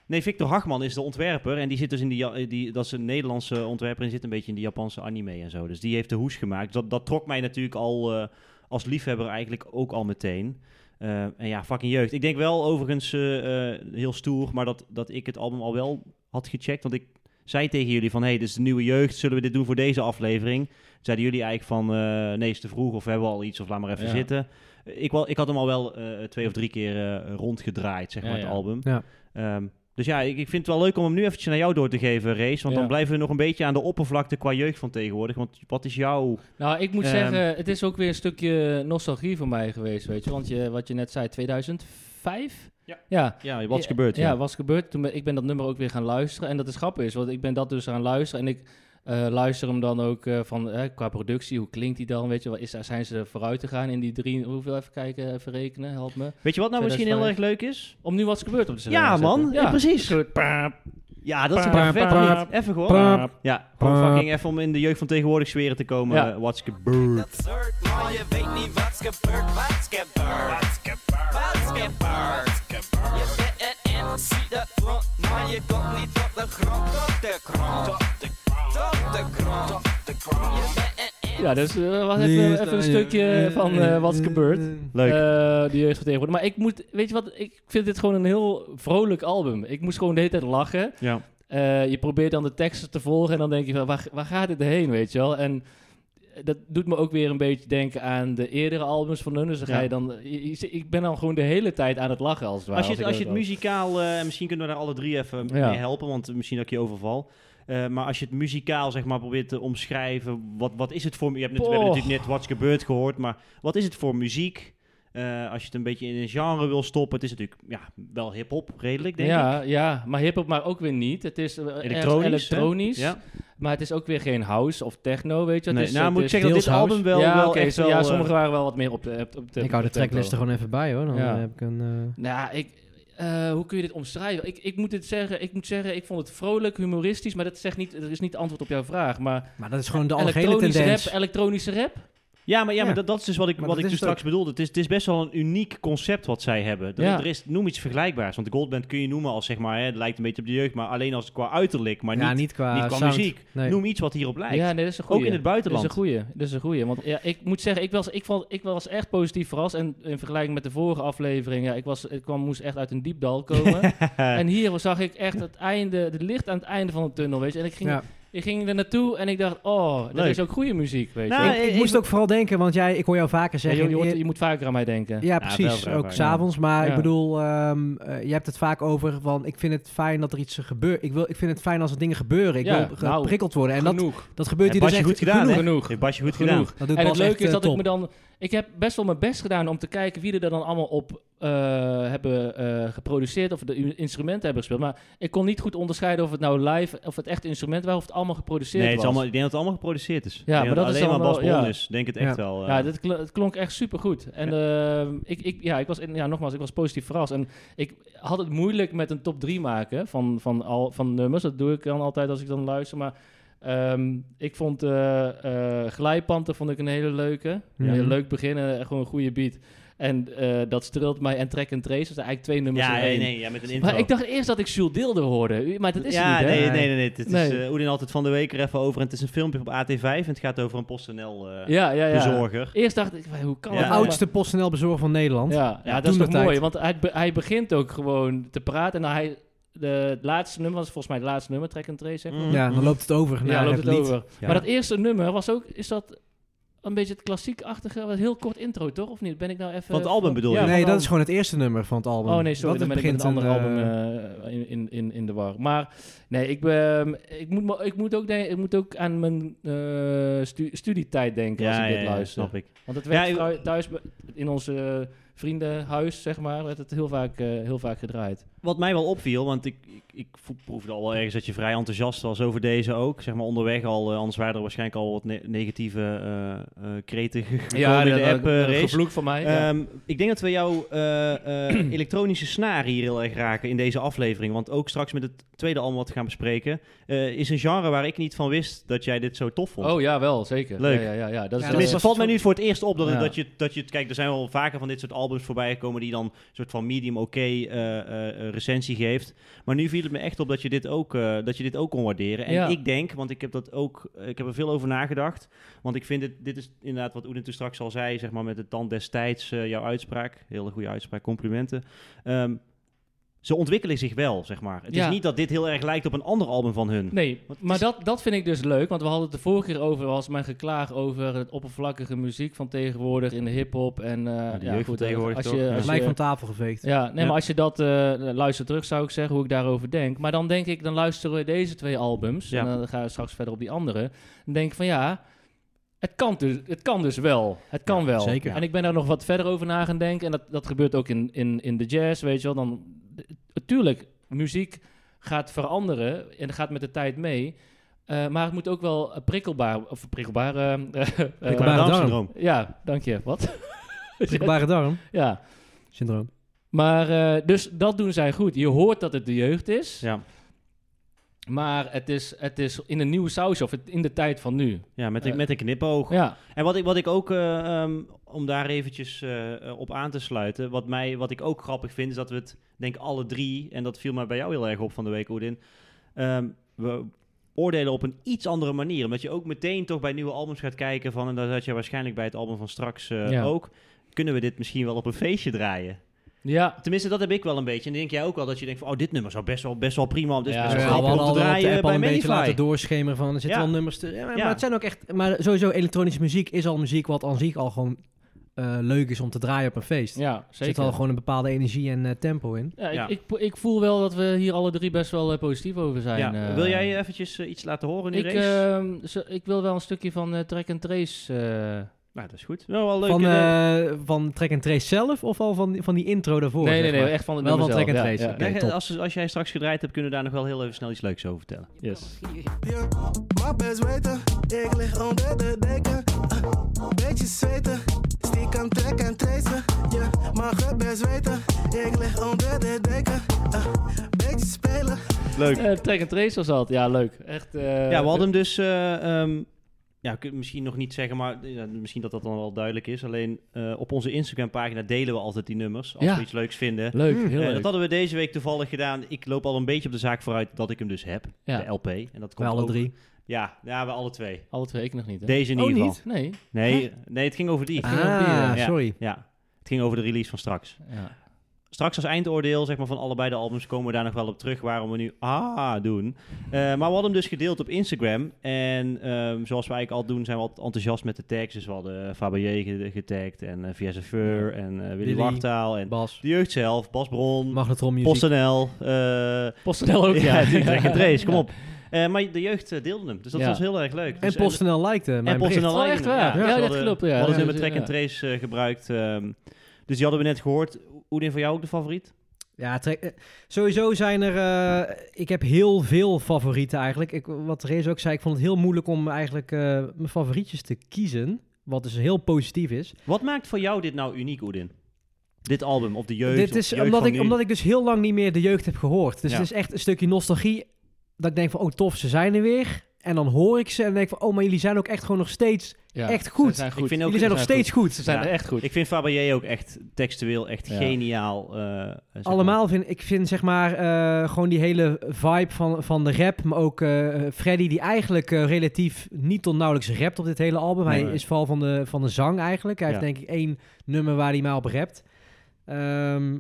Speaker 2: Nee, Victor Hagman is de ontwerper. En die zit dus in die, Ja- eh, die. Dat is een Nederlandse ontwerper. En die zit een beetje in die Japanse anime en zo. Dus die heeft de hoes gemaakt. Dat, dat trok mij natuurlijk al. eh, als liefhebber eigenlijk ook al meteen. Eh, en ja, fucking jeugd. Ik denk wel overigens eh, eh, heel stoer. Maar dat, dat ik het album al wel had gecheckt. Want ik zei tegen jullie van. Hé, hey, dit is de nieuwe jeugd. Zullen we dit doen voor deze aflevering? Zeiden jullie eigenlijk van. eh, nee, is te vroeg. Of we hebben al iets. Of laat maar even
Speaker 1: Ja.
Speaker 2: zitten. Ik, wel, ik had hem al wel eh, twee of drie keer eh, rondgedraaid, zeg
Speaker 1: Ja,
Speaker 2: maar, het
Speaker 1: ja.
Speaker 2: album.
Speaker 3: Ja.
Speaker 2: Ehm, Dus ja, ik, ik vind het wel leuk om hem nu eventjes naar jou door te geven, Race. Want
Speaker 1: Ja.
Speaker 2: dan blijven we nog een beetje aan de oppervlakte qua jeugd van tegenwoordig. Want wat is jouw...
Speaker 1: Nou, ik moet
Speaker 2: Ehm.
Speaker 1: zeggen, het is ook weer een stukje nostalgie voor mij geweest, weet je. Want je, wat je net zei, 2005?
Speaker 2: Ja.
Speaker 1: Ja.
Speaker 2: Ja, wat is gebeurd?
Speaker 1: Ja, wat is gebeurd? Toen ben, ik ben dat nummer ook weer gaan luisteren. En dat is grappig, is, want ik ben dat dus gaan luisteren. En ik eh, luister hem dan ook eh, van, eh, qua productie, hoe klinkt die dan? Weet je, wat is, daar- zijn ze vooruit te gaan in die drie... Hoeveel, even kijken, even rekenen, help me.
Speaker 2: Weet je wat nou misschien heel erg
Speaker 1: 2005.
Speaker 2: leuk is?
Speaker 1: Om nu wat is gebeurd op de cd
Speaker 2: Ja,
Speaker 1: te zetten.
Speaker 2: man. Ja, precies. Ja, dat is een
Speaker 1: Paap,
Speaker 2: perfect
Speaker 1: paap,
Speaker 2: lied. Even gewoon.
Speaker 3: Paap.
Speaker 2: Ja, gewoon
Speaker 3: Paap.
Speaker 2: fucking even om in de jeugd van tegenwoordig sferen te komen.
Speaker 1: Ja.
Speaker 2: eh, What's gebeurd?
Speaker 5: absurd, maar je weet niet wat's gebeurd, wat's gebeurd, wat's gebeurd, wat's gebeurd, Je bent een MC dat front, maar je komt niet op de grond, op de grond, op de grond, op de grond, op de grond. Je bent een
Speaker 1: Ja, dus eh, was even, even een stukje van eh, wat is gebeurd.
Speaker 2: Leuk.
Speaker 1: Eh, de jeugd van tegenwoordig. Maar ik moet, weet je wat, ik vind dit gewoon een heel vrolijk album. Ik moest gewoon de hele tijd lachen.
Speaker 2: ja.
Speaker 1: Eh, je probeert dan de teksten te volgen en dan denk je van, waar, waar gaat dit heen, weet je wel? En dat doet me ook weer een beetje denken aan de eerdere albums van hun. Dus dan ga
Speaker 2: Ja.
Speaker 1: je dan, je- je- ik ben dan gewoon de hele tijd aan het lachen als het ware.
Speaker 2: Als je, het,
Speaker 1: ik
Speaker 2: als je
Speaker 1: dat
Speaker 2: het
Speaker 1: doe.
Speaker 2: muzikaal, eh, en misschien kunnen we daar alle drie even
Speaker 1: Ja.
Speaker 2: mee helpen, want misschien dat ik je overval. Eh, maar als je het muzikaal zeg maar probeert te omschrijven, wat, wat is het voor... Je hebt net, we hebben
Speaker 1: Poch.
Speaker 2: natuurlijk net What's Gebeurd gehoord, maar wat is het voor muziek? Eh, als je het een beetje in een genre wil stoppen, het is natuurlijk ja, wel hip-hop, redelijk denk ik.
Speaker 1: ja, ja, maar hip-hop, maar ook weer niet. Het is eh, erg
Speaker 2: Elektronisch. hè?
Speaker 1: elektronisch.
Speaker 2: Ja.
Speaker 1: Maar het is ook weer geen house of techno, weet je. wel.
Speaker 2: Nee,
Speaker 1: het is,
Speaker 2: nou,
Speaker 1: het
Speaker 2: moet ik
Speaker 1: is
Speaker 2: zeggen dat
Speaker 1: deels
Speaker 2: dit
Speaker 1: house.
Speaker 2: album wel-
Speaker 1: ja,
Speaker 2: wel
Speaker 1: oké,
Speaker 2: echt
Speaker 1: zo-
Speaker 2: wel,
Speaker 1: Ja,
Speaker 2: eh,
Speaker 1: sommige waren wel wat meer op de... Op, op de
Speaker 3: Ik hou de
Speaker 1: tempo.
Speaker 3: tracklist er gewoon even bij hoor. Dan
Speaker 1: Ja.
Speaker 3: heb ik een. eh,
Speaker 1: Nou, ik, eh, hoe kun je dit omschrijven? Ik, ik, moet dit zeggen, ik moet zeggen, ik vond het vrolijk, humoristisch, maar dat, zegt niet, dat is niet het antwoord op jouw vraag. Maar
Speaker 3: maar dat is gewoon de algehele
Speaker 1: elektronische
Speaker 3: tendens.
Speaker 1: rap, elektronische rap?
Speaker 2: Ja, maar, ja,
Speaker 3: Ja.
Speaker 2: maar dat, dat is dus wat ik,
Speaker 3: Maar
Speaker 2: wat ik
Speaker 3: dat
Speaker 2: toen
Speaker 3: is het
Speaker 2: straks bedoelde. Het is, het is best wel een uniek concept wat zij hebben. Er,
Speaker 1: Ja.
Speaker 2: er is, noem iets vergelijkbaars. Want de Goldband kun je noemen als, zeg maar, hè, het lijkt een beetje op de jeugd, maar alleen als qua uiterlijk, maar
Speaker 3: ja,
Speaker 2: niet,
Speaker 3: niet qua,
Speaker 2: niet qua
Speaker 3: sound.
Speaker 2: muziek.
Speaker 3: Nee.
Speaker 2: Noem iets wat hierop lijkt.
Speaker 1: Ja, nee, dat is een goeie.
Speaker 2: Ook in het buitenland.
Speaker 1: Dat is een goeie. Dat is een goeie. Want ja, ik moet zeggen, ik was, ik, vond, ik was echt positief verrast. En in vergelijking met de vorige aflevering, ja, ik, was, ik kwam, moest echt uit een diep dal komen. en hier zag ik echt het einde, het licht aan het einde van de tunnel, weet je. En ik ging,
Speaker 3: Ja.
Speaker 1: ik ging er naartoe en ik dacht, oh, dat
Speaker 2: Leuk.
Speaker 1: is ook goede muziek, weet je. Ik-
Speaker 2: Nou, eh,
Speaker 3: ik, ik
Speaker 2: even-
Speaker 3: moest ook vooral denken, want jij, ik hoor jou vaker
Speaker 1: ja,
Speaker 3: zeggen.
Speaker 1: je, je hoort- je moet vaker aan mij denken.
Speaker 3: Ja,
Speaker 2: wel
Speaker 3: precies.
Speaker 2: vrij
Speaker 3: ook
Speaker 2: vaak,
Speaker 3: s'avonds. Maar ik
Speaker 1: Ja.
Speaker 3: bedoel, ehm, eh, je hebt het vaak over van... ik vind het fijn dat er iets gebeurt. Ik, wil, ik vind het fijn als er dingen gebeuren. Ik
Speaker 1: Ja,
Speaker 3: wil
Speaker 1: nou,
Speaker 3: geprikkeld worden. En dat,
Speaker 1: genoeg.
Speaker 3: dat gebeurt
Speaker 2: Heb
Speaker 3: hier
Speaker 2: Basje
Speaker 3: dus
Speaker 2: goed
Speaker 3: echt
Speaker 2: gedaan,
Speaker 3: genoeg.
Speaker 2: hè?
Speaker 1: Genoeg.
Speaker 2: Heeft Basje goed
Speaker 1: Genoeg.
Speaker 2: gedaan.
Speaker 3: Dat
Speaker 1: En
Speaker 3: doet
Speaker 1: het
Speaker 3: Bas echt,
Speaker 1: leuke is
Speaker 3: eh,
Speaker 1: dat ik
Speaker 3: top.
Speaker 1: me dan... Ik heb best wel mijn best gedaan om te kijken wie er dan allemaal op eh, hebben eh, geproduceerd... of de u- instrumenten hebben gespeeld. Maar ik kon niet goed onderscheiden of het nou live... of het echt instrument was of het allemaal geproduceerd
Speaker 2: Nee, het is
Speaker 1: was.
Speaker 2: allemaal, ik denk dat het allemaal geproduceerd is. Ik
Speaker 1: maar
Speaker 2: denk
Speaker 1: dat is
Speaker 2: alleen maar
Speaker 1: allemaal-
Speaker 2: Bas Bron
Speaker 1: ja.
Speaker 2: is. Denk het echt
Speaker 3: Ja.
Speaker 2: wel. eh.
Speaker 1: Ja, dit kl- het klonk echt supergoed. En ehm, ik, ik, ja, ik was, in- ja, nogmaals, ik was positief verrast. En ik had het moeilijk met een top 3 maken van, van, al, van nummers. Dat doe ik dan altijd als ik dan luister. Maar ehm, ik vond eh eh Glijpanden vond ik een hele leuke.
Speaker 2: Mhm.
Speaker 3: Ja.
Speaker 1: Heel leuk beginnen, gewoon een goede beat. En eh, dat streelt mij en Track and Trace. Dat zijn eigenlijk twee nummers
Speaker 2: ja,
Speaker 1: in
Speaker 2: nee,
Speaker 1: één.
Speaker 2: nee, ja, met een intro.
Speaker 1: Maar ik dacht eerst dat ik Jules Deelder hoorde. U- Maar dat is
Speaker 2: ja,
Speaker 1: het niet, hè?
Speaker 2: nee, nee, nee, nee. Het is
Speaker 1: Nee.
Speaker 2: eh, Oedin altijd van de week er even over. En het is een filmpje op AT5 en het gaat over een PostNL eh
Speaker 1: Ja, ja, ja.
Speaker 2: bezorger.
Speaker 1: Eerst dacht ik, hoe kan
Speaker 2: Ja.
Speaker 1: dat
Speaker 3: De
Speaker 1: nou? Maar-
Speaker 3: oudste PostNL bezorger van Nederland.
Speaker 1: Ja, ja, dat
Speaker 3: toen
Speaker 1: is toch
Speaker 3: de tijd.
Speaker 1: mooi, want hij, be- hij begint ook gewoon te praten. En hij, de, het laatste nummer was volgens mij het laatste nummer, Track and Trace. Zeg maar.
Speaker 2: Mm.
Speaker 3: Ja, dan loopt het over
Speaker 1: Ja,
Speaker 3: naar
Speaker 1: loopt
Speaker 3: het
Speaker 1: het
Speaker 3: lied.
Speaker 1: over.
Speaker 2: Ja.
Speaker 1: Maar dat eerste nummer was ook, is dat een beetje het klassiekachtige, wat heel kort intro toch? Of niet? Ben ik nou even...
Speaker 2: Van het album bedoel je?
Speaker 1: Ja,
Speaker 2: van
Speaker 3: nee,
Speaker 1: het
Speaker 3: dat is gewoon het eerste nummer van het album.
Speaker 1: Oh nee, sorry, dan
Speaker 3: dat
Speaker 1: ben ik met een ander
Speaker 3: begint
Speaker 1: album
Speaker 3: een, eh,
Speaker 1: eh, in, in, in, in de war. Maar nee, ik, ben, ik, moet, me- ik, moet, ook de- ik moet ook aan mijn eh, stu- studietijd denken als ik dit luister.
Speaker 2: snap ik.
Speaker 1: Want het werd
Speaker 2: Ja,
Speaker 1: tru- thuis be- in onze eh, vriendenhuis, zeg maar, werd het heel vaak, eh, heel vaak gedraaid.
Speaker 2: Wat mij wel opviel, want ik, ik, ik vo- proefde al wel ergens dat je vrij enthousiast was over deze ook. Zeg maar onderweg al, eh, anders waren er waarschijnlijk al wat ne- negatieve eh, eh, kreten ge- gekomen in de app eh, race.
Speaker 1: gevloek van mij.
Speaker 2: Ehm, ik denk dat we jouw eh, eh, elektronische snaar hier heel erg raken in deze aflevering. Want ook straks met het tweede album wat we gaan bespreken, eh, is een genre waar ik niet van wist dat jij dit zo tof vond.
Speaker 1: oh ja, wel, zeker.
Speaker 2: Leuk.
Speaker 1: Ja, ja, ja, ja. Dat is eh, wel-
Speaker 3: Ja,
Speaker 2: Tenminste,
Speaker 3: dat
Speaker 2: het
Speaker 3: was
Speaker 2: valt mij nu voor het eerst op dat, het-
Speaker 1: Ja.
Speaker 2: dat, je, dat je... het- Kijk, er zijn wel vaker van dit soort albums voorbij gekomen... die dan een soort van medium oké eh, eh, eh, recensie geeft. Maar nu viel het me echt op dat je dit ook, eh, dat je dit ook kon waarderen. En
Speaker 1: Ja.
Speaker 2: ik denk, want ik heb, dat ook, eh, ik heb er veel over nagedacht... want ik vind dit... Dit is inderdaad wat Oedin toen straks al zei... zeg maar met de tand destijds, eh, jouw uitspraak. Hele goede uitspraak, complimenten. Ehm, ze ontwikkelen zich wel, zeg maar. Het
Speaker 1: Ja.
Speaker 2: is niet dat dit heel erg lijkt op een ander album van hun.
Speaker 1: Nee,
Speaker 2: Want het
Speaker 1: maar
Speaker 2: is-
Speaker 1: dat, dat vind ik dus leuk. Want we hadden het de vorige keer over, was mijn geklaag over het oppervlakkige muziek van tegenwoordig in de hip-hop. En eh,
Speaker 2: de jeugd van tegenwoordig
Speaker 1: als
Speaker 2: toch?
Speaker 1: je,
Speaker 2: Ja.
Speaker 1: als
Speaker 3: Gelijk
Speaker 1: je-
Speaker 3: van tafel geveegd.
Speaker 1: ja, nee,
Speaker 2: Ja.
Speaker 1: maar als je dat eh, luister terug, zou ik zeggen hoe ik daarover denk. Maar dan denk ik, dan luisteren we deze twee albums.
Speaker 2: Ja.
Speaker 1: En dan gaan we straks verder op die andere. Dan denk ik van ja, het kan dus, het kan dus wel. Het kan wel.
Speaker 3: zeker.
Speaker 1: En ik ben daar nog wat verder over na gaan denken. En dat, dat gebeurt ook in, in, in de jazz, weet je wel. Dan, natuurlijk, muziek gaat veranderen en gaat met de tijd mee. Eh, maar het moet ook wel eh, prikkelbaar, of prikkelbaar... eh, eh,
Speaker 2: Maar
Speaker 3: Bij
Speaker 2: het
Speaker 3: de
Speaker 2: Down-syndroom.
Speaker 1: eh, ja, dank je. Wat?
Speaker 3: Prikkelbare darm.
Speaker 1: ja.
Speaker 3: Syndroom.
Speaker 1: Maar eh, dus dat doen zij goed. Je hoort dat het de jeugd is,
Speaker 2: Ja.
Speaker 1: maar het is, het is in een nieuwe saus of het, in de tijd van nu.
Speaker 2: ja, met, een-
Speaker 1: Eh.
Speaker 2: met een knipoog.
Speaker 1: Ja,
Speaker 2: En wat ik, wat ik ook, eh, ehm, om daar eventjes eh, eh, op aan te sluiten, wat, mij, wat ik ook grappig vind, is dat we het, denk ik, alle drie, en dat viel mij bij jou heel erg op van de week, Oedin, ehm, we oordelen op een iets andere manier. Omdat je ook meteen toch bij nieuwe albums gaat kijken van, en dat had je waarschijnlijk bij het album van straks eh,
Speaker 1: Ja.
Speaker 2: ook, kunnen we dit misschien wel op een feestje draaien?
Speaker 1: ja.
Speaker 2: Tenminste, dat heb ik wel een beetje. En dan denk jij ook wel dat je denkt van, oh, dit nummer zou best wel, best wel prima, dit is
Speaker 1: Ja,
Speaker 2: best
Speaker 1: ja,
Speaker 2: wel
Speaker 1: we
Speaker 2: grappig om te draaien bij
Speaker 3: een beetje laten
Speaker 2: Medify.
Speaker 3: doorschemeren van, er zitten
Speaker 2: Ja.
Speaker 3: wel nummers te... Ja, maar,
Speaker 2: Ja.
Speaker 3: maar het zijn ook echt... Maar sowieso, elektronische muziek is al muziek wat aan zich al gewoon eh, leuk is om te draaien op een feest.
Speaker 1: ja
Speaker 3: Er zit
Speaker 1: zeker.
Speaker 3: wel gewoon een bepaalde energie en eh, tempo in.
Speaker 1: Ja, ik,
Speaker 2: Ja.
Speaker 1: Ik, ik voel wel dat we hier alle drie best wel eh, positief over zijn.
Speaker 2: Ja.
Speaker 1: eh.
Speaker 2: Wil jij eventjes eh, iets laten horen nu,
Speaker 1: ik,
Speaker 2: Rees?
Speaker 1: ehm, zo- ik wil wel een stukje van eh, Track and Trace. eh,
Speaker 2: Nou, dat is goed. Wel, wel leuk.
Speaker 3: Van,
Speaker 2: eh,
Speaker 3: eh, van Track and Trace zelf of al van, van die intro daarvoor?
Speaker 1: nee, nee,
Speaker 3: zeg
Speaker 1: nee,
Speaker 3: maar?
Speaker 1: echt van het
Speaker 3: Wel
Speaker 1: nummer
Speaker 3: van
Speaker 1: zelf.
Speaker 3: Track and
Speaker 1: Ja,
Speaker 3: Trace,
Speaker 1: ja,
Speaker 2: Kijk,
Speaker 3: top.
Speaker 2: als, als jij straks gedraaid hebt, kunnen we daar nog wel heel even snel iets leuks over vertellen.
Speaker 1: Yes.
Speaker 6: Je mag best weten, ik lig onder de deken. Eh, beetje zweten, stiekem trek en tracen. Je mag het best weten, ik lig onder de deken. Eh, beetje spelen.
Speaker 2: Leuk.
Speaker 1: Eh, track and Trace was dat. Ja, leuk. Echt. eh,
Speaker 2: ja, we hadden hem dus... eh, ehm, ja, ik kan het misschien nog niet zeggen, maar ja, misschien dat dat dan wel duidelijk is. Alleen eh, op onze Instagram-pagina delen we altijd die nummers. Als
Speaker 1: Ja.
Speaker 2: we iets leuks vinden.
Speaker 1: Leuk, heel
Speaker 2: Eh,
Speaker 1: leuk.
Speaker 2: dat hadden we deze week toevallig gedaan. Ik loop al een beetje op de zaak vooruit dat ik hem dus heb.
Speaker 1: Ja.
Speaker 2: De LP. En dat
Speaker 3: Bij
Speaker 2: komt
Speaker 3: alle
Speaker 2: ook-
Speaker 3: drie.
Speaker 2: Ja, ja, bij alle twee.
Speaker 1: Alle twee, ik nog Oh, niet. Hè?
Speaker 2: Deze in ieder geval.
Speaker 1: Nee.
Speaker 2: Nee, nee, het ging over die.
Speaker 1: Ah. ging op die, eh,
Speaker 3: Ah, sorry.
Speaker 2: Ja, het ging over de release van straks.
Speaker 1: Ja.
Speaker 2: straks als eindoordeel zeg maar, van allebei de albums komen we daar nog wel op terug waarom we nu ah doen. Eh, maar we hadden hem dus gedeeld op Instagram. En ehm, zoals we eigenlijk al doen, zijn we altijd enthousiast met de tags. Dus we hadden eh, Fabier ge- getagd en eh Via Sauveur en eh, Willy
Speaker 3: Willy.
Speaker 2: Wartaal en
Speaker 3: Bas.
Speaker 2: de jeugd zelf, Bas Bron,
Speaker 3: Magnetron Music.
Speaker 2: PostNL. eh
Speaker 1: PostNL ook, ja.
Speaker 2: ja, die Drag and Trace, kom op. Eh, maar de jeugd eh, deelde hem, dus dat
Speaker 1: Ja.
Speaker 2: was heel erg leuk.
Speaker 3: en
Speaker 2: Dus-
Speaker 3: PostNL liked eh, mijn
Speaker 2: en PostNL dus
Speaker 3: bericht.
Speaker 1: Oh, echt waar? Ja, dat klopt, ja.
Speaker 2: We hadden
Speaker 1: Ja,
Speaker 2: ze met
Speaker 1: dus,
Speaker 2: Track
Speaker 1: ja.
Speaker 2: and Trace eh, gebruikt. ehm, dus die hadden we net gehoord. Oedin, voor jou ook de favoriet?
Speaker 3: Ja, trek- eh, sowieso zijn er... eh, ik heb heel veel favorieten eigenlijk. Ik, wat Rees ook zei, ik vond het heel moeilijk om eigenlijk eh, mijn favorietjes te kiezen. Wat dus heel positief is.
Speaker 2: Wat maakt voor jou dit nou uniek, Oedin? Dit album of de jeugd?
Speaker 3: Dit is omdat ik, omdat ik dus heel lang niet meer de jeugd heb gehoord. Dus
Speaker 2: Ja.
Speaker 3: het is echt een stukje nostalgie. Dat ik denk van, oh tof, ze zijn er weer. En dan hoor ik ze en dan denk ik van, oh, maar jullie zijn ook echt gewoon nog steeds...
Speaker 1: Ja,
Speaker 3: Echt
Speaker 1: ze
Speaker 3: goed.
Speaker 1: zijn
Speaker 2: Ik vind ook-
Speaker 3: jullie zijn nog
Speaker 1: zijn
Speaker 3: steeds goed.
Speaker 1: Ze zijn
Speaker 2: Ja.
Speaker 1: er echt goed.
Speaker 2: ik vind Fabier ook echt textueel echt
Speaker 1: Ja.
Speaker 2: geniaal. eh, zeg maar.
Speaker 3: Allemaal vind ik vind zeg maar eh, gewoon die hele vibe van, van de rap, maar ook eh, Freddy die eigenlijk eh, relatief niet tot nauwelijks rapt op dit hele album.
Speaker 2: Nee.
Speaker 3: hij is vooral van de, van de zang eigenlijk. Hij
Speaker 2: Ja.
Speaker 3: heeft denk ik één nummer waar hij maar op rapt. Ehm,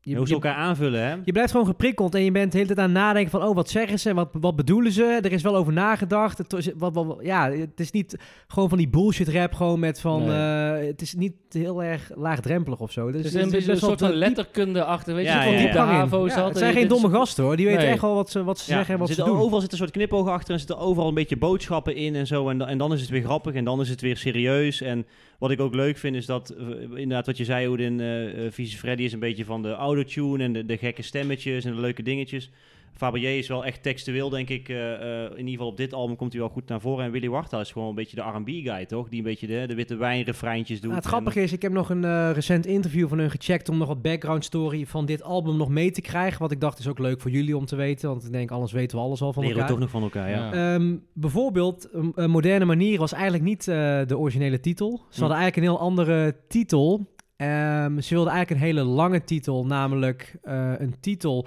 Speaker 2: Je
Speaker 3: je,
Speaker 2: hoe ze
Speaker 3: je,
Speaker 2: elkaar aanvullen, hè?
Speaker 3: je blijft gewoon geprikkeld en je bent de hele tijd aan het nadenken van oh wat zeggen ze, en wat, wat bedoelen ze? Er is wel over nagedacht. Het, was- wat, wat, wat- ja, het is niet gewoon van die bullshit rap gewoon met van eh, het is niet heel erg laagdrempelig of zo. Dus
Speaker 1: Het is
Speaker 3: het
Speaker 1: een, beetje een
Speaker 3: best wel
Speaker 1: soort van
Speaker 3: diep-
Speaker 1: letterkunde achter, weet je,
Speaker 2: Ja,
Speaker 1: van
Speaker 2: ja,
Speaker 1: die
Speaker 2: ja.
Speaker 1: de
Speaker 3: Gang in.
Speaker 1: HAVO
Speaker 3: Ja,
Speaker 1: zat.
Speaker 3: het zijn geen domme gasten hoor. Die weten
Speaker 1: Nee.
Speaker 3: echt wel wat ze, wat ze
Speaker 2: dus- Ja,
Speaker 3: zeggen en
Speaker 2: er
Speaker 3: wat ze
Speaker 2: zitten
Speaker 3: doen.
Speaker 2: Overal zit een soort knipoog achter en zitten overal een beetje boodschappen in en zo. En, da- en dan is het weer grappig en dan is het weer serieus. En wat ik ook leuk vind is dat, eh, inderdaad wat je zei, Oedin, eh eh, Vieze Freddy is een beetje van de autotune en de, de gekke stemmetjes en de leuke dingetjes. Fabier is wel echt textueel, denk ik. eh, eh, in ieder geval op dit album komt hij wel goed naar voren. En Willy Wartaal is gewoon een beetje de R&B-guy, toch? Die een beetje de, de witte wijnrefreintjes doet.
Speaker 3: Nou, het
Speaker 2: en-
Speaker 3: grappige is, ik heb nog een eh, recent interview van hun gecheckt om nog wat background story van dit album nog mee te krijgen. Wat ik dacht is ook leuk voor jullie om te weten, want ik denk alles weten we alles al van
Speaker 2: leren we
Speaker 3: elkaar.
Speaker 2: toch nog van elkaar, ja.
Speaker 1: Ja.
Speaker 3: Ehm, bijvoorbeeld, een- een Moderne Manier was eigenlijk niet eh, de originele titel. Ze hadden eigenlijk een heel andere titel. Ehm, ze wilden eigenlijk een hele lange titel, namelijk eh, een titel.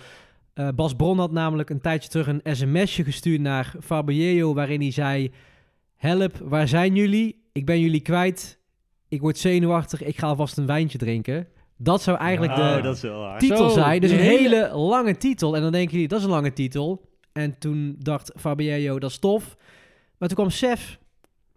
Speaker 3: Eh, Bas Bron had namelijk een tijdje terug een sms'je gestuurd naar Fabio, waarin hij zei: Help, waar zijn jullie? Ik eh, ben jullie kwijt. Ik word zenuwachtig. Ik ga alvast een wijntje drinken. Dat zou eigenlijk
Speaker 2: oh,
Speaker 3: de
Speaker 2: dat is wel waar.
Speaker 3: titel
Speaker 1: Zo,
Speaker 3: zijn. Dus
Speaker 1: de
Speaker 3: een hele...
Speaker 1: hele-
Speaker 3: lange titel. En dan denken jullie, dat is een lange titel. En toen dacht Fabiello, dat is tof. Maar toen kwam Sef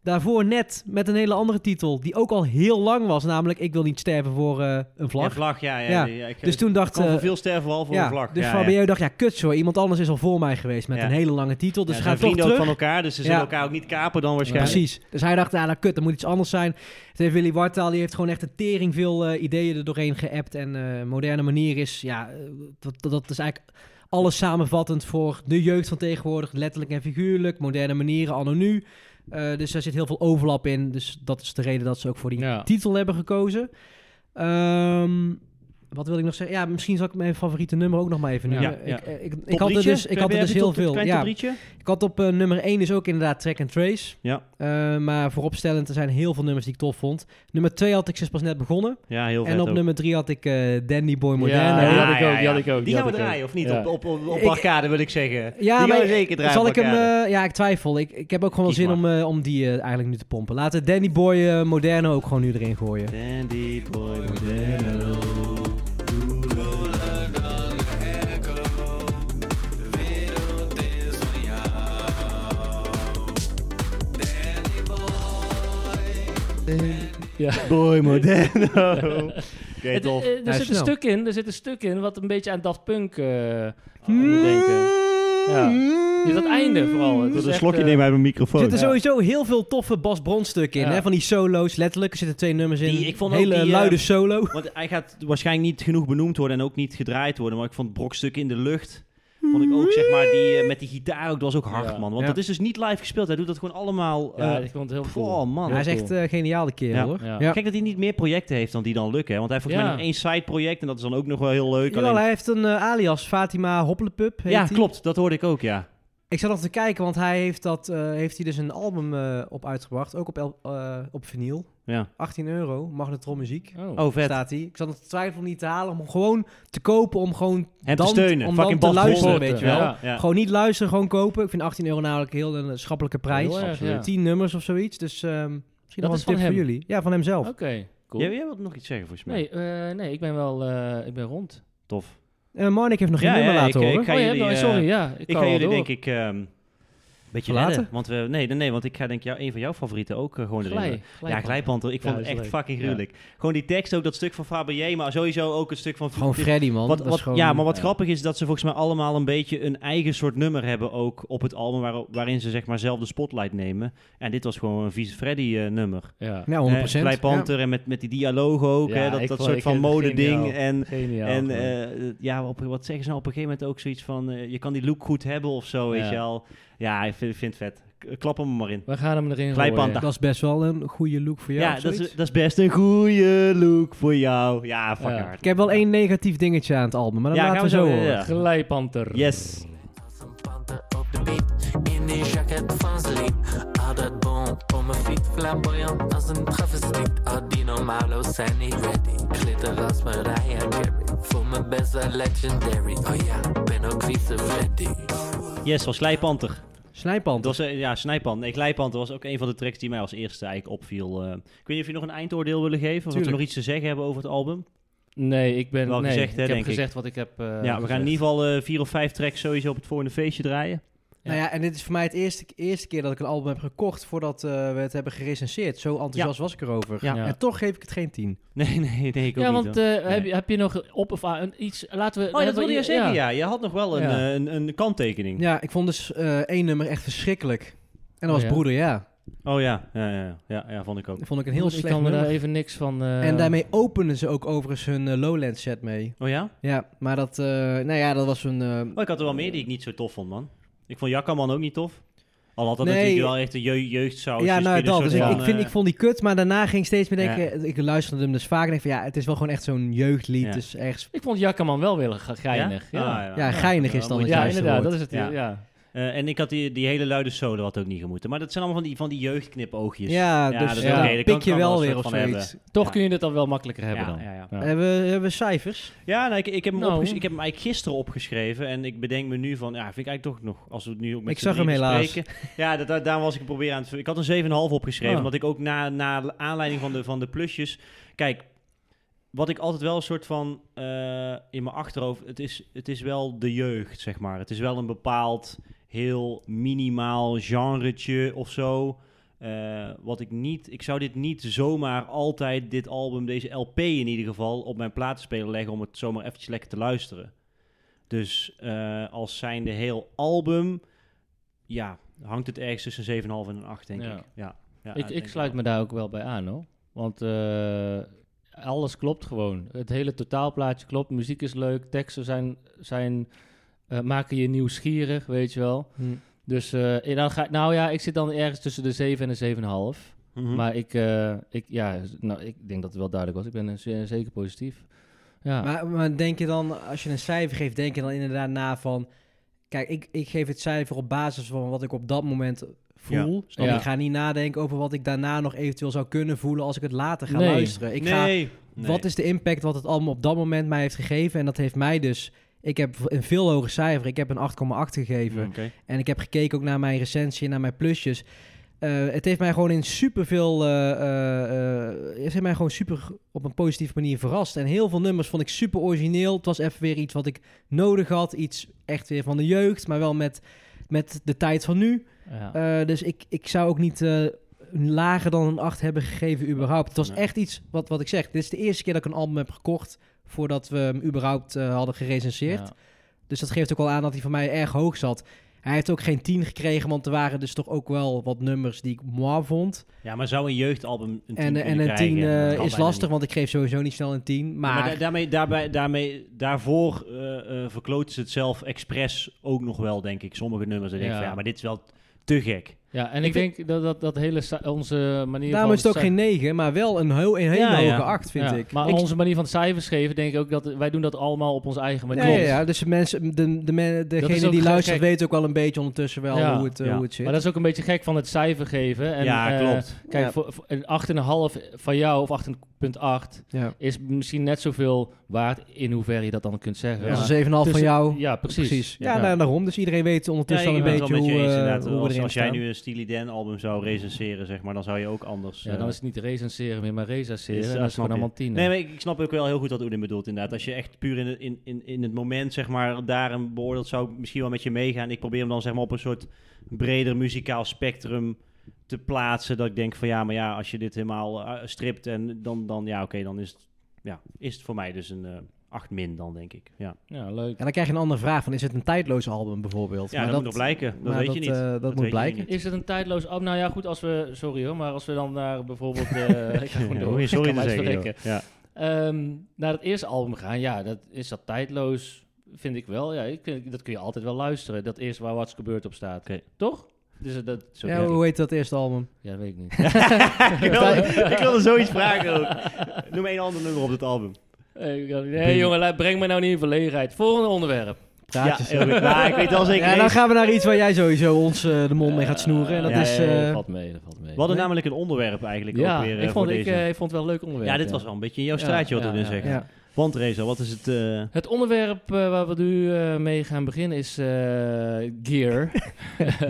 Speaker 3: daarvoor net met een hele andere titel. Die ook al heel lang was. Namelijk, ik wil niet sterven voor eh, een vlag.
Speaker 2: Ja, vlag, ja. ja,
Speaker 3: Ja.
Speaker 2: ja, ik,
Speaker 3: Dus toen dacht...
Speaker 2: kan
Speaker 3: eh,
Speaker 2: voor veel sterven, behalve voor
Speaker 3: ja,
Speaker 2: een vlag.
Speaker 3: dus
Speaker 2: ja,
Speaker 3: Fabio dacht, ja, kut zo. Iemand anders is al voor mij geweest met
Speaker 2: Ja.
Speaker 3: een hele lange titel. Dus
Speaker 2: Ja, ze
Speaker 3: ga
Speaker 2: zijn
Speaker 3: toch
Speaker 2: vrienden
Speaker 3: terug.
Speaker 2: ook van elkaar, dus ze zullen
Speaker 3: Ja.
Speaker 2: elkaar ook niet kapen dan
Speaker 3: Ja,
Speaker 2: waarschijnlijk.
Speaker 3: Precies. Dus hij dacht, ja, nou kut, dat moet iets anders zijn. Toen heeft Willy Wartaal, die heeft gewoon echt een tering veel eh, ideeën er doorheen geappt. En eh, moderne manier is, ja, eh, dat, dat, dat is eigenlijk alles samenvattend voor de jeugd van tegenwoordig. Letterlijk en figuurlijk, moderne manieren, anno nu. Eh, dus daar zit heel veel overlap in. Dus dat is de reden dat ze ook voor die
Speaker 1: Ja.
Speaker 3: titel hebben gekozen. Ehm, wat wil ik nog zeggen? Ja, misschien zal ik mijn favoriete nummer ook nog maar even
Speaker 1: Ja,
Speaker 3: noemen.
Speaker 2: ja.
Speaker 3: Ik, eh, ik, ik,
Speaker 2: Top
Speaker 3: had er
Speaker 2: drietje?
Speaker 3: dus, ik had er
Speaker 2: Heb
Speaker 3: dus
Speaker 2: je
Speaker 3: heel
Speaker 2: top-
Speaker 3: veel.
Speaker 2: Klein
Speaker 3: ja.
Speaker 2: top drietje?
Speaker 3: Ik had op eh, nummer 1 is ook inderdaad Track and Trace.
Speaker 2: Ja.
Speaker 3: Eh, maar vooropstellend, er zijn heel veel nummers die ik tof vond. Nummer 2 had ik dus pas net begonnen.
Speaker 2: Ja, heel vet
Speaker 3: En op
Speaker 2: ook.
Speaker 3: nummer 3 had ik eh, Dandy Boy
Speaker 1: Ja,
Speaker 3: Moderna.
Speaker 1: die
Speaker 3: Ja,
Speaker 1: had ik ook, die had ik ook,
Speaker 2: Die
Speaker 1: die
Speaker 2: gaan we
Speaker 1: had ik ook.
Speaker 2: draaien, of niet?
Speaker 1: Ja.
Speaker 2: Op, op, op, op
Speaker 3: Ik-
Speaker 2: arcade wil ik zeggen. Die gaan
Speaker 3: maar
Speaker 2: we zeker draaien
Speaker 3: zal
Speaker 2: op
Speaker 3: ik hem...
Speaker 2: arcade.
Speaker 3: eh, ja, ik twijfel. Ik, ik heb ook gewoon
Speaker 2: Kies
Speaker 3: wel zin om, eh, om die eh, eigenlijk nu te pompen. Laten we Dandy Boy eh, Moderna ook gewoon nu erin gooien.
Speaker 2: Dandy boy Modelo.
Speaker 1: Ja.
Speaker 2: Boy Modelo. Oké,
Speaker 1: Het-
Speaker 2: tof.
Speaker 1: eh,
Speaker 3: Hij
Speaker 1: er
Speaker 3: is
Speaker 1: zit een
Speaker 3: snel.
Speaker 1: stuk in, er zit een stuk in wat een beetje aan Daft Punk
Speaker 2: Hmm.
Speaker 1: eh, doet
Speaker 2: eh.
Speaker 1: denken. Ja. Dus dat einde vooral. Het
Speaker 2: Ik
Speaker 1: is
Speaker 2: wil een
Speaker 1: echt,
Speaker 2: slokje
Speaker 1: eh,
Speaker 2: nemen uit mijn microfoon.
Speaker 3: Er zitten sowieso heel veel toffe Bas Bron stukken in.
Speaker 1: Ja.
Speaker 3: Hè? Van die solo's, letterlijk. Er zitten twee nummers in.
Speaker 2: Die- ik vond ook
Speaker 3: Hele
Speaker 2: die, eh,
Speaker 3: luide solo.
Speaker 2: Want hij gaat waarschijnlijk niet genoeg benoemd worden en ook niet gedraaid worden. Maar ik vond brokstuk in de lucht. Vond ik ook, zeg maar, die, eh, met die gitaar ook. Dat was ook hard,
Speaker 1: Ja.
Speaker 2: man. Want
Speaker 3: Ja.
Speaker 2: dat is dus niet live gespeeld. Hij doet dat gewoon allemaal...
Speaker 1: Ja,
Speaker 2: eh,
Speaker 1: ik vond het heel cool.
Speaker 2: oh, man.
Speaker 1: heel
Speaker 3: Hij is echt
Speaker 1: cool.
Speaker 3: eh, geniaal de kerel,
Speaker 2: Ja.
Speaker 3: hoor.
Speaker 1: Ja.
Speaker 2: Gek dat hij niet meer projecten heeft dan die dan lukken. Hè? Want hij heeft volgens
Speaker 1: Ja.
Speaker 2: mij nog één side-project en dat is dan ook nog wel heel leuk.
Speaker 3: Jawel,
Speaker 2: alleen-
Speaker 3: hij heeft een eh, alias, Fatima Hoppelepup. heet
Speaker 2: Ja,
Speaker 3: hij.
Speaker 2: klopt. Dat hoorde ik ook, ja.
Speaker 3: Ik zat nog te kijken, want hij heeft, dat, eh, heeft hij dus een album eh, op uitgebracht. Ook op, el- eh, op vinyl.
Speaker 2: ja.
Speaker 3: 18 euro, Magnetron Muziek.
Speaker 1: Oh.
Speaker 2: Oh, vet.
Speaker 3: Staat hij. Ik zat nog te twijfelen om die te halen, om gewoon te kopen, om gewoon
Speaker 2: Hem
Speaker 3: dan,
Speaker 2: te steunen.
Speaker 3: Om
Speaker 2: Fucking
Speaker 3: dan
Speaker 2: Bas
Speaker 3: te luisteren,
Speaker 1: Bron.
Speaker 3: weet je wel.
Speaker 1: Ja.
Speaker 3: Gewoon niet luisteren, gewoon kopen. Ik vind 18 euro namelijk heel een schappelijke prijs.
Speaker 1: Heel erg,
Speaker 2: absoluut.
Speaker 1: ja.
Speaker 3: 10 nummers of zoiets, dus ehm, misschien
Speaker 1: Dat
Speaker 3: nog
Speaker 1: is
Speaker 3: een
Speaker 1: van
Speaker 3: tip voor
Speaker 1: hem.
Speaker 3: jullie. Ja, van hemzelf.
Speaker 1: Oké, cool.
Speaker 2: Jij, jij wilt nog iets zeggen, volgens mij.
Speaker 1: Nee, eh, nee, ik ben wel eh, ik ben rond.
Speaker 2: Tof.
Speaker 3: Eh Marnik heeft nog geen
Speaker 2: Ja,
Speaker 3: nummer
Speaker 2: ja,
Speaker 3: laten
Speaker 2: ik-
Speaker 3: horen.
Speaker 2: ik ga
Speaker 1: oh, ja,
Speaker 2: jullie,
Speaker 1: oh,
Speaker 2: eh,
Speaker 1: sorry, ja. Ik,
Speaker 2: Ik
Speaker 1: kan
Speaker 2: ga
Speaker 1: wel
Speaker 2: jullie,
Speaker 1: door.
Speaker 2: denk ik, ehm, een beetje
Speaker 3: Verlaten?
Speaker 2: redden. Want we, nee, nee, nee, want ik ga denk ik jou, een van jouw favorieten ook eh, gewoon erin.
Speaker 1: Glij,
Speaker 2: Ja, glijpand. Ik
Speaker 1: Ja,
Speaker 2: vond
Speaker 1: dat
Speaker 2: het
Speaker 1: is
Speaker 2: echt
Speaker 1: leuk.
Speaker 2: fucking
Speaker 1: Ja.
Speaker 2: gruwelijk. Gewoon die tekst ook, dat stuk van Fabier, maar sowieso ook een stuk van...
Speaker 3: Gewoon
Speaker 2: dit-
Speaker 3: Freddy, man.
Speaker 2: Wat-
Speaker 3: Dat is
Speaker 2: wat-
Speaker 3: gewoon-
Speaker 2: ja, maar wat grappig is dat ze volgens mij allemaal een beetje een eigen soort nummer hebben ook op het album waar- waarin ze zeg maar zelf de spotlight nemen. En dit was gewoon een vieze Freddy eh, nummer.
Speaker 1: Ja,
Speaker 3: Ja, 100%.
Speaker 2: Eh, Klei
Speaker 3: Ja.
Speaker 2: Panter en met, met die dialoog ook,
Speaker 1: Ja,
Speaker 2: hè, dat,
Speaker 1: ik
Speaker 2: dat
Speaker 1: vond-
Speaker 2: soort
Speaker 1: ik
Speaker 2: van
Speaker 1: vind het
Speaker 2: modeding.
Speaker 1: geniaal.
Speaker 2: En,
Speaker 1: geniaal.
Speaker 2: en
Speaker 1: gewoon.
Speaker 2: eh, ja, op, wat zeggen ze nou op een gegeven moment ook zoiets van, eh, je kan die look goed hebben of zo, weet
Speaker 1: Ja.
Speaker 2: je wel. Ja, ik vind, vind het vet. K- Klap hem er maar in.
Speaker 1: we gaan hem erin
Speaker 2: Glijpand.
Speaker 1: gooien.
Speaker 3: Dat is best wel een goede look voor jou.
Speaker 2: Ja,
Speaker 3: of
Speaker 2: dat is,
Speaker 3: zoiets.
Speaker 2: dat is best een goede look voor jou. Ja, fucking
Speaker 1: Ja.
Speaker 2: hard.
Speaker 3: Ik heb wel één negatief dingetje aan het album, maar dat
Speaker 2: Ja, gaan
Speaker 3: laten we
Speaker 2: we
Speaker 3: zo
Speaker 2: zo-
Speaker 3: horen.
Speaker 2: ja.
Speaker 1: Glijpanter.
Speaker 2: Yes.
Speaker 7: Als een panter op de beat, in die jacket van ze liep. Al dat bon om mijn fiets, flamboyant als een travestiet. Al die normalo's zijn niet ready, glitter als Mariah Carey. Voel me best wel legendary, oh ja, ben ook vieze Freddy.
Speaker 2: Yes, was Glijpanter.
Speaker 3: Snijpand.
Speaker 2: Het was, eh, ja, Snijpand. Nee, Glijpand was ook een van de tracks die mij als eerste eigenlijk opviel. Eh, ik weet niet of je nog een eindoordeel willen geven? Of dat we
Speaker 3: Tuurlijk.
Speaker 2: nog iets te zeggen hebben over het album?
Speaker 1: Nee, ik ben...
Speaker 2: Wel
Speaker 1: nee,
Speaker 2: gezegd, hè,
Speaker 1: ik heb
Speaker 2: denk ik.
Speaker 1: gezegd wat ik heb eh,
Speaker 2: ja, we gaan in
Speaker 1: gezegd.
Speaker 2: ieder geval eh, vier of vijf tracks sowieso op het volgende feestje draaien.
Speaker 3: Nou ja, en dit is voor mij het eerste, eerste keer dat ik een album heb gekocht voordat eh, we het hebben gerecenseerd. Zo enthousiast was ik erover.
Speaker 2: Ja.
Speaker 3: En toch geef ik het geen 10.
Speaker 2: Nee, nee, nee, ik ook
Speaker 1: Ja,
Speaker 2: niet.
Speaker 1: want
Speaker 2: hoor.
Speaker 1: eh, heb, je- heb je nog op of aan een iets... Laten we...
Speaker 2: oh,
Speaker 1: hebben
Speaker 2: dat
Speaker 1: we
Speaker 2: wilde je
Speaker 1: hier-
Speaker 2: zeggen, ja. Je had nog wel een,
Speaker 1: Ja.
Speaker 2: eh, een, een kanttekening.
Speaker 3: Ja, ik vond dus eh, één nummer echt verschrikkelijk. En dat
Speaker 1: Oh,
Speaker 3: was
Speaker 1: ja?
Speaker 3: Broeder, ja.
Speaker 2: Oh ja. Ja, ja, ja, ja, ja, vond ik ook.
Speaker 3: Dat vond ik een heel
Speaker 1: Ik
Speaker 3: slecht
Speaker 1: kan me
Speaker 3: nummer.
Speaker 1: daar even niks van... eh,
Speaker 3: En daarmee openden ze ook overigens hun eh, Lowland set mee.
Speaker 2: Oh ja?
Speaker 3: Ja, maar dat, eh, nou ja, dat was een... eh,
Speaker 2: Oh, ik had er wel meer die ik niet zo tof vond, man. Ik vond Jakkerman ook niet tof. Al had dat
Speaker 3: Nee.
Speaker 2: natuurlijk wel echt een jeugd jeugdsaus.
Speaker 3: ja,
Speaker 2: dus kun
Speaker 3: nou
Speaker 2: je een
Speaker 3: dat. Dus
Speaker 2: soort
Speaker 3: ik,
Speaker 2: van,
Speaker 3: ik, vind,
Speaker 2: eh,
Speaker 3: ik vond die kut, maar daarna ging ik steeds meer
Speaker 2: Ja.
Speaker 3: denken... Ik luisterde hem dus vaak en denk van ja, het is wel gewoon echt zo'n jeugdlied.
Speaker 2: Ja.
Speaker 3: Dus ergens...
Speaker 1: Ik vond Jakkerman wel weer ge- geinig. Ja,
Speaker 2: Ah,
Speaker 3: Ja, geinig is dan
Speaker 2: moet
Speaker 3: het
Speaker 2: je-
Speaker 1: Ja,
Speaker 3: juiste
Speaker 1: inderdaad.
Speaker 3: woord.
Speaker 1: Dat is het.
Speaker 2: Ja.
Speaker 1: Ja. ja.
Speaker 2: Eh, en ik had die, die hele luide solo had ook niet gemoeten. Maar dat zijn allemaal van die, van die jeugdknipoogjes. Ja,
Speaker 3: Ja, dus
Speaker 2: dat is
Speaker 1: oké,
Speaker 3: dan
Speaker 1: daar
Speaker 2: kan
Speaker 3: pik
Speaker 2: ik
Speaker 3: je
Speaker 2: dan wel
Speaker 3: wel
Speaker 2: een
Speaker 3: weer
Speaker 2: soort
Speaker 3: of
Speaker 2: van
Speaker 3: zoiets.
Speaker 1: Toch
Speaker 2: Ja.
Speaker 1: kun je dit dan wel makkelijker hebben
Speaker 2: Ja,
Speaker 1: dan.
Speaker 2: ja, ja.
Speaker 1: Ja.
Speaker 3: Hebben, we- hebben we cijfers?
Speaker 2: Ja, nou, ik, ik, heb hem
Speaker 1: Nou.
Speaker 2: opges- ik heb hem eigenlijk gisteren opgeschreven. En ik bedenk me nu van, ja, vind ik eigenlijk toch nog, als we het nu ook met
Speaker 3: Ik
Speaker 2: z'n
Speaker 3: zag hem
Speaker 2: drieën
Speaker 3: helaas.
Speaker 2: bespreken. Ja, dat, daar, daar was ik proberen aan het... Ik
Speaker 3: Oh.
Speaker 2: had een 7,5 opgeschreven,
Speaker 1: Ah.
Speaker 2: omdat ik ook na, na aanleiding van de, van de plusjes... Kijk, wat ik altijd wel een soort van eh, in mijn achterhoofd. Het is, het is wel de jeugd, zeg maar. Het is wel een bepaald heel minimaal genretje of zo. Eh, wat ik niet. Ik zou dit niet zomaar altijd dit album, deze LP in ieder geval, op mijn platenspeler leggen om het zomaar eventjes lekker te luisteren. Dus eh als zijnde heel album, ja, hangt het ergens tussen een 7,5 en een 8, denk
Speaker 1: Ja.
Speaker 2: ik. Ja, ja
Speaker 1: ik, ik sluit me daar ook wel bij aan hoor. Want eh, alles klopt gewoon. Het hele totaalplaatje klopt. Muziek is leuk. Teksten zijn, zijn, eh, maken je nieuwsgierig, weet je wel. Dus eh, en dan ga, nou ja, ik zit dan ergens tussen de 7 en de 7,5.
Speaker 2: Mhm.
Speaker 1: Maar ik, eh, ik, ja, nou, ik denk dat het wel duidelijk was. Ik ben eh, ze- zeker positief. Ja.
Speaker 3: Maar, maar denk je dan, als je een cijfer geeft, denk je dan inderdaad na van... Kijk, ik, ik geef het cijfer op basis van wat ik op dat moment voel.
Speaker 1: snap
Speaker 3: En
Speaker 1: ik.
Speaker 3: ik ga niet nadenken over wat ik daarna nog eventueel zou kunnen voelen als ik het later ga
Speaker 1: Nee.
Speaker 3: luisteren. Ik ga,
Speaker 2: nee, nee.
Speaker 3: Wat is de impact wat het album op dat moment mij heeft gegeven? En dat heeft mij dus... Ik heb een veel hoger cijfer. Ik heb een 8,8 gegeven.
Speaker 2: Oké.
Speaker 3: En ik heb gekeken ook naar mijn recensie en naar mijn plusjes. Eh, het heeft mij gewoon in superveel... eh, eh, eh, het heeft mij gewoon super op een positieve manier verrast. En heel veel nummers vond ik super origineel. Het was even weer iets wat ik nodig had. Iets echt weer van de jeugd, maar wel met, met de tijd van nu.
Speaker 1: ja.
Speaker 3: Eh, dus ik, ik zou ook niet eh, lager dan een 8 hebben gegeven überhaupt. Het was
Speaker 2: Nee.
Speaker 3: echt iets wat, wat ik zeg. Dit is de eerste keer dat ik een album heb gekocht voordat we hem überhaupt eh, hadden gerecenseerd.
Speaker 1: Ja.
Speaker 3: Dus dat geeft ook al aan dat hij voor mij erg hoog zat. Hij heeft ook geen 10 gekregen, want er waren dus toch ook wel wat nummers die ik moi vond.
Speaker 2: Ja, maar zou een jeugdalbum een 10
Speaker 3: En, eh, en een 10 eh, is lastig, want ik geef sowieso niet snel een 10.
Speaker 2: Maar,
Speaker 3: Maar,
Speaker 2: da- daarmee, daarbij, daarmee, daarvoor eh eh verkloten ze het zelf expres ook nog wel, denk ik. Sommige nummers. Dan denk ik
Speaker 1: Ja.
Speaker 2: van, ja, maar dit is wel te gek.
Speaker 1: Ja, en ik,
Speaker 3: vind-
Speaker 1: denk dat, dat dat hele sa- onze manier
Speaker 3: daarom
Speaker 1: van...
Speaker 3: is het ook
Speaker 1: sa-
Speaker 3: geen 9, maar wel een, heel, een hele
Speaker 2: Ja, ja.
Speaker 3: hoge 8, vind
Speaker 1: Ja,
Speaker 3: ik.
Speaker 1: Maar
Speaker 3: ik
Speaker 1: onze manier van cijfers geven, denk ik ook dat wij doen dat allemaal op onze eigen manier.
Speaker 3: Ja, ja, ja, dus de mensen, de, de men,
Speaker 1: is
Speaker 3: degene
Speaker 1: ook
Speaker 3: die
Speaker 1: gek-
Speaker 3: luistert
Speaker 1: gek.
Speaker 3: weet ook wel een beetje ondertussen wel
Speaker 1: Ja,
Speaker 3: hoe, het, eh,
Speaker 2: ja.
Speaker 3: hoe het zit.
Speaker 1: Maar dat is ook een beetje gek van het cijfer geven. En,
Speaker 2: ja,
Speaker 1: eh,
Speaker 2: klopt.
Speaker 1: Kijk,
Speaker 3: Ja.
Speaker 1: voor, voor een 8,5 van jou of 8,8
Speaker 3: ja.
Speaker 1: is misschien net zoveel waard in hoeverre je dat dan kunt zeggen.
Speaker 2: Ja.
Speaker 3: Dat
Speaker 1: Maar
Speaker 3: is dus een 7,5 van
Speaker 1: tussen-
Speaker 3: jou.
Speaker 1: Ja, precies.
Speaker 3: Ja, nou, daarom. Dus iedereen weet
Speaker 2: Ja,
Speaker 3: ondertussen
Speaker 2: ik
Speaker 3: wel
Speaker 2: ben
Speaker 3: een
Speaker 2: het
Speaker 3: beetje
Speaker 2: wel met
Speaker 3: hoe,
Speaker 2: je eens,
Speaker 3: eh,
Speaker 2: inderdaad.
Speaker 3: hoe we
Speaker 2: als
Speaker 3: erin
Speaker 2: als jij
Speaker 3: staan.
Speaker 2: nu een Steely Dan album zou recenseren, zeg maar, dan zou je ook anders...
Speaker 1: Ja,
Speaker 2: eh,
Speaker 1: dan is het niet recenseren meer, maar recenseren.
Speaker 2: Is-
Speaker 1: en
Speaker 2: ja,
Speaker 1: dat is
Speaker 2: snap
Speaker 1: gewoon
Speaker 2: je.
Speaker 1: allemaal tien.
Speaker 2: Nee, maar ik, ik snap ook wel heel goed wat Oedin bedoelt, inderdaad. Als je echt puur in, het- in, in, in het moment, zeg maar, daarin beoordeelt, zou ik misschien wel met je meegaan. Ik probeer hem dan, zeg maar, op een soort breder muzikaal spectrum te plaatsen. Dat ik denk van, ja, maar ja, als je dit helemaal eh, stript en dan, dan ja, oké, dan is het, ja, is het voor mij dus een eh 8 min dan, denk ik. Ja,
Speaker 1: Ja, leuk.
Speaker 3: En dan krijg je een andere vraag van, is het een tijdloos album bijvoorbeeld?
Speaker 2: ja
Speaker 3: Maar
Speaker 2: dat, moet nog blijken. Dat
Speaker 3: maar
Speaker 2: weet je
Speaker 3: dat,
Speaker 2: niet.
Speaker 3: eh, dat moet
Speaker 2: weet je
Speaker 3: blijken.
Speaker 2: niet.
Speaker 1: Is het een tijdloos... Oh, nou ja, goed, als we... Sorry hoor, maar als we dan naar bijvoorbeeld... eh, ik ga gewoon
Speaker 2: Ja,
Speaker 1: door.
Speaker 2: hoef je
Speaker 1: Ik
Speaker 2: sorry
Speaker 1: kan
Speaker 2: te
Speaker 1: mij
Speaker 2: zeggen.
Speaker 1: verrekken.
Speaker 2: joh. Ja.
Speaker 1: Ehm, naar het eerste album gaan, ja, dat is dat tijdloos, vind ik wel. Ja, ik vind, dat kun je altijd wel luisteren. Dat eerste waar Wat's gebeurd op staat,
Speaker 2: Oké.
Speaker 1: toch? Dus dat- dat,
Speaker 2: Zo
Speaker 3: Ja,
Speaker 2: werkt
Speaker 3: hoe heet dat eerste album?
Speaker 1: ja, dat weet ik niet.
Speaker 2: het. ik, wilde, ik wilde zoiets vragen ook. Noem één ander nummer op dit album.
Speaker 1: Eh, ik kan niet- Nee, jongen, laat- breng me nou niet in verlegenheid. Volgende onderwerp.
Speaker 2: Eh,
Speaker 3: Praatjes.
Speaker 2: Ja, heel goed. Maar ik weet wel zeker
Speaker 3: Ja, nou
Speaker 2: één-
Speaker 3: dan gaan we naar iets waar jij sowieso ons eh, de mond mee gaat snoeren. En dat
Speaker 1: Ja,
Speaker 3: is...
Speaker 1: ja, ja,
Speaker 3: eh,
Speaker 1: dat valt mee, dat valt mee.
Speaker 2: We hadden namelijk een onderwerp eigenlijk
Speaker 1: ja,
Speaker 2: ook weer eh,
Speaker 1: ik
Speaker 2: voor
Speaker 1: vond, ik,
Speaker 2: deze.
Speaker 1: eh, ik vond het wel een leuk onderwerp.
Speaker 2: ja, dit was wel een beetje in jouw
Speaker 1: Ja,
Speaker 2: straatje wat
Speaker 1: ja,
Speaker 2: we nu
Speaker 1: ja,
Speaker 2: zeggen.
Speaker 3: ja.
Speaker 2: Want Reza, wat is het... eh,
Speaker 1: Het onderwerp eh, waar we nu eh, mee gaan beginnen is eh, gear.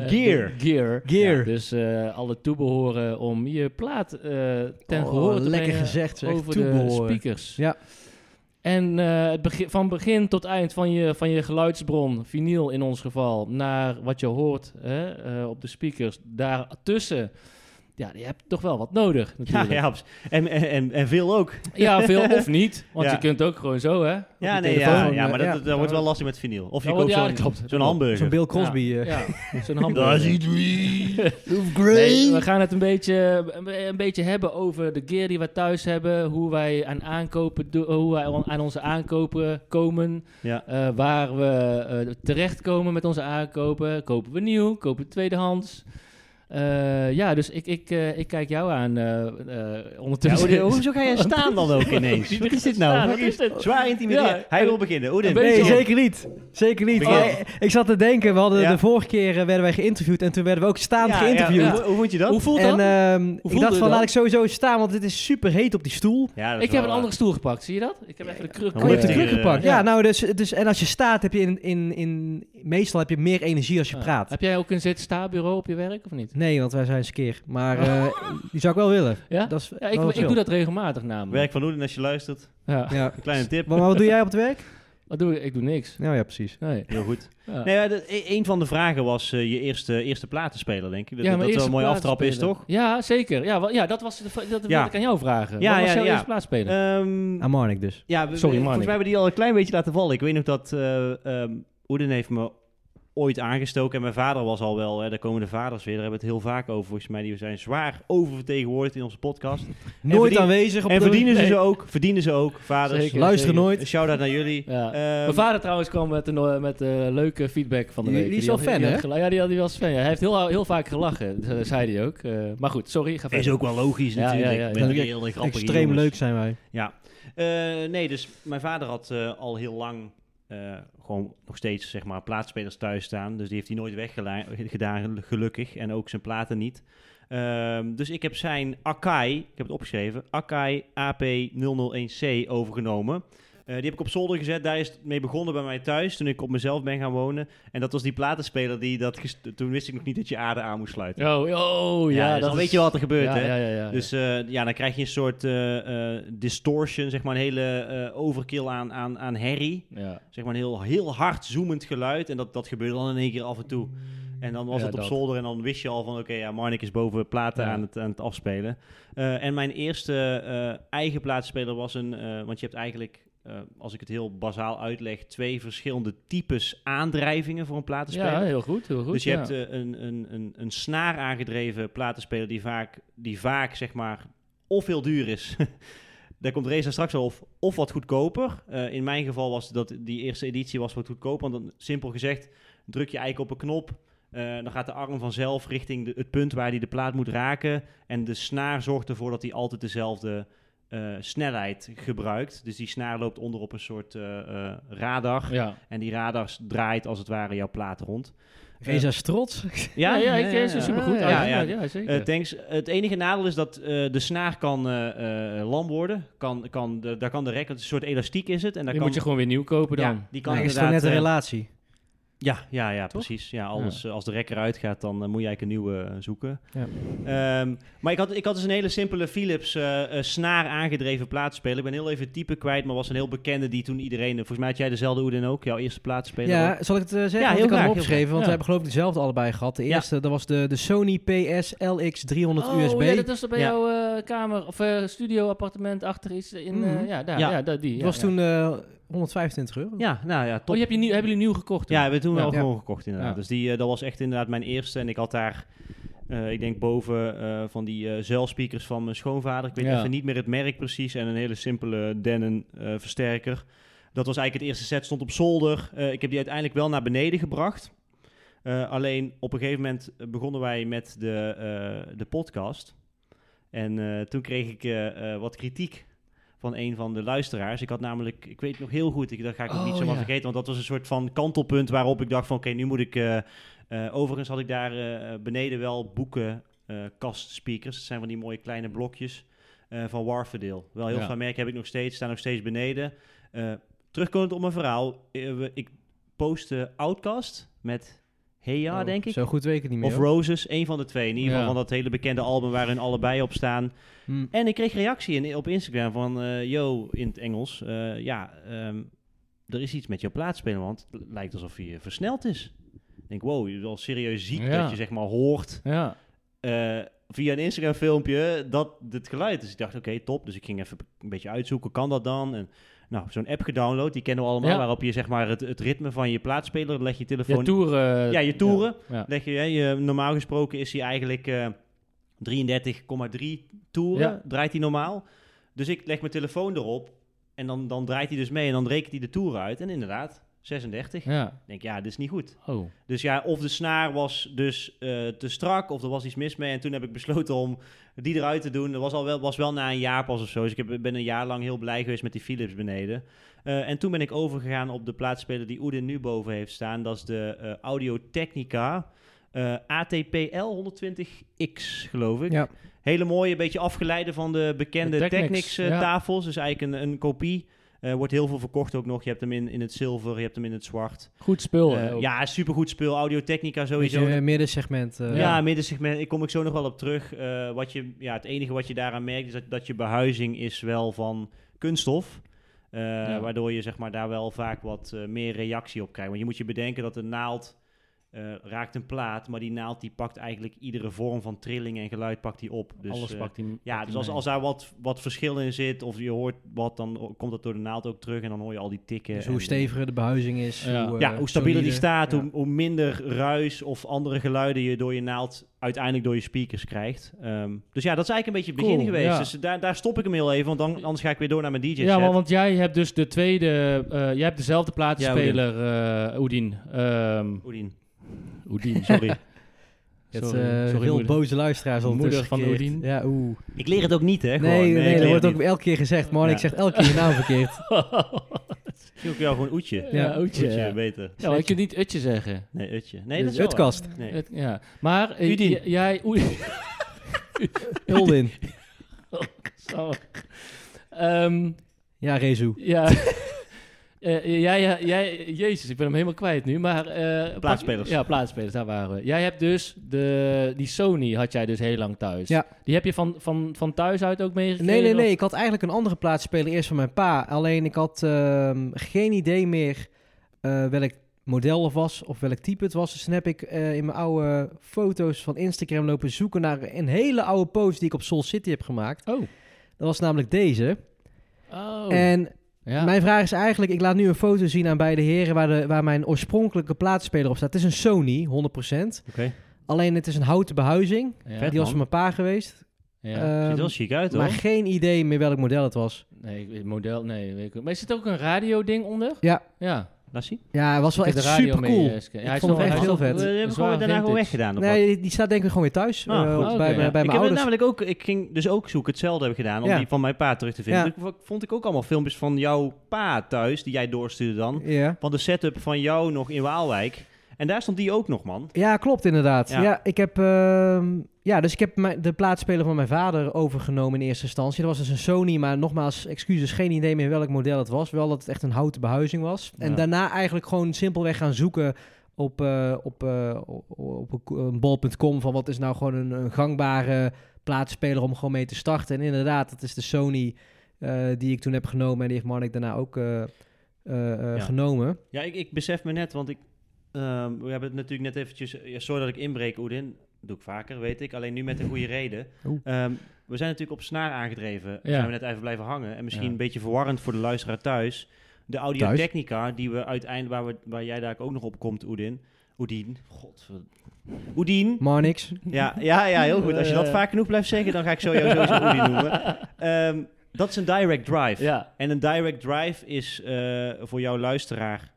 Speaker 2: Gear.
Speaker 1: gear.
Speaker 3: Gear.
Speaker 1: Ja, dus eh, alle toebehoren om je plaat eh, ten
Speaker 3: oh,
Speaker 1: gehoor te
Speaker 3: Lekker
Speaker 1: brengen
Speaker 3: gezegd zeg.
Speaker 1: over de
Speaker 3: Toebehoren.
Speaker 1: speakers.
Speaker 3: Ja.
Speaker 1: En eh, het begin, van begin tot eind van je, van je geluidsbron, vinyl in ons geval, naar wat je hoort hè, eh, op de speakers, daartussen. Ja, je hebt toch wel wat nodig
Speaker 2: ja,
Speaker 1: natuurlijk. Ja,
Speaker 2: ja, abs- en, en, en veel ook.
Speaker 1: veel of niet, want
Speaker 2: Ja.
Speaker 1: je kunt ook gewoon zo, hè? op
Speaker 2: Ja,
Speaker 1: je
Speaker 2: nee,
Speaker 1: telefoon.
Speaker 2: ja,
Speaker 3: telefoon,
Speaker 2: ja,
Speaker 3: eh,
Speaker 2: maar dat,
Speaker 3: ja.
Speaker 2: dat wordt wel lastig met vinyl. Of je
Speaker 1: Ja,
Speaker 2: koopt
Speaker 1: want- ja,
Speaker 2: zo'n
Speaker 1: dat klopt, dat
Speaker 2: zo'n
Speaker 1: klopt.
Speaker 2: hamburger.
Speaker 3: Zo'n Bill Crosby. eh.
Speaker 1: Ja, zo'n hamburger. Nee, we gaan het een beetje, een- een beetje hebben over de gear die we thuis hebben, hoe wij aan, aankopen, do- hoe wij aan onze aankopen komen,
Speaker 2: Ja.
Speaker 1: eh, waar we eh, terechtkomen met onze aankopen. Kopen we nieuw, kopen we tweedehands. Eh, ja, dus ik, ik, eh, ik kijk jou aan eh, eh,
Speaker 2: Ja,
Speaker 1: ondertussen.
Speaker 2: Oedin, hoezo ga jij staan dan ook ineens? Wat is dit nou?
Speaker 1: staan? Wat is dit?
Speaker 2: Zwaar intimideren.
Speaker 1: Ja.
Speaker 2: Hij wil beginnen. Oedin.
Speaker 1: Een
Speaker 3: Nee,
Speaker 1: beetje-
Speaker 3: zeker niet. Zeker niet.
Speaker 2: Begin.
Speaker 3: Eh, ik zat te denken, we hadden
Speaker 2: Ja.
Speaker 3: de vorige keer eh, werden wij geïnterviewd en toen werden we ook staand geïnterviewd.
Speaker 2: Hoe, hoe vond je dat?
Speaker 1: hoe voelt
Speaker 3: En
Speaker 1: dat?
Speaker 3: ehm, ik
Speaker 1: voelde
Speaker 3: dacht van,
Speaker 1: dat?
Speaker 3: laat ik sowieso eens staan, want dit is super heet op die stoel.
Speaker 2: Ja, dat is
Speaker 1: ik heb
Speaker 2: wel
Speaker 1: een
Speaker 2: waar.
Speaker 1: andere stoel gepakt, zie je dat? Ik heb even de kruk.
Speaker 2: Ja,
Speaker 3: Oh, je hebt de
Speaker 2: Lift
Speaker 3: kruk
Speaker 2: hier, eh,
Speaker 3: gepakt. Ja,
Speaker 1: ja.
Speaker 3: nou, dus, dus, en als je staat heb je in, in, in, meestal heb je meer energie als je
Speaker 1: Ah,
Speaker 3: praat.
Speaker 1: Heb jij ook een zit-sta-bureau op je werk of niet?
Speaker 3: Nee, want wij zijn eens keer. Maar eh, die zou ik wel willen.
Speaker 1: Ja?
Speaker 3: Dat is
Speaker 1: Ja, ik,
Speaker 3: wel
Speaker 1: ik
Speaker 3: chill.
Speaker 1: doe dat regelmatig namelijk.
Speaker 2: Werk van Oeden als je luistert.
Speaker 1: Ja.
Speaker 3: Ja.
Speaker 2: Kleine tip.
Speaker 3: Maar wat doe jij op het werk?
Speaker 1: Wat doe ik? Ik doe niks.
Speaker 3: Nou ja, precies.
Speaker 1: Nee.
Speaker 2: Heel goed.
Speaker 1: Ja.
Speaker 2: Nee, maar dat- e- een van de vragen was eh, je eerste, eerste platenspeler, denk ik. Dat,
Speaker 1: Ja, mijn
Speaker 2: dat dat wel
Speaker 1: eerste
Speaker 2: een mooie aftrap is,
Speaker 1: plaatsspeler.
Speaker 2: toch?
Speaker 1: Ja, zeker. Ja, wa- ja dat was de, v- dat wilde
Speaker 2: Ja.
Speaker 1: ik aan jou vragen.
Speaker 2: Ja,
Speaker 1: Wat was
Speaker 2: ja,
Speaker 1: jouw
Speaker 2: ja.
Speaker 1: eerste plaatsspeler?
Speaker 2: Ehm,
Speaker 3: Amarnik dus.
Speaker 2: ja, we- we-
Speaker 1: Sorry,
Speaker 2: volgens
Speaker 1: Marnik.
Speaker 2: mij hebben we die al een klein beetje laten vallen. Ik weet nog dat eh ehm, Oeden heeft me ooit aangestoken. En mijn vader was al wel, hè, daar komen de vaders weer. Daar hebben we het heel vaak over. Volgens mij, die zijn zwaar oververtegenwoordigd in onze podcast.
Speaker 3: Nooit
Speaker 2: verdien-
Speaker 3: aanwezig op
Speaker 2: En
Speaker 3: de...
Speaker 2: verdienen ze,
Speaker 1: Nee.
Speaker 2: ze ook. Verdienen ze ook, vaders.
Speaker 1: Zeker.
Speaker 3: Luisteren
Speaker 1: Zeker.
Speaker 3: nooit.
Speaker 2: Een shout-out naar jullie.
Speaker 1: Ja.
Speaker 2: Ehm,
Speaker 1: Mijn vader trouwens kwam met, een, eh, met eh, leuke feedback van de
Speaker 3: Die-
Speaker 1: week.
Speaker 3: die is wel
Speaker 1: had-
Speaker 3: fan,
Speaker 1: had
Speaker 3: hè?
Speaker 1: gela- Ja, die, had- die was fan. ja. Hij heeft heel, heel vaak gelachen, dat zei hij ook. Eh, maar goed, sorry, ga verder.
Speaker 2: is ook wel logisch
Speaker 1: Ja,
Speaker 2: natuurlijk.
Speaker 1: ja, ja.
Speaker 2: Ik ben
Speaker 3: Ja,
Speaker 2: ook heel grappig.
Speaker 3: Extreem
Speaker 2: jongens.
Speaker 3: leuk zijn wij.
Speaker 2: Ja. Eh, nee, dus mijn vader had eh, al heel lang eh, gewoon nog steeds zeg maar plaatspelers thuis staan. Dus die heeft hij nooit weggedaan, gelukkig. En ook zijn platen niet. Ehm, dus ik heb zijn Akai, ik heb het opgeschreven, Akai AP001C overgenomen. Eh, die heb ik op zolder gezet. Daar is het mee begonnen bij mij thuis toen ik op mezelf ben gaan wonen. En dat was die platenspeler die dat... ges- Toen wist ik nog niet dat je aarde aan moest sluiten.
Speaker 1: Oh, oh, ja.
Speaker 2: Ja, dus
Speaker 1: dat
Speaker 2: dan
Speaker 1: is-
Speaker 2: weet je wat er gebeurt,
Speaker 1: ja,
Speaker 2: hè?
Speaker 1: Ja, ja, ja.
Speaker 2: Dus eh, ja, dan krijg je een soort eh, eh, distortion, zeg maar een hele eh, overkill aan, aan, aan herrie.
Speaker 1: ja.
Speaker 2: Zeg maar een heel, heel hard zoemend geluid. En dat, dat gebeurde dan in één keer af en toe. En dan was
Speaker 1: Ja,
Speaker 2: het op
Speaker 1: dat.
Speaker 2: zolder en dan wist je al van... oké, ja, Marnik is boven platen
Speaker 1: Ja.
Speaker 2: aan, het, aan het afspelen. Eh, en mijn eerste eh, eigen plaatspeler was een... eh, want je hebt eigenlijk, eh, als ik het heel bazaal uitleg... twee verschillende types aandrijvingen voor een platenspeler.
Speaker 1: ja, heel goed, heel goed.
Speaker 2: Dus je
Speaker 1: ja.
Speaker 2: hebt eh, een, een, een, een snaar aangedreven platenspeler die vaak, die vaak zeg maar of heel duur is. Daar komt Reza straks al of, of wat goedkoper. Eh, in mijn geval was dat die eerste editie was wat goedkoper. Want dan, simpel gezegd, druk je eigenlijk op een knop. eh, dan gaat de arm vanzelf richting de- het punt waar hij de plaat moet raken. En de snaar zorgt ervoor dat hij altijd dezelfde eh, snelheid gebruikt. Dus die snaar loopt onder op een soort eh, eh, radar.
Speaker 1: ja.
Speaker 2: En die radar draait als het ware jouw plaat rond.
Speaker 3: Reza is trots.
Speaker 1: Ja, ja, ik ken
Speaker 2: ja,
Speaker 1: ze
Speaker 2: ja.
Speaker 1: supergoed. Ah,
Speaker 3: Ja,
Speaker 1: Ja,
Speaker 2: ja.
Speaker 1: ja, ja, zeker.
Speaker 2: Eh, thanks. Het enige nadeel is dat eh, de snaar kan eh, eh, lam worden. Kan, kan de, daar kan de rek, een soort elastiek is het. En daar
Speaker 1: die
Speaker 2: kan,
Speaker 1: moet je gewoon weer nieuw kopen dan.
Speaker 2: ja, die kan
Speaker 3: Hij is toch
Speaker 2: inderdaad...
Speaker 3: net een
Speaker 2: eh,
Speaker 3: relatie.
Speaker 2: ja, ja, ja precies. Ja, anders, eh, als de rek eruit gaat, dan eh, moet je eigenlijk een nieuwe eh, zoeken.
Speaker 3: Ja.
Speaker 2: Ehm, maar ik had, ik had dus een hele simpele Philips eh, eh, snaar aangedreven plaatspeler. Ik ben heel even het type kwijt, maar was een heel bekende die toen iedereen... eh, Volgens mij had jij dezelfde Oeden ook, jouw eerste plaatspeler. ook.
Speaker 3: Ja, zal ik het eh, zeggen?
Speaker 2: Ja,
Speaker 3: Want
Speaker 2: heel
Speaker 3: ik had
Speaker 2: graag,
Speaker 3: hem
Speaker 2: heel
Speaker 3: opgeschreven, want
Speaker 1: graag. Ja.
Speaker 3: we hebben geloof ik dezelfde allebei gehad. De
Speaker 2: Ja.
Speaker 3: eerste, dat was de, de Sony PS LX 300
Speaker 1: oh,
Speaker 3: USB.
Speaker 1: ja, dat was er bij
Speaker 2: Ja.
Speaker 1: jouw eh, kamer of eh, studio appartement achter iets in eh,
Speaker 3: Mhm.
Speaker 1: ja, daar,
Speaker 2: Ja.
Speaker 1: ja. dat die.
Speaker 3: Die
Speaker 1: ja,
Speaker 3: was
Speaker 1: ja.
Speaker 3: toen eh 125 euro.
Speaker 2: Ja, nou ja, top.
Speaker 1: Oh, je hebt je nieuw, hebben jullie nieuw gekocht? toen?
Speaker 2: Ja, we hebben toen wel
Speaker 1: Ja.
Speaker 2: gewoon gekocht inderdaad.
Speaker 1: Ja.
Speaker 2: Dus die, eh, dat was echt inderdaad mijn eerste. En ik had daar, eh, ik denk boven eh, van die eh zeilspeakers van mijn schoonvader. Ik weet
Speaker 1: Ja.
Speaker 2: even niet meer het merk precies. En een hele simpele Denon eh, versterker. Dat was eigenlijk het eerste set, stond op zolder. Eh, ik heb die uiteindelijk wel naar beneden gebracht. Eh, alleen op een gegeven moment begonnen wij met de, eh, de podcast. En eh, toen kreeg ik eh, eh, wat kritiek van een van de luisteraars. Ik had namelijk, ik weet nog heel goed, ik, dat ga ik nog
Speaker 1: Oh,
Speaker 2: niet zomaar
Speaker 1: ja.
Speaker 2: vergeten, want dat was een soort van kantelpunt waarop ik dacht van, oké, nu moet ik... eh, eh, overigens had ik daar eh, beneden wel boeken, eh, kastspeakers. Dat zijn van die mooie kleine blokjes eh, van Warfordale. Wel heel
Speaker 1: Ja.
Speaker 2: veel merken heb ik nog steeds, staan nog steeds beneden. Eh, terugkomend op mijn verhaal, eh, we- ik postte Outcast met Heya,
Speaker 3: Oh,
Speaker 2: denk ik.
Speaker 3: Zo goed weet ik het niet meer.
Speaker 2: Of Roses, een van de twee. In ieder geval
Speaker 1: Ja.
Speaker 2: van dat hele bekende album waar hun allebei op staan.
Speaker 3: Hm.
Speaker 2: En ik kreeg reactie in, op Instagram van... eh, yo, in het Engels. eh, ja, ehm, er is iets met jouw plaatsspeler, want het lijkt alsof je versneld is. Ik denk, wow, je bent wel serieus ziek
Speaker 1: Ja.
Speaker 2: dat je zeg maar hoort...
Speaker 1: Ja.
Speaker 2: eh, via een Instagram filmpje dat dit geluid is. Ik dacht, oké, top. Dus ik ging even een beetje uitzoeken, kan dat dan? En, nou, zo'n app gedownload, die kennen we allemaal...
Speaker 1: Ja.
Speaker 2: waarop je zeg maar het, het ritme van je plaatspeler... leg je telefoon...
Speaker 1: Je toeren. eh,
Speaker 2: Ja, je toeren.
Speaker 1: Ja.
Speaker 2: Leg je, hè, je, normaal gesproken is hij eigenlijk eh, 33,3 toeren,
Speaker 1: Ja.
Speaker 2: draait hij normaal. Dus ik leg mijn telefoon erop en dan, dan draait hij dus mee en dan rekent hij de toeren uit. En inderdaad, 36. Ik
Speaker 1: Ja.
Speaker 2: denk, ja, dit is niet goed.
Speaker 1: Oh.
Speaker 2: Dus ja, of de snaar was dus eh, te strak of er was iets mis mee. En toen heb ik besloten om die eruit te doen. Dat was, al wel, was wel na een jaar pas of zo. Dus ik heb, ben een jaar lang heel blij geweest met die Philips beneden. Eh, en toen ben ik overgegaan op de plaatsspeler die Oedin nu boven heeft staan. Dat is de eh, Audio Technica eh, ATPL 120X, geloof ik.
Speaker 3: Ja.
Speaker 2: Hele mooie, beetje afgeleide van de bekende
Speaker 1: De Technics,
Speaker 2: Technics eh,
Speaker 1: ja.
Speaker 2: tafels. Dus eigenlijk een, een kopie. Eh, wordt heel veel verkocht ook nog. Je hebt hem in, in het zilver, je hebt hem in het zwart.
Speaker 1: Goed spul.
Speaker 2: Eh,
Speaker 1: hè, ook.
Speaker 2: ja, supergoed speel. Audio-technica sowieso.
Speaker 3: Beetje, eh, middensegment. eh,
Speaker 2: Ja, middensegment. Ik kom ik zo nog wel op terug. Eh, wat je, ja, het enige wat je daaraan merkt is dat, dat je behuizing is wel van kunststof. Eh,
Speaker 1: Ja.
Speaker 2: Waardoor je zeg maar, daar wel vaak wat eh, meer reactie op krijgt. Want je moet je bedenken dat een naald eh, raakt een plaat, maar die naald die pakt eigenlijk iedere vorm van trilling en geluid pakt die op. Dus,
Speaker 1: Alles
Speaker 2: eh,
Speaker 1: pakt hij.
Speaker 2: ja, dus als, als daar wat, wat verschil in zit of je hoort wat, dan komt dat door de naald ook terug en dan hoor je al die tikken.
Speaker 3: Dus hoe
Speaker 2: en-
Speaker 3: steviger de behuizing is,
Speaker 1: Ja.
Speaker 3: hoe, eh,
Speaker 2: ja, hoe stabieler die
Speaker 3: solider.
Speaker 2: staat,
Speaker 3: Ja.
Speaker 2: hoe, hoe minder ruis of andere geluiden je door je naald uiteindelijk door je speakers krijgt. Ehm, dus ja, dat is eigenlijk een beetje het begin
Speaker 1: Cool,
Speaker 2: geweest.
Speaker 1: ja.
Speaker 2: Dus daar, daar stop ik hem heel even, want dan, anders ga ik weer door naar mijn DJ set.
Speaker 1: Ja, maar want jij hebt dus de tweede... eh, jij hebt dezelfde platenspeler, eh Oedien. Ehm
Speaker 2: Oedien,
Speaker 1: Oedien, sorry.
Speaker 2: sorry.
Speaker 3: Je hebt,
Speaker 1: Sorry,
Speaker 3: eh,
Speaker 1: sorry,
Speaker 3: heel
Speaker 1: moeder.
Speaker 3: boze luisteraars
Speaker 1: Moeder
Speaker 3: ondertussen
Speaker 1: van
Speaker 3: gekeerd.
Speaker 1: Odin.
Speaker 3: Ja, oeh.
Speaker 2: ik leer het ook niet, hè? gewoon.
Speaker 3: Nee, nee,
Speaker 2: ik leer
Speaker 3: dat wordt
Speaker 2: het
Speaker 3: ook
Speaker 2: niet.
Speaker 3: elke keer gezegd. Monik
Speaker 2: Ja.
Speaker 3: zegt elke keer je naam verkeerd.
Speaker 2: Ik wil jou gewoon Oetje.
Speaker 1: ja, Oedje.
Speaker 2: Oetje,
Speaker 1: Ja,
Speaker 2: beter.
Speaker 1: Ja, maar je kunt niet Utje zeggen.
Speaker 2: Nee, Utje. Nee,
Speaker 3: Dus
Speaker 2: dat is wel waar.
Speaker 3: Utkast.
Speaker 2: Nee.
Speaker 1: Het- ja. Maar eh,
Speaker 2: Udien.
Speaker 1: j- jij... Oedien.
Speaker 3: Uldin.
Speaker 1: Zo. Ehm,
Speaker 3: Ja, Rezu.
Speaker 1: ja. Eh, jij, jij- jij, jezus, ik ben hem helemaal kwijt nu, maar... eh,
Speaker 2: Plaatsspelers.
Speaker 1: pak- Ja, plaatsspelers, daar waren we. Jij hebt dus de, die Sony had jij dus heel lang thuis.
Speaker 3: Ja.
Speaker 1: Die heb je van, van, van thuis uit ook meegekregen?
Speaker 3: Nee, nee,
Speaker 1: of-
Speaker 3: nee. Ik had eigenlijk een andere plaatsspeler eerst van mijn pa. Alleen ik had ehm, geen idee meer eh, welk model er was of welk type het was. Dus toen heb ik eh, in mijn oude foto's van Instagram lopen zoeken naar een hele oude post die ik op Soul City heb gemaakt.
Speaker 1: Oh.
Speaker 3: Dat was namelijk deze.
Speaker 1: Oh.
Speaker 3: En
Speaker 1: ja.
Speaker 3: Mijn vraag is eigenlijk, ik laat nu een foto zien aan beide heren waar, de, waar mijn oorspronkelijke plaatspeler op staat. Het is een Sony, 100%.
Speaker 2: Oké.
Speaker 3: Alleen het is een houten behuizing.
Speaker 1: ja.
Speaker 2: Vet,
Speaker 3: die was van
Speaker 2: man.
Speaker 3: mijn pa geweest.
Speaker 1: ja.
Speaker 3: Ehm,
Speaker 2: Ziet er wel chic uit, hoor.
Speaker 3: maar geen idee meer welk model het was.
Speaker 1: Nee, ik weet- model, nee. Weet ik ook. Maar is er ook een radio-ding onder?
Speaker 3: Ja.
Speaker 1: Ja.
Speaker 2: Laat zien.
Speaker 3: Ja, het was wel
Speaker 1: Ik heb
Speaker 3: echt
Speaker 1: de radio
Speaker 3: super
Speaker 1: mee,
Speaker 3: cool.
Speaker 1: eh, scan- Ja,
Speaker 3: ik
Speaker 1: hij is
Speaker 3: vond
Speaker 1: nog- hij
Speaker 3: het echt
Speaker 1: is nog-
Speaker 3: heel vet.
Speaker 2: We
Speaker 1: een
Speaker 2: hebben
Speaker 1: zware
Speaker 2: gewoon daarna gewoon
Speaker 1: vintage.
Speaker 2: weggedaan. of wat?
Speaker 3: Nee, die, die staat denk ik gewoon weer thuis.
Speaker 2: Ah,
Speaker 3: eh,
Speaker 2: goed.
Speaker 3: bij,
Speaker 1: Oké,
Speaker 3: mijn-
Speaker 1: ja.
Speaker 3: bij
Speaker 2: ik
Speaker 3: mijn
Speaker 2: heb het
Speaker 3: ouders.
Speaker 2: namelijk ook, ik ging dus ook zoeken, hetzelfde heb ik gedaan, om
Speaker 3: Ja.
Speaker 2: die van mijn pa terug te vinden.
Speaker 3: Ja.
Speaker 2: Dus ik v- vond ik ook allemaal filmpjes van jouw pa thuis, die jij doorstuurde dan,
Speaker 3: Ja.
Speaker 2: van de setup van jou nog in Waalwijk. En daar stond die ook nog, man.
Speaker 3: ja, klopt inderdaad.
Speaker 2: Ja.
Speaker 3: Ja, ik heb, ehm, ja dus ik heb mijn, de plaatspeler van mijn vader overgenomen in eerste instantie. Dat was dus een Sony, maar nogmaals, excuses, geen idee meer welk model het was. Wel dat het echt een houten behuizing was. En
Speaker 2: Ja.
Speaker 3: daarna eigenlijk gewoon simpelweg gaan zoeken op, eh, op, eh, op, op een ko- een bol.com van wat is nou gewoon een, een gangbare plaatspeler om gewoon mee te starten. En inderdaad, dat is de Sony eh, die ik toen heb genomen en die heeft Marnik daarna ook eh, eh, eh,
Speaker 2: Ja.
Speaker 3: genomen.
Speaker 2: Ja, ik, ik besef me net, want ik, ehm, we hebben het natuurlijk net eventjes, ja, sorry dat ik inbreek, Oedin. Doe ik vaker, weet ik. Alleen nu met een goede reden.
Speaker 3: Oeh.
Speaker 2: Ehm, we zijn natuurlijk op snaar aangedreven.
Speaker 1: Ja.
Speaker 2: Zijn we net even blijven hangen. En misschien
Speaker 1: Ja.
Speaker 2: een beetje verwarrend voor de luisteraar thuis. De audiotechnica die we uiteindelijk, waar, we, waar jij daar ook nog op komt, Oedin. Oedien. God. Oedien.
Speaker 3: Marnix.
Speaker 2: Ja, ja, ja, heel goed. Als je dat
Speaker 1: Eh.
Speaker 2: vaak genoeg blijft zeggen, dan ga ik zo jou sowieso Oedien noemen. Ehm, dat is een direct drive.
Speaker 1: Ja.
Speaker 2: En een direct drive is eh, voor jouw luisteraar.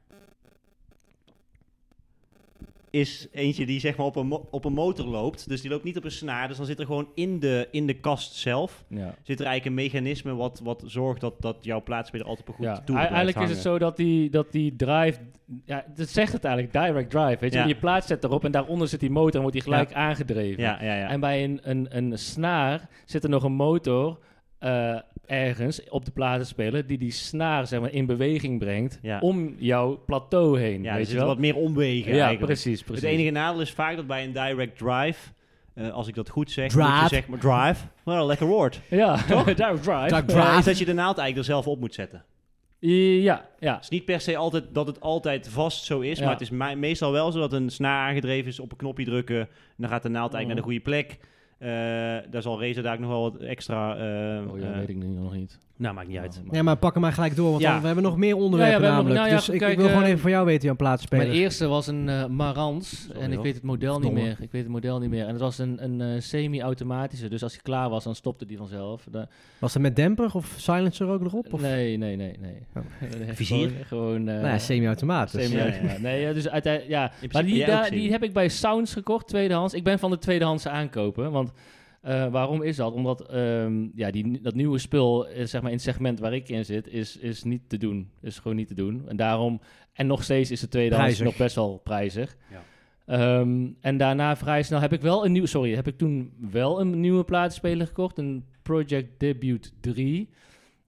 Speaker 2: Is eentje die zeg maar op een, mo- op een motor loopt. Dus die loopt niet op een snaar. Dus dan zit er gewoon in de, in de kast zelf.
Speaker 1: ja.
Speaker 2: Zit er eigenlijk een mechanisme wat, wat zorgt dat, dat jouw plaatspeler altijd op een
Speaker 1: Ja,
Speaker 2: goed
Speaker 1: ei-
Speaker 2: toe
Speaker 1: eigenlijk is het zo dat die, dat die drive, ja, dat zegt het eigenlijk, direct drive, weet je.
Speaker 2: Ja.
Speaker 1: Je plaats zet erop en daaronder zit die motor en wordt die gelijk aangedreven.
Speaker 2: Ja, ja, ja.
Speaker 1: En bij een, een, een snaar zit er nog een motor eh, ergens op de platenspeler die die snaar zeg maar, in beweging brengt
Speaker 2: Ja.
Speaker 1: om jouw plateau heen,
Speaker 2: ja, er
Speaker 1: weet je
Speaker 2: zitten
Speaker 1: wel.
Speaker 2: wat meer omwegen
Speaker 1: ja,
Speaker 2: eigenlijk.
Speaker 1: precies, precies.
Speaker 2: Het enige nadeel is vaak dat bij een direct drive, eh, als ik dat goed zeg,
Speaker 3: Drive.
Speaker 2: dat je zeg maar drive, wel een lekker woord.
Speaker 1: Ja, direct drive.
Speaker 3: Direct
Speaker 2: Eh,
Speaker 3: Drive.
Speaker 2: is dat je de naald eigenlijk er zelf op moet zetten.
Speaker 1: Ja, ja.
Speaker 2: Het is niet per se altijd dat het altijd vast zo is,
Speaker 1: Ja.
Speaker 2: maar het is me- meestal wel zo dat een snaar aangedreven is, op een knopje drukken, en dan gaat de naald eigenlijk naar de goede plek. Eh, daar zal Razer daar ook nog wel wat extra... eh,
Speaker 1: Oh ja,
Speaker 2: eh,
Speaker 1: weet ik nu nog niet.
Speaker 2: Nou, maakt niet uit.
Speaker 1: Nou, maar-
Speaker 3: Ja, maar pak hem maar gelijk door, want
Speaker 2: Ja.
Speaker 3: dan- we hebben nog meer onderwerpen
Speaker 1: Ja, ja, we hebben-
Speaker 3: namelijk.
Speaker 1: nou ja,
Speaker 3: dus ik, ik
Speaker 1: kijk,
Speaker 3: wil gewoon
Speaker 1: eh,
Speaker 3: even van jou weten, Jan Plaatsspeler.
Speaker 1: Mijn eerste was een eh, Marans en ik
Speaker 2: hoor.
Speaker 1: weet het model niet
Speaker 3: Verdomme.
Speaker 1: meer. Ik weet het model niet meer. En het was een, een eh, semi-automatische, dus als je klaar was, dan stopte die vanzelf. Da-
Speaker 3: Was dat met demper of silencer ook nog op? Of?
Speaker 1: nee, nee, nee, nee.
Speaker 3: Oh.
Speaker 1: Nee,
Speaker 2: Vizier?
Speaker 1: Gewoon, gewoon eh,
Speaker 3: nou ja, eh, semi-automatisch.
Speaker 1: semi-
Speaker 2: Ja, ja, ja.
Speaker 1: Nee, ja, dus uiteindelijk, ja.
Speaker 2: principe
Speaker 1: Maar die,
Speaker 2: jij ook
Speaker 1: daar- die
Speaker 2: semi.
Speaker 1: heb ik bij Sounds gekocht, tweedehands. Ik ben van de tweedehands aankopen, want eh, waarom is dat? Omdat ehm, ja, die, dat nieuwe spul, eh, zeg maar in het segment waar ik in zit, is, is niet te doen. Is gewoon niet te doen. En daarom, en nog steeds is de tweedehands
Speaker 3: Prijzig.
Speaker 1: nog best wel prijzig.
Speaker 2: Ja.
Speaker 1: Ehm, en daarna vrij snel heb ik wel een nieuw, sorry, heb ik toen wel een nieuwe plaatspeler gekocht, een Project Debut 3.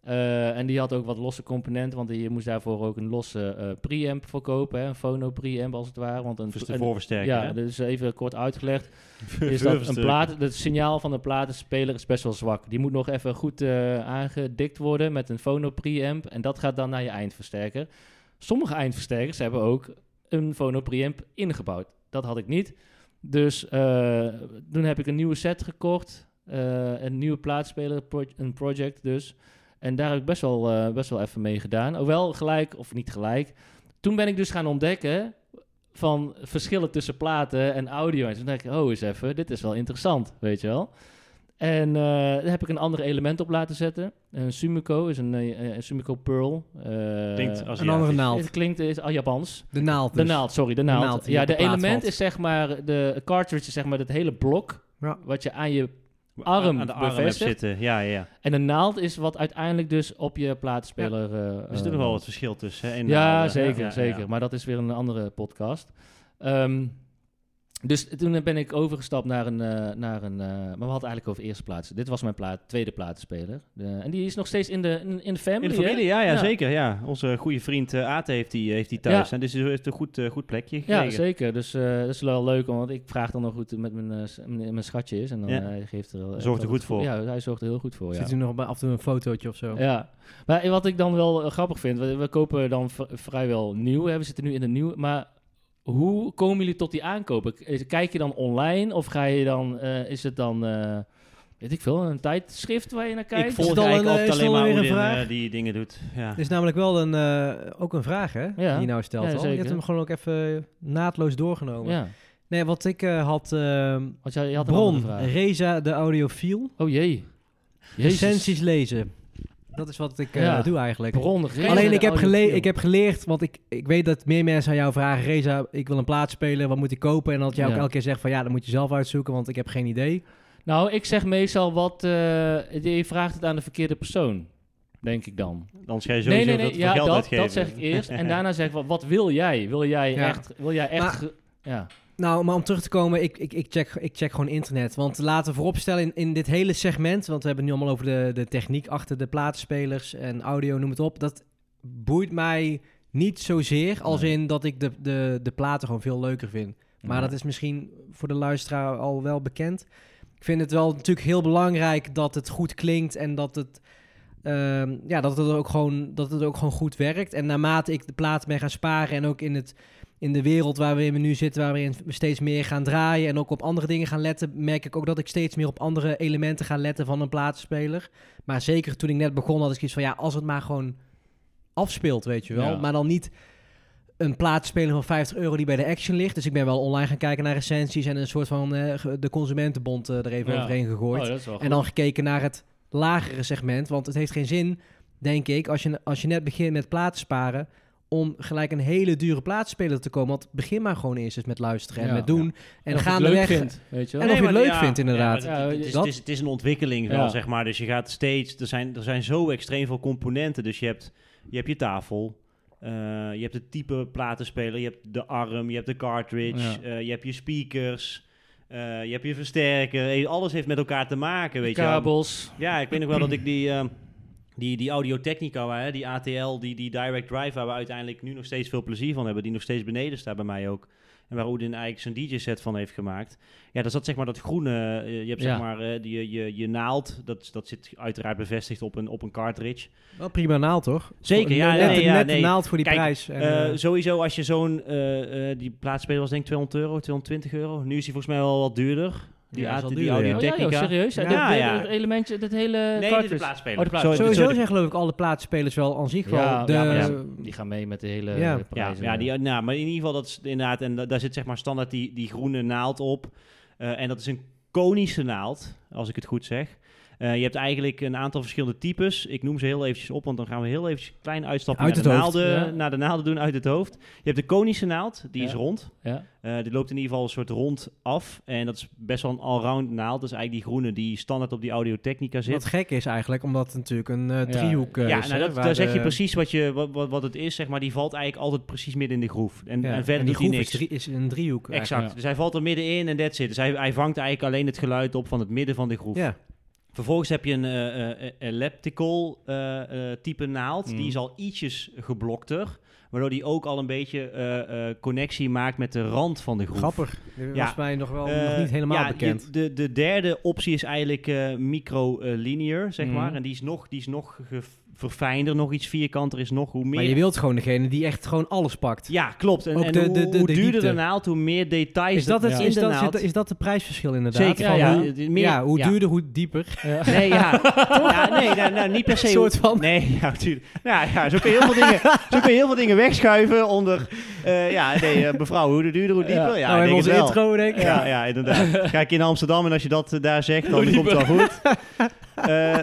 Speaker 1: Eh, en die had ook wat losse componenten, want je moest daarvoor ook een losse eh, preamp voor kopen. Hè? Een phono preamp als het ware. Want een,
Speaker 2: Dus de
Speaker 1: een-
Speaker 2: voorversterker.
Speaker 1: ja,
Speaker 2: hè?
Speaker 1: dus even kort uitgelegd. Is dat een
Speaker 2: Voorversterker.
Speaker 1: plaat, het signaal van de platenspeler is best wel zwak. Die moet nog even goed eh, aangedikt worden met een phono preamp. En dat gaat dan naar je eindversterker. Sommige eindversterkers hebben ook een phono preamp ingebouwd. Dat had ik niet. Dus eh, toen heb ik een nieuwe set gekocht. eh, een nieuwe plaatspeler, pro- een project dus. En daar heb ik best wel, eh, best wel even mee gedaan. Hoewel gelijk, of niet gelijk. Toen ben ik dus gaan ontdekken van verschillen tussen platen en audio. En toen dacht ik, oh eens even, dit is wel interessant, weet je wel. En eh, daar heb ik een ander element op laten zetten. Een Sumiko is een, eh, een Sumiko Pearl. Eh,
Speaker 2: Klinkt als
Speaker 3: Een andere naald.
Speaker 1: Het klinkt is al Japans.
Speaker 3: De naald
Speaker 1: De
Speaker 3: dus.
Speaker 1: naald, sorry, de naald.
Speaker 3: naald die
Speaker 1: ja,
Speaker 3: op
Speaker 1: de
Speaker 3: de plaat
Speaker 1: element
Speaker 3: valt.
Speaker 1: is zeg maar, de cartridge is zeg maar het hele blok
Speaker 3: Ja.
Speaker 1: wat je aan je...
Speaker 2: Aan-
Speaker 1: arm
Speaker 2: aan de arm hebt
Speaker 1: bevestigd.
Speaker 2: zitten. Ja, ja, ja.
Speaker 1: En de naald is wat uiteindelijk dus op je plaatspeler... eh,
Speaker 2: Er is
Speaker 1: eh,
Speaker 2: toch wel wat verschil tussen. hè, in de
Speaker 1: Ja,
Speaker 2: naalden.
Speaker 1: zeker,
Speaker 2: Ja, ja,
Speaker 1: zeker.
Speaker 2: ja.
Speaker 1: Maar dat is weer een andere podcast. Ehm, dus toen ben ik overgestapt naar een... eh, naar een eh, maar we hadden eigenlijk over eerste plaats. Dit was mijn plaat, tweede platenspeler. De- en die is nog steeds in de, in, in de family,
Speaker 2: In de
Speaker 1: hè?
Speaker 2: familie, ja, ja,
Speaker 1: Ja.
Speaker 2: zeker. Ja. Onze goede vriend eh Aad heeft die, heeft die thuis. En dus is het een goed, eh, goed plekje gekregen.
Speaker 1: Ja, zeker. Dus eh, dat is wel leuk, want ik vraag dan nog goed met mijn, eh, s- m- mijn schatje is. En dan
Speaker 2: Ja.
Speaker 1: eh, hij geeft er wel.
Speaker 2: Zorgt er goed voor.
Speaker 1: Ja, hij zorgt er heel goed voor. Ja.
Speaker 3: Zit er nog bij af en toe een fotootje of zo?
Speaker 1: ja. Maar wat ik dan wel eh, grappig vind, we, we kopen dan v- vrijwel nieuw. Hè? We zitten nu in de nieuwe. Maar hoe komen jullie tot die aankopen? K- is- Kijk je dan online of ga je dan, eh, is het dan, eh, weet ik veel, een tijdschrift waar je naar kijkt?
Speaker 2: Ik volg
Speaker 3: het al
Speaker 2: eigenlijk
Speaker 3: een,
Speaker 2: altijd
Speaker 3: is het
Speaker 2: alleen
Speaker 3: al
Speaker 2: maar
Speaker 3: weer
Speaker 2: hoe
Speaker 3: een
Speaker 2: die,
Speaker 3: vraag?
Speaker 2: eh, die dingen doet. Ja.
Speaker 3: Er is namelijk wel een, eh, ook een vraag hè, die je nou stelt.
Speaker 1: Ja,
Speaker 3: al. Je
Speaker 1: zeker.
Speaker 3: hebt hem gewoon ook even eh, naadloos doorgenomen.
Speaker 1: ja,
Speaker 3: Nee, wat ik eh, had... ehm,
Speaker 1: want jij je had een andere
Speaker 3: Bron,
Speaker 1: vraag.
Speaker 3: Reza de audiofiel.
Speaker 1: Oh jee. Jezus.
Speaker 3: Recensies lezen. Dat is wat ik eh,
Speaker 1: Ja.
Speaker 3: doe eigenlijk.
Speaker 1: Bron, Oh, Reza
Speaker 3: Alleen
Speaker 1: de
Speaker 3: ik heb, gele-
Speaker 1: audiofiel.
Speaker 3: ik heb geleerd, want ik, ik weet dat meer mensen aan jou vragen... Reza, ik wil een plaats spelen, wat moet ik kopen? En dat jij ook
Speaker 1: Ja.
Speaker 3: elke keer zegt van ja, dat moet je zelf uitzoeken... want ik heb geen idee.
Speaker 1: Nou, ik zeg meestal wat. eh, je vraagt het aan de verkeerde persoon, denk ik dan.
Speaker 2: Anders ga je sowieso dat voor
Speaker 1: ja,
Speaker 2: geld
Speaker 1: dat,
Speaker 2: uitgeven.
Speaker 1: dat zeg ik eerst. En daarna zeg ik wat, wat wil jij? Wil jij
Speaker 3: Ja.
Speaker 1: echt? Wil jij echt?
Speaker 3: Maar-
Speaker 1: ge- ja.
Speaker 3: Nou, maar om terug te komen, ik, ik, ik, check, ik check gewoon internet. Want laten we vooropstellen, in, in dit hele segment... want we hebben het nu allemaal over de, de techniek achter de platenspelers... en audio, noem het op. Dat boeit mij niet zozeer als
Speaker 1: Nee.
Speaker 3: in dat ik de, de, de platen gewoon veel leuker vind. Maar
Speaker 1: Ja.
Speaker 3: dat is misschien voor de luisteraar al wel bekend. Ik vind het wel natuurlijk heel belangrijk dat het goed klinkt... en dat het, ehm, ja, dat het, ook, gewoon, dat het ook gewoon goed werkt. En naarmate ik de platen ben gaan sparen en ook in het in de wereld waar we nu zitten, waar we in steeds meer gaan draaien en ook op andere dingen gaan letten, merk ik ook dat ik steeds meer op andere elementen ga letten van een platenspeler. Maar zeker toen ik net begon, had ik zoiets van ja, als het maar gewoon afspeelt, weet je wel.
Speaker 1: Ja.
Speaker 3: Maar dan niet een platenspeler van 50 euro die bij de action ligt. Dus ik ben wel online gaan kijken naar recensies en een soort van eh, ge- de consumentenbond eh, er even
Speaker 1: Ja.
Speaker 3: overheen gegooid.
Speaker 1: Oh, dat is wel
Speaker 3: En
Speaker 1: goed.
Speaker 3: dan gekeken naar het lagere segment. Want het heeft geen zin, denk ik, als je, als je net begint met platen sparen. om gelijk een hele dure plaatsspeler te komen. Want begin maar gewoon eerst eens met luisteren en
Speaker 1: Ja.
Speaker 3: met doen. En
Speaker 1: of je het
Speaker 3: gaandeweg.
Speaker 1: leuk vindt, weet je wel.
Speaker 3: En of je
Speaker 2: maar
Speaker 3: het leuk vindt, inderdaad.
Speaker 2: maar het- het, is,
Speaker 3: Dat-
Speaker 2: het, is, het is een ontwikkeling wel,
Speaker 1: Ja.
Speaker 2: zeg maar. Dus je gaat steeds... Er zijn, er zijn zo extreem veel componenten. Dus je hebt je, hebt je tafel... eh, je hebt het type platenspeler, je hebt de arm, je hebt de cartridge,
Speaker 1: Ja.
Speaker 2: eh, je hebt je speakers, eh, je hebt je versterker. Eh, Alles heeft met elkaar te maken, weet je. wel.
Speaker 1: Kabels.
Speaker 2: Ja, ik weet nog wel dat ik die, ehm, die, die Audio-Technica, waar, hè, die ATL, die, die Direct Drive, waar we uiteindelijk nu nog steeds veel plezier van hebben, die nog steeds beneden staat bij mij ook. En waar Oedin eigenlijk zijn DJ-set van heeft gemaakt. Ja, daar zat zeg maar dat groene, eh, je hebt
Speaker 1: Ja.
Speaker 2: zeg maar eh, die, je, je, je naald, dat, dat zit uiteraard bevestigd op een, op een cartridge.
Speaker 3: Wel prima naald, toch?
Speaker 2: Zeker, ja,
Speaker 3: Net,
Speaker 2: nee, ja,
Speaker 3: net
Speaker 2: nee.
Speaker 3: een naald voor die
Speaker 2: Kijk,
Speaker 3: prijs. En,
Speaker 2: Eh,
Speaker 3: eh,
Speaker 2: sowieso als je zo'n, eh, eh, die plaatsspeler was denk ik 200 euro, 220 euro. Nu is die volgens mij wel wat duurder. Die,
Speaker 3: Ja,
Speaker 2: AT
Speaker 3: is wel
Speaker 2: die
Speaker 3: duurder, ja.
Speaker 1: Oh, ja, joh,
Speaker 2: Audio-Technica.
Speaker 1: serieus?
Speaker 3: Ja,
Speaker 1: dat, hele-
Speaker 2: ja.
Speaker 1: Het elementje, dat hele
Speaker 2: nee, de,
Speaker 1: cartridge.
Speaker 2: de plaatspeler.
Speaker 1: Oh, de plaats-
Speaker 2: Sorry,
Speaker 3: sowieso
Speaker 2: sorry.
Speaker 3: zijn geloof ik alle plaatspelers wel aan zich
Speaker 1: Ja,
Speaker 3: wel. De,
Speaker 1: ja, maar ja, die gaan mee met de hele
Speaker 3: Ja.
Speaker 1: eh,
Speaker 2: Ja,
Speaker 1: prijzen.
Speaker 2: ja, die, nou, maar in ieder geval, dat is inderdaad, en da- daar zit zeg maar standaard die, die groene naald op. Eh, en dat is een konische naald, als ik het goed zeg. Eh, je hebt eigenlijk een aantal verschillende types. Ik noem ze heel eventjes op, want dan gaan we heel eventjes een klein uitstapje
Speaker 3: Uit
Speaker 2: naar, de
Speaker 3: het hoofd,
Speaker 2: naalden,
Speaker 1: ja.
Speaker 2: naar de naalden doen uit het hoofd. Je hebt de konische naald, die
Speaker 1: Ja.
Speaker 2: is rond.
Speaker 1: Ja.
Speaker 2: Eh, die loopt in ieder geval een soort rond af. En dat is best wel een allround naald. Dat is eigenlijk die groene die standaard op die Audio-Technica zit.
Speaker 3: wat gek is eigenlijk, omdat het natuurlijk een eh, driehoek eh,
Speaker 2: Ja,
Speaker 3: is.
Speaker 2: nou,
Speaker 3: hè,
Speaker 2: dat,
Speaker 3: waar
Speaker 2: daar zeg
Speaker 3: de-
Speaker 2: je precies wat, je, wat, wat, wat het is, zeg maar. Die valt eigenlijk altijd precies midden in de groef. En,
Speaker 3: Ja,
Speaker 2: en verder
Speaker 3: die
Speaker 2: doet hij
Speaker 3: groef
Speaker 2: niks.
Speaker 3: is, drie- is een driehoek. eh.
Speaker 2: Exact.
Speaker 1: eigenlijk.
Speaker 2: Dus hij valt er middenin en that's it. Dus hij, hij vangt eigenlijk alleen het geluid op van het midden van de groef.
Speaker 3: eigenlijk. Ja.
Speaker 2: Vervolgens heb je een eh, eh, eh, elliptical eh, eh, type naald.
Speaker 1: Mm.
Speaker 2: Die is al ietsjes geblokter. Waardoor die ook al een beetje eh, eh, connectie maakt met de rand van de groef.
Speaker 3: Grappig. Dit was
Speaker 2: Ja.
Speaker 3: mij oh, nog wel
Speaker 2: Eh,
Speaker 3: nog niet helemaal
Speaker 2: ja,
Speaker 3: bekend.
Speaker 2: je- de, de derde optie is eigenlijk eh microlinear, zeg
Speaker 3: Mm.
Speaker 1: Mhm.
Speaker 2: maar. En die is nog, die is nog ge- verfijnder, nog iets vierkanter is nog. Hoe meer...
Speaker 3: Maar je wilt gewoon degene die echt gewoon alles pakt.
Speaker 2: Ja, klopt. En,
Speaker 3: Ook
Speaker 2: en
Speaker 3: de-
Speaker 2: hoe,
Speaker 3: de- de-
Speaker 2: hoe
Speaker 3: de
Speaker 2: duurder
Speaker 3: diepte.
Speaker 2: de naald, hoe meer details
Speaker 3: Is dat, het,
Speaker 2: er in
Speaker 3: is,
Speaker 2: de
Speaker 3: dat,
Speaker 2: naald.
Speaker 3: zit- is dat het prijsverschil inderdaad?
Speaker 2: Zeker,
Speaker 3: Van
Speaker 1: ja,
Speaker 3: hoe-
Speaker 2: ja.
Speaker 3: ja.
Speaker 2: Meer-
Speaker 3: hoe
Speaker 2: ja.
Speaker 3: duurder, hoe dieper.
Speaker 2: Nee, ja. ja nee, nou, nou, niet per se.
Speaker 3: Een soort van.
Speaker 2: Nee, ja, natuurlijk. Nou ja, zo kun je heel veel dingen, zo kun je heel veel dingen wegschuiven onder... eh, ja, nee, eh, mevrouw, hoe duurder, hoe dieper. Ja,
Speaker 3: nou,
Speaker 2: ik
Speaker 3: hebben
Speaker 2: denk
Speaker 3: onze
Speaker 2: het wel.
Speaker 3: intro, denk ik.
Speaker 2: Ja, ja, inderdaad. Kijk, in Amsterdam en als je dat eh, daar zegt, dan komt het wel goed. Eh,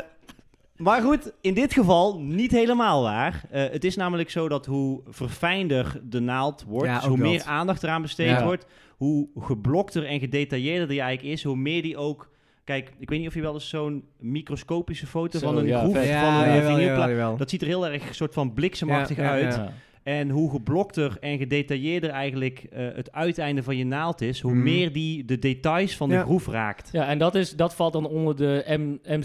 Speaker 2: maar goed, in dit geval niet helemaal waar. Eh, het is namelijk zo dat hoe verfijnder de naald wordt,
Speaker 3: Ja,
Speaker 2: dus
Speaker 3: ook
Speaker 2: hoe
Speaker 3: dat.
Speaker 2: meer aandacht eraan besteed
Speaker 1: Ja.
Speaker 2: wordt, hoe geblokter en gedetailleerder die eigenlijk is, hoe meer die ook... Kijk, ik weet niet of je wel eens zo'n microscopische foto
Speaker 1: Zo,
Speaker 2: van een
Speaker 1: ja,
Speaker 2: groef
Speaker 1: vet.
Speaker 2: van
Speaker 3: Ja,
Speaker 2: een
Speaker 3: jawel,
Speaker 2: vingerpla-
Speaker 3: jawel, jawel.
Speaker 2: Dat ziet er heel erg een soort van bliksemachtig
Speaker 3: Ja, ja,
Speaker 2: uit.
Speaker 1: Ja.
Speaker 2: En hoe geblokter en gedetailleerder eigenlijk eh, het uiteinde van je naald is, hoe
Speaker 3: Mhm.
Speaker 2: meer die de details van de
Speaker 3: Ja.
Speaker 2: groef raakt.
Speaker 1: Ja, en dat, is, dat valt dan onder de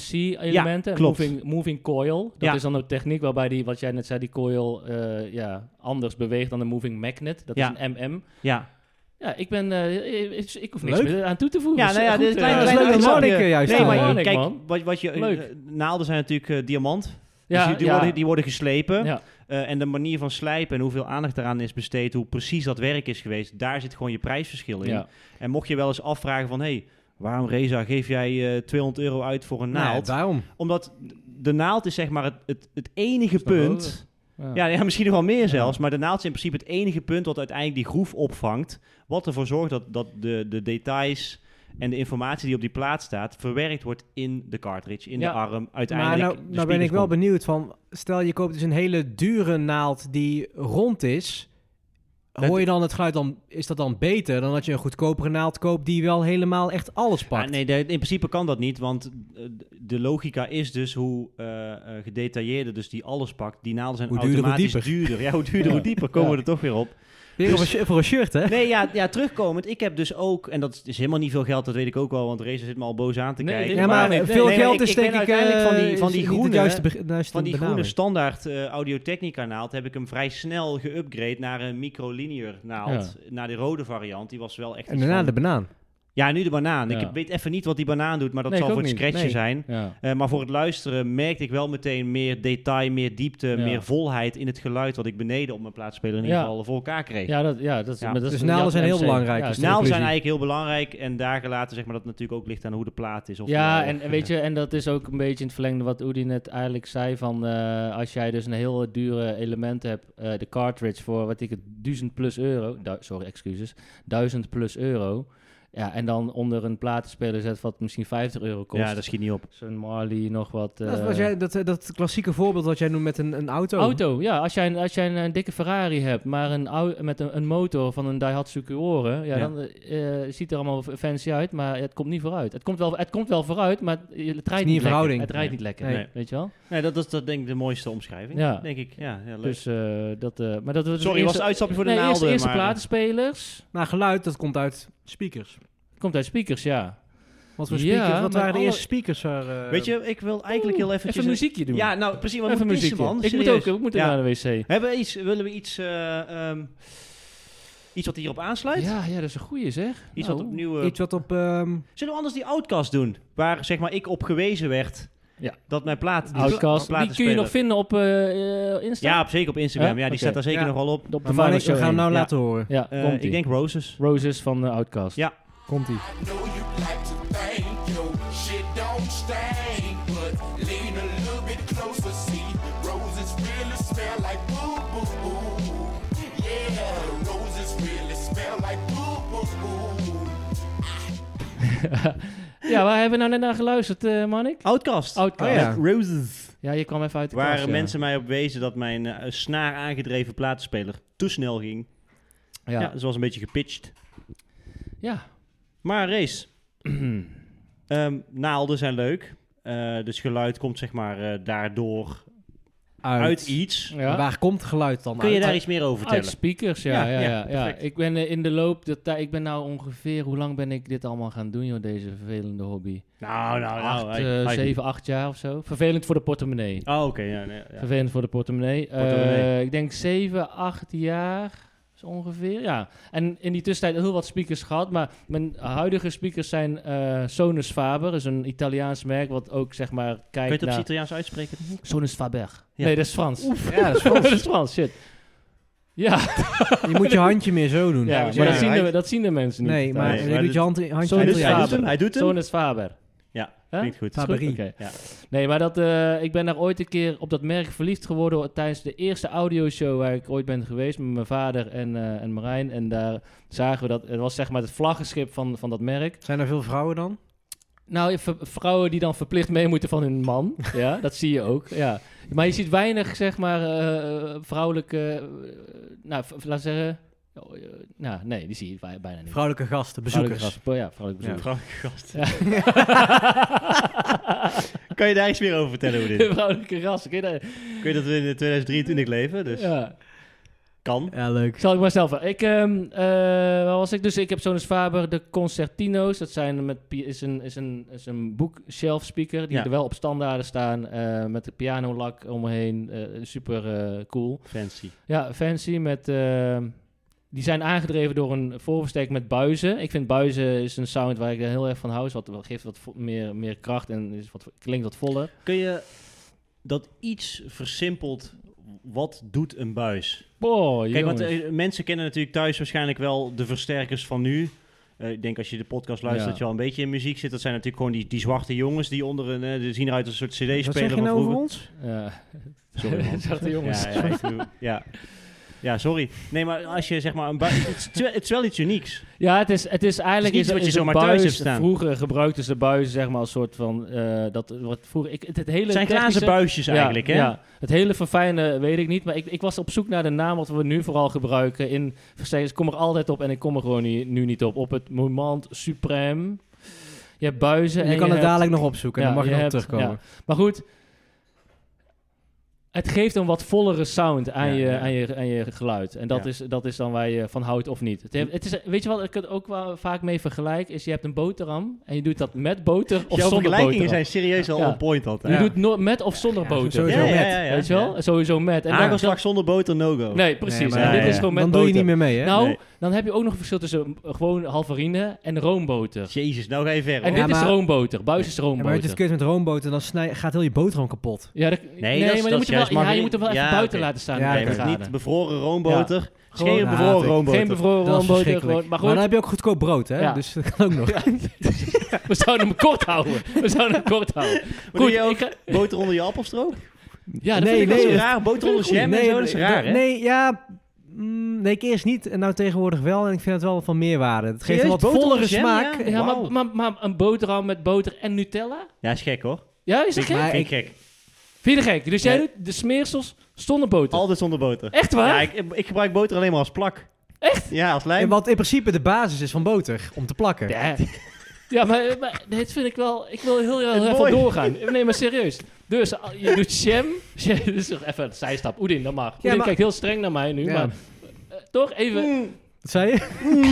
Speaker 1: MC-elementen.
Speaker 2: klopt.
Speaker 1: Moving, moving coil. Dat
Speaker 2: Ja.
Speaker 1: is dan een techniek waarbij die, wat jij net zei, die coil eh, ja, anders beweegt dan de moving magnet. Dat
Speaker 2: Ja.
Speaker 1: is een MM.
Speaker 2: Ja,
Speaker 1: Ja, ik ben... eh, ik- ik, ik hoef niks
Speaker 3: Leuk.
Speaker 1: meer aan toe te voegen.
Speaker 2: ja nou ja,
Speaker 1: Goed,
Speaker 2: dit is een klein,
Speaker 1: eh,
Speaker 3: dat is
Speaker 2: klein
Speaker 3: leuk, dat
Speaker 2: uitstapje.
Speaker 3: hoor ik, eh, juist.
Speaker 2: Nee,
Speaker 3: Ja,
Speaker 2: maar
Speaker 1: hoor
Speaker 2: je-
Speaker 1: ik,
Speaker 2: kijk,
Speaker 1: man.
Speaker 2: wat, wat je, eh,
Speaker 1: Leuk.
Speaker 2: naalden zijn natuurlijk eh, diamant.
Speaker 1: ja,
Speaker 2: dus die, die
Speaker 1: ja.
Speaker 2: worden, die worden geslepen.
Speaker 1: Ja.
Speaker 2: Eh, en de manier van slijpen en hoeveel aandacht eraan is besteed, hoe precies dat werk is geweest, daar zit gewoon je prijsverschil in.
Speaker 1: Ja.
Speaker 2: En mocht je wel eens afvragen van, hé, hey, waarom Reza geef jij eh, 200 euro uit voor een
Speaker 1: Nou
Speaker 3: Nee,
Speaker 2: naald?
Speaker 3: daarom.
Speaker 2: Omdat de naald is zeg maar het, het, het enige
Speaker 1: nog
Speaker 2: punt...
Speaker 1: hoger. Ja.
Speaker 2: Ja, ja, misschien nog wel meer zelfs. Maar de naald is in principe het enige punt wat uiteindelijk die groef opvangt. Wat ervoor zorgt dat, dat de, de details en de informatie die op die plaat staat... verwerkt wordt in de cartridge, in
Speaker 1: Ja.
Speaker 2: de arm.
Speaker 3: Maar
Speaker 2: Uiteindelijk
Speaker 3: nou,
Speaker 2: de
Speaker 3: nou ben ik
Speaker 2: speakers
Speaker 3: wel
Speaker 2: komt.
Speaker 3: benieuwd van... Stel, je koopt dus een hele dure naald die rond is.
Speaker 2: Dat-
Speaker 3: Hoor je dan het geluid dan... Is dat dan beter dan dat je een goedkopere naald koopt... die wel helemaal echt alles pakt?
Speaker 2: Ah, nee, de- in principe kan dat niet, want eh, de logica is dus hoe eh, eh, gedetailleerder dus die alles pakt. Die naalden zijn
Speaker 3: Hoe duurder, hoe
Speaker 2: automatisch duurder. Ja, hoe duurder,
Speaker 1: Ja.
Speaker 2: hoe dieper komen we
Speaker 1: Ja.
Speaker 2: er toch weer op.
Speaker 3: Weer
Speaker 2: dus-
Speaker 3: op een shi- voor een shirt, hè?
Speaker 2: Nee, ja, ja, terugkomend. Ik heb dus ook, en dat is helemaal niet veel geld, dat weet ik ook wel, want Razer zit me al boos aan te
Speaker 1: Nee,
Speaker 2: kijken.
Speaker 1: dit-
Speaker 3: Ja, maar
Speaker 1: Nee, nee,
Speaker 3: veel
Speaker 2: nee, maar
Speaker 3: geld
Speaker 2: ik-
Speaker 3: is
Speaker 2: ik ben
Speaker 3: denk ik...
Speaker 2: uiteindelijk
Speaker 3: eh,
Speaker 2: van die- van
Speaker 3: is
Speaker 2: die
Speaker 3: niet het
Speaker 2: groene-
Speaker 3: juiste be- juiste
Speaker 2: Van die groene
Speaker 3: benaming.
Speaker 2: standaard eh Audiotechnica naald heb ik hem vrij snel geüpgrade naar een microlinear naald. Naar de rode variant. Die was wel echt.
Speaker 3: En
Speaker 2: iets
Speaker 3: daarna
Speaker 2: van-
Speaker 3: de banaan.
Speaker 2: Ja, nu de banaan.
Speaker 1: Ja.
Speaker 2: Ik weet even niet wat die banaan doet, maar dat
Speaker 1: Nee,
Speaker 2: zal
Speaker 1: ik
Speaker 2: voor
Speaker 1: ook
Speaker 2: het
Speaker 1: niet.
Speaker 2: scratchen
Speaker 1: Nee.
Speaker 2: zijn.
Speaker 1: Ja.
Speaker 2: Eh, maar voor het luisteren merkte ik wel meteen meer detail, meer diepte, meer volheid in het geluid wat ik beneden op mijn plaatspeler in ieder
Speaker 1: Ja.
Speaker 2: geval voor elkaar kreeg.
Speaker 1: Ja, dat, ja, dat, is-
Speaker 2: Ja.
Speaker 1: maar dat is
Speaker 3: Dus naalden zijn heel
Speaker 1: MC.
Speaker 3: belangrijk, Dus
Speaker 1: Ja, dat
Speaker 3: is de
Speaker 1: is
Speaker 2: Naal Nou, zijn
Speaker 3: conclusie.
Speaker 2: eigenlijk heel belangrijk en daargelaten zeg maar dat het natuurlijk ook ligt aan hoe de plaat is. Of
Speaker 1: Ja,
Speaker 2: nou,
Speaker 1: en,
Speaker 2: of-
Speaker 1: en weet je, en dat is ook een beetje in het verlengde wat Udi net eigenlijk zei van eh, als jij dus een heel dure element hebt, eh, de cartridge voor wat ik het duizend plus euro, du- sorry excuses, duizend plus euro, ja, en dan onder een platenspeler zet wat misschien 50 euro kost.
Speaker 2: Ja, dat schiet niet op.
Speaker 1: Zo'n Marley nog wat.
Speaker 3: Dat,
Speaker 1: eh,
Speaker 3: was jij, dat, eh, dat klassieke voorbeeld wat jij noemt met een, een auto.
Speaker 1: Auto, ja. Als jij, een- als jij een, eh, dikke Ferrari hebt, maar een au- met een, een motor van een Daihatsu Cuore, ja,
Speaker 2: Ja.
Speaker 1: dan eh, eh, ziet er allemaal f- fancy uit, maar het komt niet vooruit. Het komt wel, het komt wel vooruit, maar het rijdt niet,
Speaker 3: in
Speaker 1: lekker.
Speaker 3: verhouding.
Speaker 1: Het rijdt
Speaker 2: Nee.
Speaker 1: niet lekker,
Speaker 3: Nee.
Speaker 1: nee. weet je wel?
Speaker 2: Nee, dat is dat denk ik de mooiste omschrijving.
Speaker 1: Ja.
Speaker 2: Denk ik. Ja, ja leuk.
Speaker 1: Dus eh, dat, eh, maar dat was
Speaker 2: Sorry, was het uitstapje voor de
Speaker 1: nee,
Speaker 2: naalden,
Speaker 1: Eerste, eerste
Speaker 2: maar-
Speaker 1: platenspelers.
Speaker 3: Nou, geluid, dat komt uit speakers.
Speaker 1: Komt uit speakers, ja.
Speaker 3: Wat voor
Speaker 1: Ja,
Speaker 3: speakers?
Speaker 1: maar
Speaker 3: wat waren de
Speaker 1: alle-
Speaker 3: eerste speakers waar... eh,
Speaker 2: Weet je, ik wil eigenlijk heel eventjes...
Speaker 1: Even een muziekje doen.
Speaker 2: Ja, nou precies, want ik
Speaker 1: even
Speaker 2: moet pissen,
Speaker 1: muziekje.
Speaker 2: man.
Speaker 1: ik moet
Speaker 2: Serieus.
Speaker 1: ook, ik moet
Speaker 2: Ja.
Speaker 1: naar de wc.
Speaker 2: Hebben we iets, willen we iets, eh, ehm, iets wat hierop aansluit?
Speaker 1: Ja, ja, dat is een goeie zeg.
Speaker 2: Iets
Speaker 1: Nou,
Speaker 2: wat opnieuw... eh,
Speaker 3: Iets wat op... ehm,
Speaker 2: Zullen we anders die Outcast doen? Waar zeg maar ik op gewezen werd
Speaker 1: Ja.
Speaker 2: dat mijn plaat... die
Speaker 1: Outcast.
Speaker 2: pla-
Speaker 1: Die kun je nog vinden op eh, eh, Insta?
Speaker 2: Ja, op- zeker op Instagram.
Speaker 1: Ja?
Speaker 2: Ja, die
Speaker 1: Oké.
Speaker 2: staat daar zeker
Speaker 3: Ja.
Speaker 2: nog wel op.
Speaker 1: Op de
Speaker 3: maar
Speaker 1: Final
Speaker 3: Marnik, we
Speaker 1: Show
Speaker 3: gaan hem nou
Speaker 1: één.
Speaker 3: laten horen.
Speaker 1: Ja,
Speaker 2: Eh,
Speaker 1: komt
Speaker 2: ik denk Roses.
Speaker 1: Roses van eh, Outcast.
Speaker 2: Ja.
Speaker 3: Komt-ie.
Speaker 5: know you like to think your shit don't stink, but lean a little bit closer, see roses really smell like boo boo boo. Yeah, roses really smell like boo boo boo.
Speaker 1: Ja, waar hebben we nou net naar geluisterd, eh Manik?
Speaker 2: Outcast.
Speaker 1: Outcast.
Speaker 3: Oh ja.
Speaker 2: Met Roses.
Speaker 1: Ja, je kwam even uit de
Speaker 2: Waar
Speaker 1: kast, ja.
Speaker 2: mensen mij op wezen dat mijn eh, snaar aangedreven platenspeler te snel ging. Ja.
Speaker 1: Ja.
Speaker 2: ja, dus was een beetje gepitcht.
Speaker 1: Ja.
Speaker 2: Maar race. Ehm, naalden zijn leuk. Eh, dus geluid komt zeg maar eh, daardoor
Speaker 3: uit.
Speaker 2: uit iets.
Speaker 1: Ja.
Speaker 3: Waar komt het geluid dan
Speaker 8: Kun je
Speaker 3: uit?
Speaker 8: daar iets meer
Speaker 1: Uit
Speaker 8: over vertellen?
Speaker 1: speakers, ja.
Speaker 2: Ja,
Speaker 1: ja,
Speaker 2: ja,
Speaker 1: ja, ja,
Speaker 2: perfect.
Speaker 1: Ik ben eh, in de loop, dat, tij- ik ben nou ongeveer, hoe lang ben ik dit allemaal gaan doen, joh, deze vervelende hobby?
Speaker 2: Nou, nou, nou.
Speaker 1: acht,
Speaker 2: hij-
Speaker 1: eh,
Speaker 2: hij-
Speaker 1: zeven, acht jaar of zo. Vervelend voor de portemonnee.
Speaker 2: Oh, oké. ja, nee, ja.
Speaker 1: Vervelend voor de portemonnee. Eh,
Speaker 2: Portemonnee.
Speaker 1: ik denk 7, 8 jaar zo ongeveer. Ja. En in die tussentijd heel wat speakers gehad. Maar mijn huidige speakers zijn eh, Sonus Faber. is een Italiaans merk wat ook zeg maar
Speaker 2: Kun je
Speaker 1: kijkt
Speaker 2: het op het
Speaker 1: naar...
Speaker 2: Italiaans uitspreken?
Speaker 1: Sonus Faber.
Speaker 2: Ja.
Speaker 1: Nee, dat is Frans.
Speaker 3: Ja, dat is Frans.
Speaker 1: dat is Frans, shit. Ja,
Speaker 3: Je moet je handje meer zo doen.
Speaker 1: ja,
Speaker 2: ja,
Speaker 1: maar dat, zien
Speaker 2: hij-
Speaker 1: de, dat zien de mensen niet.
Speaker 3: Nee, maar
Speaker 2: Nee,
Speaker 3: je
Speaker 2: maar
Speaker 3: doet
Speaker 2: dit-
Speaker 3: je hand, handje
Speaker 1: Zo
Speaker 2: Hij
Speaker 1: is
Speaker 2: doet,
Speaker 1: het
Speaker 2: hij doet
Speaker 1: Faber.
Speaker 2: hem, hij doet hem.
Speaker 1: Sonus Faber. Huh?
Speaker 2: Klinkt goed.
Speaker 1: Is goed?
Speaker 3: Faberie.
Speaker 1: Oké.
Speaker 2: Ja.
Speaker 1: Nee, maar dat, eh, ik ben daar ooit een keer op dat merk verliefd geworden tijdens de eerste audioshow waar ik ooit ben geweest met mijn vader en, eh, en Marijn. En daar zagen we dat, het was zeg maar het vlaggenschip van, van dat merk.
Speaker 3: Zijn er veel vrouwen dan?
Speaker 1: Nou, v- vrouwen die dan verplicht mee moeten van hun man, ja, dat zie je ook, ja. Maar je ziet weinig, zeg maar, eh, vrouwelijke, eh, nou, v- laat zeggen, oh, eh, nou, nee, die zie je bij- bijna niet.
Speaker 3: Vrouwelijke gasten,
Speaker 1: Vrouwelijke
Speaker 3: bezoekers.
Speaker 1: gasten, ja, vrouwelijke bezoekers.
Speaker 2: Vrouwelijke gast.
Speaker 1: Ja.
Speaker 2: Kan je daar iets meer over vertellen hoe dit?
Speaker 1: vrouwelijke ras. Kun je dat-
Speaker 2: Ik weet dat we in 2023 leven, dus
Speaker 1: Ja.
Speaker 2: kan.
Speaker 3: Ja, leuk.
Speaker 1: Zal ik maar zelf. Ik, ehm eh, waar was ik dus? Ik heb Sonus Faber, de Concertino's. Dat zijn met, pi- is een, is een, is een bookshelf speaker. Die
Speaker 2: Ja.
Speaker 1: er wel op standaarden staan. eh, met de pianolak omheen. eh, super eh, cool.
Speaker 2: Fancy.
Speaker 1: Ja, fancy met... ehm, die zijn aangedreven door een voorversterk met buizen. Ik vind buizen is een sound waar ik heel erg van hou. Is wat, wat geeft wat vo- meer, meer kracht en is wat, klinkt wat voller.
Speaker 2: Kun je dat iets versimpeld, wat doet een buis?
Speaker 1: Boah,
Speaker 2: Kijk, want
Speaker 1: jongens.
Speaker 2: eh, mensen kennen natuurlijk thuis waarschijnlijk wel de versterkers van nu. Eh, ik denk als je de podcast luistert
Speaker 1: Ja.
Speaker 2: dat je al een beetje in muziek zit. Dat zijn natuurlijk gewoon die, die zwarte jongens die onder een... eh, die zien eruit als een soort
Speaker 3: Wat
Speaker 2: cd-speler
Speaker 3: zeg je
Speaker 2: van
Speaker 3: nou over
Speaker 2: vroeger.
Speaker 3: ons?
Speaker 1: Ja.
Speaker 2: Sorry, man.
Speaker 1: Zachte jongens.
Speaker 2: Ja, ja, ik bedoel- ja. ja, sorry. Nee, maar als je zeg maar een buis... het, is wel- het is wel iets unieks.
Speaker 1: Ja, het is, het is eigenlijk
Speaker 2: Het is
Speaker 1: is,
Speaker 2: niet wat je
Speaker 1: is een
Speaker 2: zomaar thuis
Speaker 1: buis-
Speaker 2: hebt staan.
Speaker 1: Vroeger gebruikten ze buizen zeg maar als soort van eh, dat wat vroeger ik, het, het hele
Speaker 2: Het zijn glazen
Speaker 1: technische-
Speaker 2: buisjes
Speaker 1: Ja,
Speaker 2: eigenlijk, hè?
Speaker 1: Ja, het hele verfijne weet ik niet, maar ik, ik was op zoek naar de naam wat we nu vooral gebruiken in versterkers. Ik kom er altijd op en ik kom er gewoon ni- nu niet op. Op het moment supreme. Je hebt buizen en
Speaker 3: Je kan het
Speaker 1: hebt-
Speaker 3: dadelijk nog opzoeken,
Speaker 1: Ja,
Speaker 3: dan mag je
Speaker 1: je
Speaker 3: nog op
Speaker 1: hebt-
Speaker 3: terugkomen.
Speaker 1: Maar goed, het geeft een wat vollere sound aan,
Speaker 2: Ja,
Speaker 1: je,
Speaker 2: ja.
Speaker 1: Aan, je, aan je geluid. En dat,
Speaker 2: Ja.
Speaker 1: is, dat is dan waar je van houdt of niet. Het, heeft- het is, weet je wat ik het ook wel vaak mee vergelijk? Is je hebt een boterham en je doet dat met boter of zonder
Speaker 2: Jouw vergelijkingen
Speaker 1: boterham.
Speaker 2: zijn serieus al
Speaker 1: Ja.
Speaker 2: on point altijd.
Speaker 1: Je doet no met of zonder boter.
Speaker 3: sowieso met.
Speaker 1: Weet je wel? Sowieso met. En dan-
Speaker 2: Hagelslag Ah, zonder boter, no-go.
Speaker 1: Nee, precies.
Speaker 3: Nee, maar-
Speaker 1: En
Speaker 2: Ja,
Speaker 1: dit
Speaker 2: ja,
Speaker 1: is
Speaker 2: ja.
Speaker 1: gewoon met
Speaker 3: dan doe
Speaker 1: boter.
Speaker 3: je niet meer mee, hè?
Speaker 1: Nou,
Speaker 2: Nee.
Speaker 1: dan heb je ook nog een verschil tussen eh, gewoon halvarine en roomboter.
Speaker 2: Jezus, nou ga je
Speaker 1: En
Speaker 2: ver. hoor.
Speaker 1: dit is
Speaker 3: maar-
Speaker 1: roomboter. Buis is
Speaker 3: Ja, maar weet je,
Speaker 1: roomboter.
Speaker 3: het keurt met roomboter, dan snij, gaat heel je boterham kapot.
Speaker 1: Ja, dat- nee,
Speaker 2: dat is-
Speaker 1: maar
Speaker 2: dat
Speaker 1: dan
Speaker 2: is
Speaker 1: moet je,
Speaker 2: juist
Speaker 1: wel, ja, je
Speaker 2: margarine.
Speaker 1: moet hem wel even
Speaker 2: Ja,
Speaker 1: buiten
Speaker 2: oké.
Speaker 1: laten staan.
Speaker 3: Ja,
Speaker 1: in
Speaker 2: Nee,
Speaker 1: de
Speaker 2: maar het is niet
Speaker 1: graden.
Speaker 2: bevroren roomboter. Het is
Speaker 1: Gewoon-
Speaker 2: geen
Speaker 1: Ja,
Speaker 2: bevroren
Speaker 3: natuurlijk.
Speaker 2: roomboter.
Speaker 1: Geen bevroren
Speaker 3: Dat is
Speaker 1: roomboter.
Speaker 3: verschrikkelijk.
Speaker 1: gewoon- Maar
Speaker 3: Maar
Speaker 1: goed,
Speaker 3: dan heb je ook goedkoop brood, hè?
Speaker 1: Ja.
Speaker 3: Dus dat kan ook nog.
Speaker 1: we zouden hem kort houden. We zouden hem kort houden.
Speaker 2: Maar doe
Speaker 1: Goed,
Speaker 2: je ook
Speaker 1: ik ga-
Speaker 2: boter onder je appelstroop?
Speaker 1: ja, dat
Speaker 3: Nee,
Speaker 1: vind ik wel
Speaker 2: Dat
Speaker 3: nee,
Speaker 2: is
Speaker 1: zo-
Speaker 2: raar. Boter onder jam en zo, dat is raar, hè?
Speaker 3: Nee, ja... mm, nee, ik eerst niet. En nou tegenwoordig wel. En ik vind het wel van meerwaarde. Het geeft een
Speaker 2: Serieus?
Speaker 3: wat
Speaker 2: Boter
Speaker 3: vollere
Speaker 2: op jam,
Speaker 3: smaak.
Speaker 2: ja?
Speaker 1: Ja,
Speaker 2: Wauw.
Speaker 1: maar, maar, maar een boterham met boter en Nutella?
Speaker 2: Ja, is gek, hoor.
Speaker 1: Ja, is dat
Speaker 2: Vind ik
Speaker 1: gek?
Speaker 3: maar-
Speaker 2: vind ik gek.
Speaker 1: Vind je dat gek? Dus jij
Speaker 2: Nee.
Speaker 1: doet de smeersels zonder boter?
Speaker 2: Altijd zonder boter.
Speaker 1: Echt waar?
Speaker 2: Ja, ik, ik gebruik boter alleen maar als plak. Echt? Ja, als
Speaker 3: En
Speaker 2: lijm.
Speaker 3: wat in principe de basis is van boter. Om te plakken.
Speaker 1: Ja, ja maar, maar dit vind ik wel... Ik wil heel, heel
Speaker 2: Mooi.
Speaker 1: even doorgaan. Nee, maar serieus. Dus al- je doet jam. jam- Dit is toch even een zijstap. Oedin, dat mag. Oedin
Speaker 3: maar-
Speaker 1: kijkt heel streng naar mij nu,
Speaker 3: Ja.
Speaker 1: maar... eh, toch even...
Speaker 3: Wat zei je?